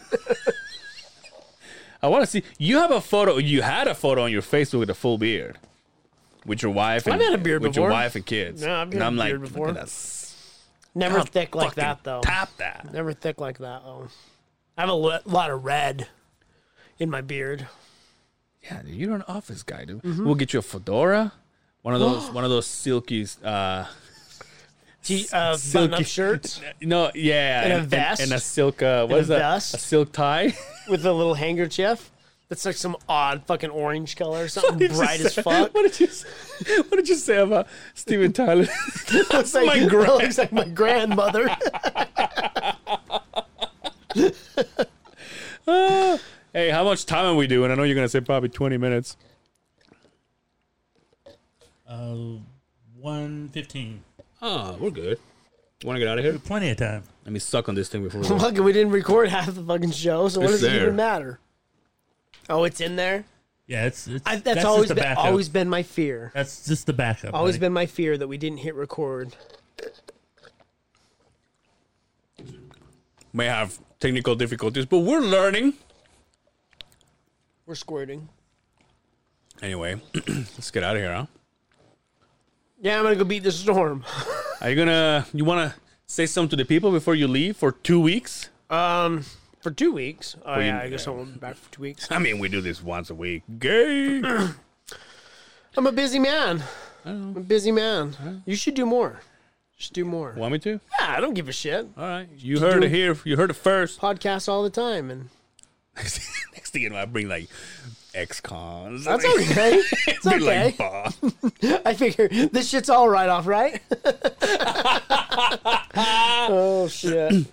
[SPEAKER 3] I want to see. You have a photo. You had a photo on your Facebook with a full beard, with your wife. And,
[SPEAKER 4] I've had a beard
[SPEAKER 3] with your
[SPEAKER 4] before.
[SPEAKER 3] wife and kids.
[SPEAKER 4] Yeah, I've
[SPEAKER 3] and
[SPEAKER 4] had a
[SPEAKER 3] I'm like,
[SPEAKER 4] beard
[SPEAKER 3] look
[SPEAKER 4] before.
[SPEAKER 3] at that.
[SPEAKER 4] Never thick like
[SPEAKER 3] fucking
[SPEAKER 4] that though.
[SPEAKER 3] Tap that.
[SPEAKER 4] Never thick like that though. I have a lo- lot of red in my beard.
[SPEAKER 3] Yeah, dude, you're an office guy, dude.
[SPEAKER 4] Mm-hmm.
[SPEAKER 3] We'll get you a fedora, one of those, one of those silky. Uh,
[SPEAKER 4] T- uh,
[SPEAKER 3] Silky.
[SPEAKER 4] button-up shirts
[SPEAKER 3] no, yeah,
[SPEAKER 4] And a
[SPEAKER 3] and,
[SPEAKER 4] vest?
[SPEAKER 3] and, a silk. Uh, what
[SPEAKER 4] a
[SPEAKER 3] is that?
[SPEAKER 4] vest?
[SPEAKER 3] A silk tie.
[SPEAKER 4] with a little handkerchief. That's like some odd fucking orange color, or
[SPEAKER 3] What did
[SPEAKER 4] something
[SPEAKER 3] you
[SPEAKER 4] bright as
[SPEAKER 3] say?
[SPEAKER 4] fuck.
[SPEAKER 3] What did you? Say? What did you say about Steven Tyler?
[SPEAKER 4] looks like
[SPEAKER 3] my
[SPEAKER 4] it
[SPEAKER 3] grand-
[SPEAKER 4] looks like my grandmother.
[SPEAKER 3] hey, how much time are we doing? I know you're gonna say probably 20 minutes.
[SPEAKER 5] One fifteen.
[SPEAKER 3] Oh, we're good. Want to get out of here?
[SPEAKER 5] Plenty of time.
[SPEAKER 3] Let me suck on this thing before we go.
[SPEAKER 4] Fuck, we didn't record half the fucking show, so what
[SPEAKER 3] It's
[SPEAKER 4] does it
[SPEAKER 3] there.
[SPEAKER 4] even matter? Oh, it's in there.
[SPEAKER 5] Yeah, it's, it's
[SPEAKER 4] I, that's,
[SPEAKER 5] just
[SPEAKER 4] always
[SPEAKER 5] the
[SPEAKER 4] been,
[SPEAKER 5] backup.
[SPEAKER 4] always been my fear.
[SPEAKER 5] That's just the backup.
[SPEAKER 4] Always
[SPEAKER 5] buddy.
[SPEAKER 4] been my fear that we didn't hit record.
[SPEAKER 3] May have technical difficulties, but we're learning.
[SPEAKER 4] We're squirting.
[SPEAKER 3] Anyway, let's get out of here, huh?
[SPEAKER 4] Yeah, I'm gonna go beat the storm.
[SPEAKER 3] Are you gonna? You wanna say something to the people before you leave for two weeks?
[SPEAKER 4] Um, for two weeks. Oh
[SPEAKER 3] you-
[SPEAKER 4] yeah, I guess I won't be back for two weeks.
[SPEAKER 3] I mean, we do this once a week. Gay.
[SPEAKER 4] I'm a busy man. I'm a busy man. You should do more. Just do more.
[SPEAKER 3] Want me to?
[SPEAKER 4] Yeah, I don't give a shit.
[SPEAKER 3] All right. You heard it here. You heard it first.
[SPEAKER 4] Podcast all the time, and
[SPEAKER 3] Next thing you know, I bring like ex cons.
[SPEAKER 4] that's okay. It's okay. I figure this shit's all right off, right? oh shit.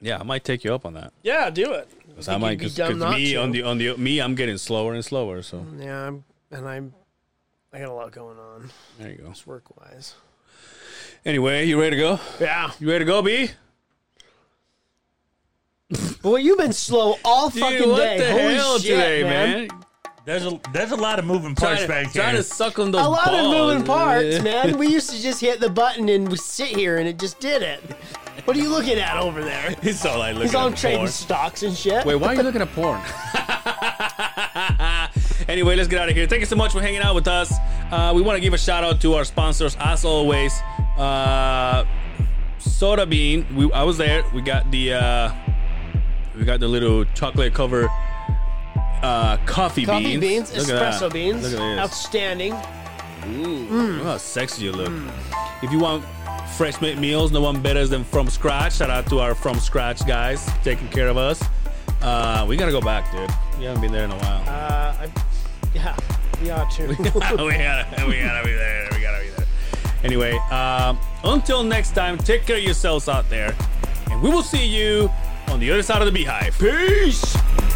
[SPEAKER 3] yeah, I might take you up on that.
[SPEAKER 4] Yeah, do it.
[SPEAKER 3] Because I might
[SPEAKER 4] be
[SPEAKER 3] because
[SPEAKER 4] dumb not
[SPEAKER 3] me
[SPEAKER 4] to.
[SPEAKER 3] on the on the me I'm getting slower and slower. So
[SPEAKER 4] Yeah, I'm, and I'm. I got a lot going on
[SPEAKER 3] there you go.
[SPEAKER 4] work wise.
[SPEAKER 3] Anyway, you ready to go?
[SPEAKER 4] Yeah.
[SPEAKER 3] You ready to go, B?
[SPEAKER 4] Boy, you've been slow all fucking
[SPEAKER 3] Dude, what
[SPEAKER 4] day.
[SPEAKER 3] the
[SPEAKER 4] Holy
[SPEAKER 3] hell
[SPEAKER 4] shit,
[SPEAKER 3] today,
[SPEAKER 4] man.
[SPEAKER 3] man?
[SPEAKER 5] There's a there's a lot of moving
[SPEAKER 3] Trying
[SPEAKER 5] parts
[SPEAKER 3] to-
[SPEAKER 5] back
[SPEAKER 3] trying
[SPEAKER 5] here.
[SPEAKER 3] to suck on those
[SPEAKER 4] A lot of
[SPEAKER 3] balls.
[SPEAKER 4] moving parts, man. We used to just hit the button and we sit here, and it just did it. What are you looking at over there?
[SPEAKER 3] It's all I look
[SPEAKER 4] He's
[SPEAKER 3] at
[SPEAKER 4] on
[SPEAKER 3] porn.
[SPEAKER 4] trading stocks and shit.
[SPEAKER 3] Wait, why are you looking at porn? anyway, let's get out of here. Thank you so much for hanging out with us. Uh, we want to give a shout out to our sponsors, as always. Uh, Soda Bean, we, I was there. We got the uh, we got the little chocolate covered uh, coffee,
[SPEAKER 4] Coffee beans,
[SPEAKER 3] Look at
[SPEAKER 4] espresso
[SPEAKER 3] that.
[SPEAKER 4] beans,
[SPEAKER 3] Look at this.
[SPEAKER 4] outstanding. Uh,
[SPEAKER 3] Ooh, look how sexy you look. If you want fresh made meals, no one better than From Scratch. Shout out to our From Scratch guys taking care of us. Uh, we gotta go back, dude. We haven't been there in a while.
[SPEAKER 4] Uh, I, yeah, we ought to.
[SPEAKER 3] we gotta, we gotta be there. We gotta be there. Anyway, um, until next time, take care of yourselves out there, and we will see you on the other side of the beehive. Peace.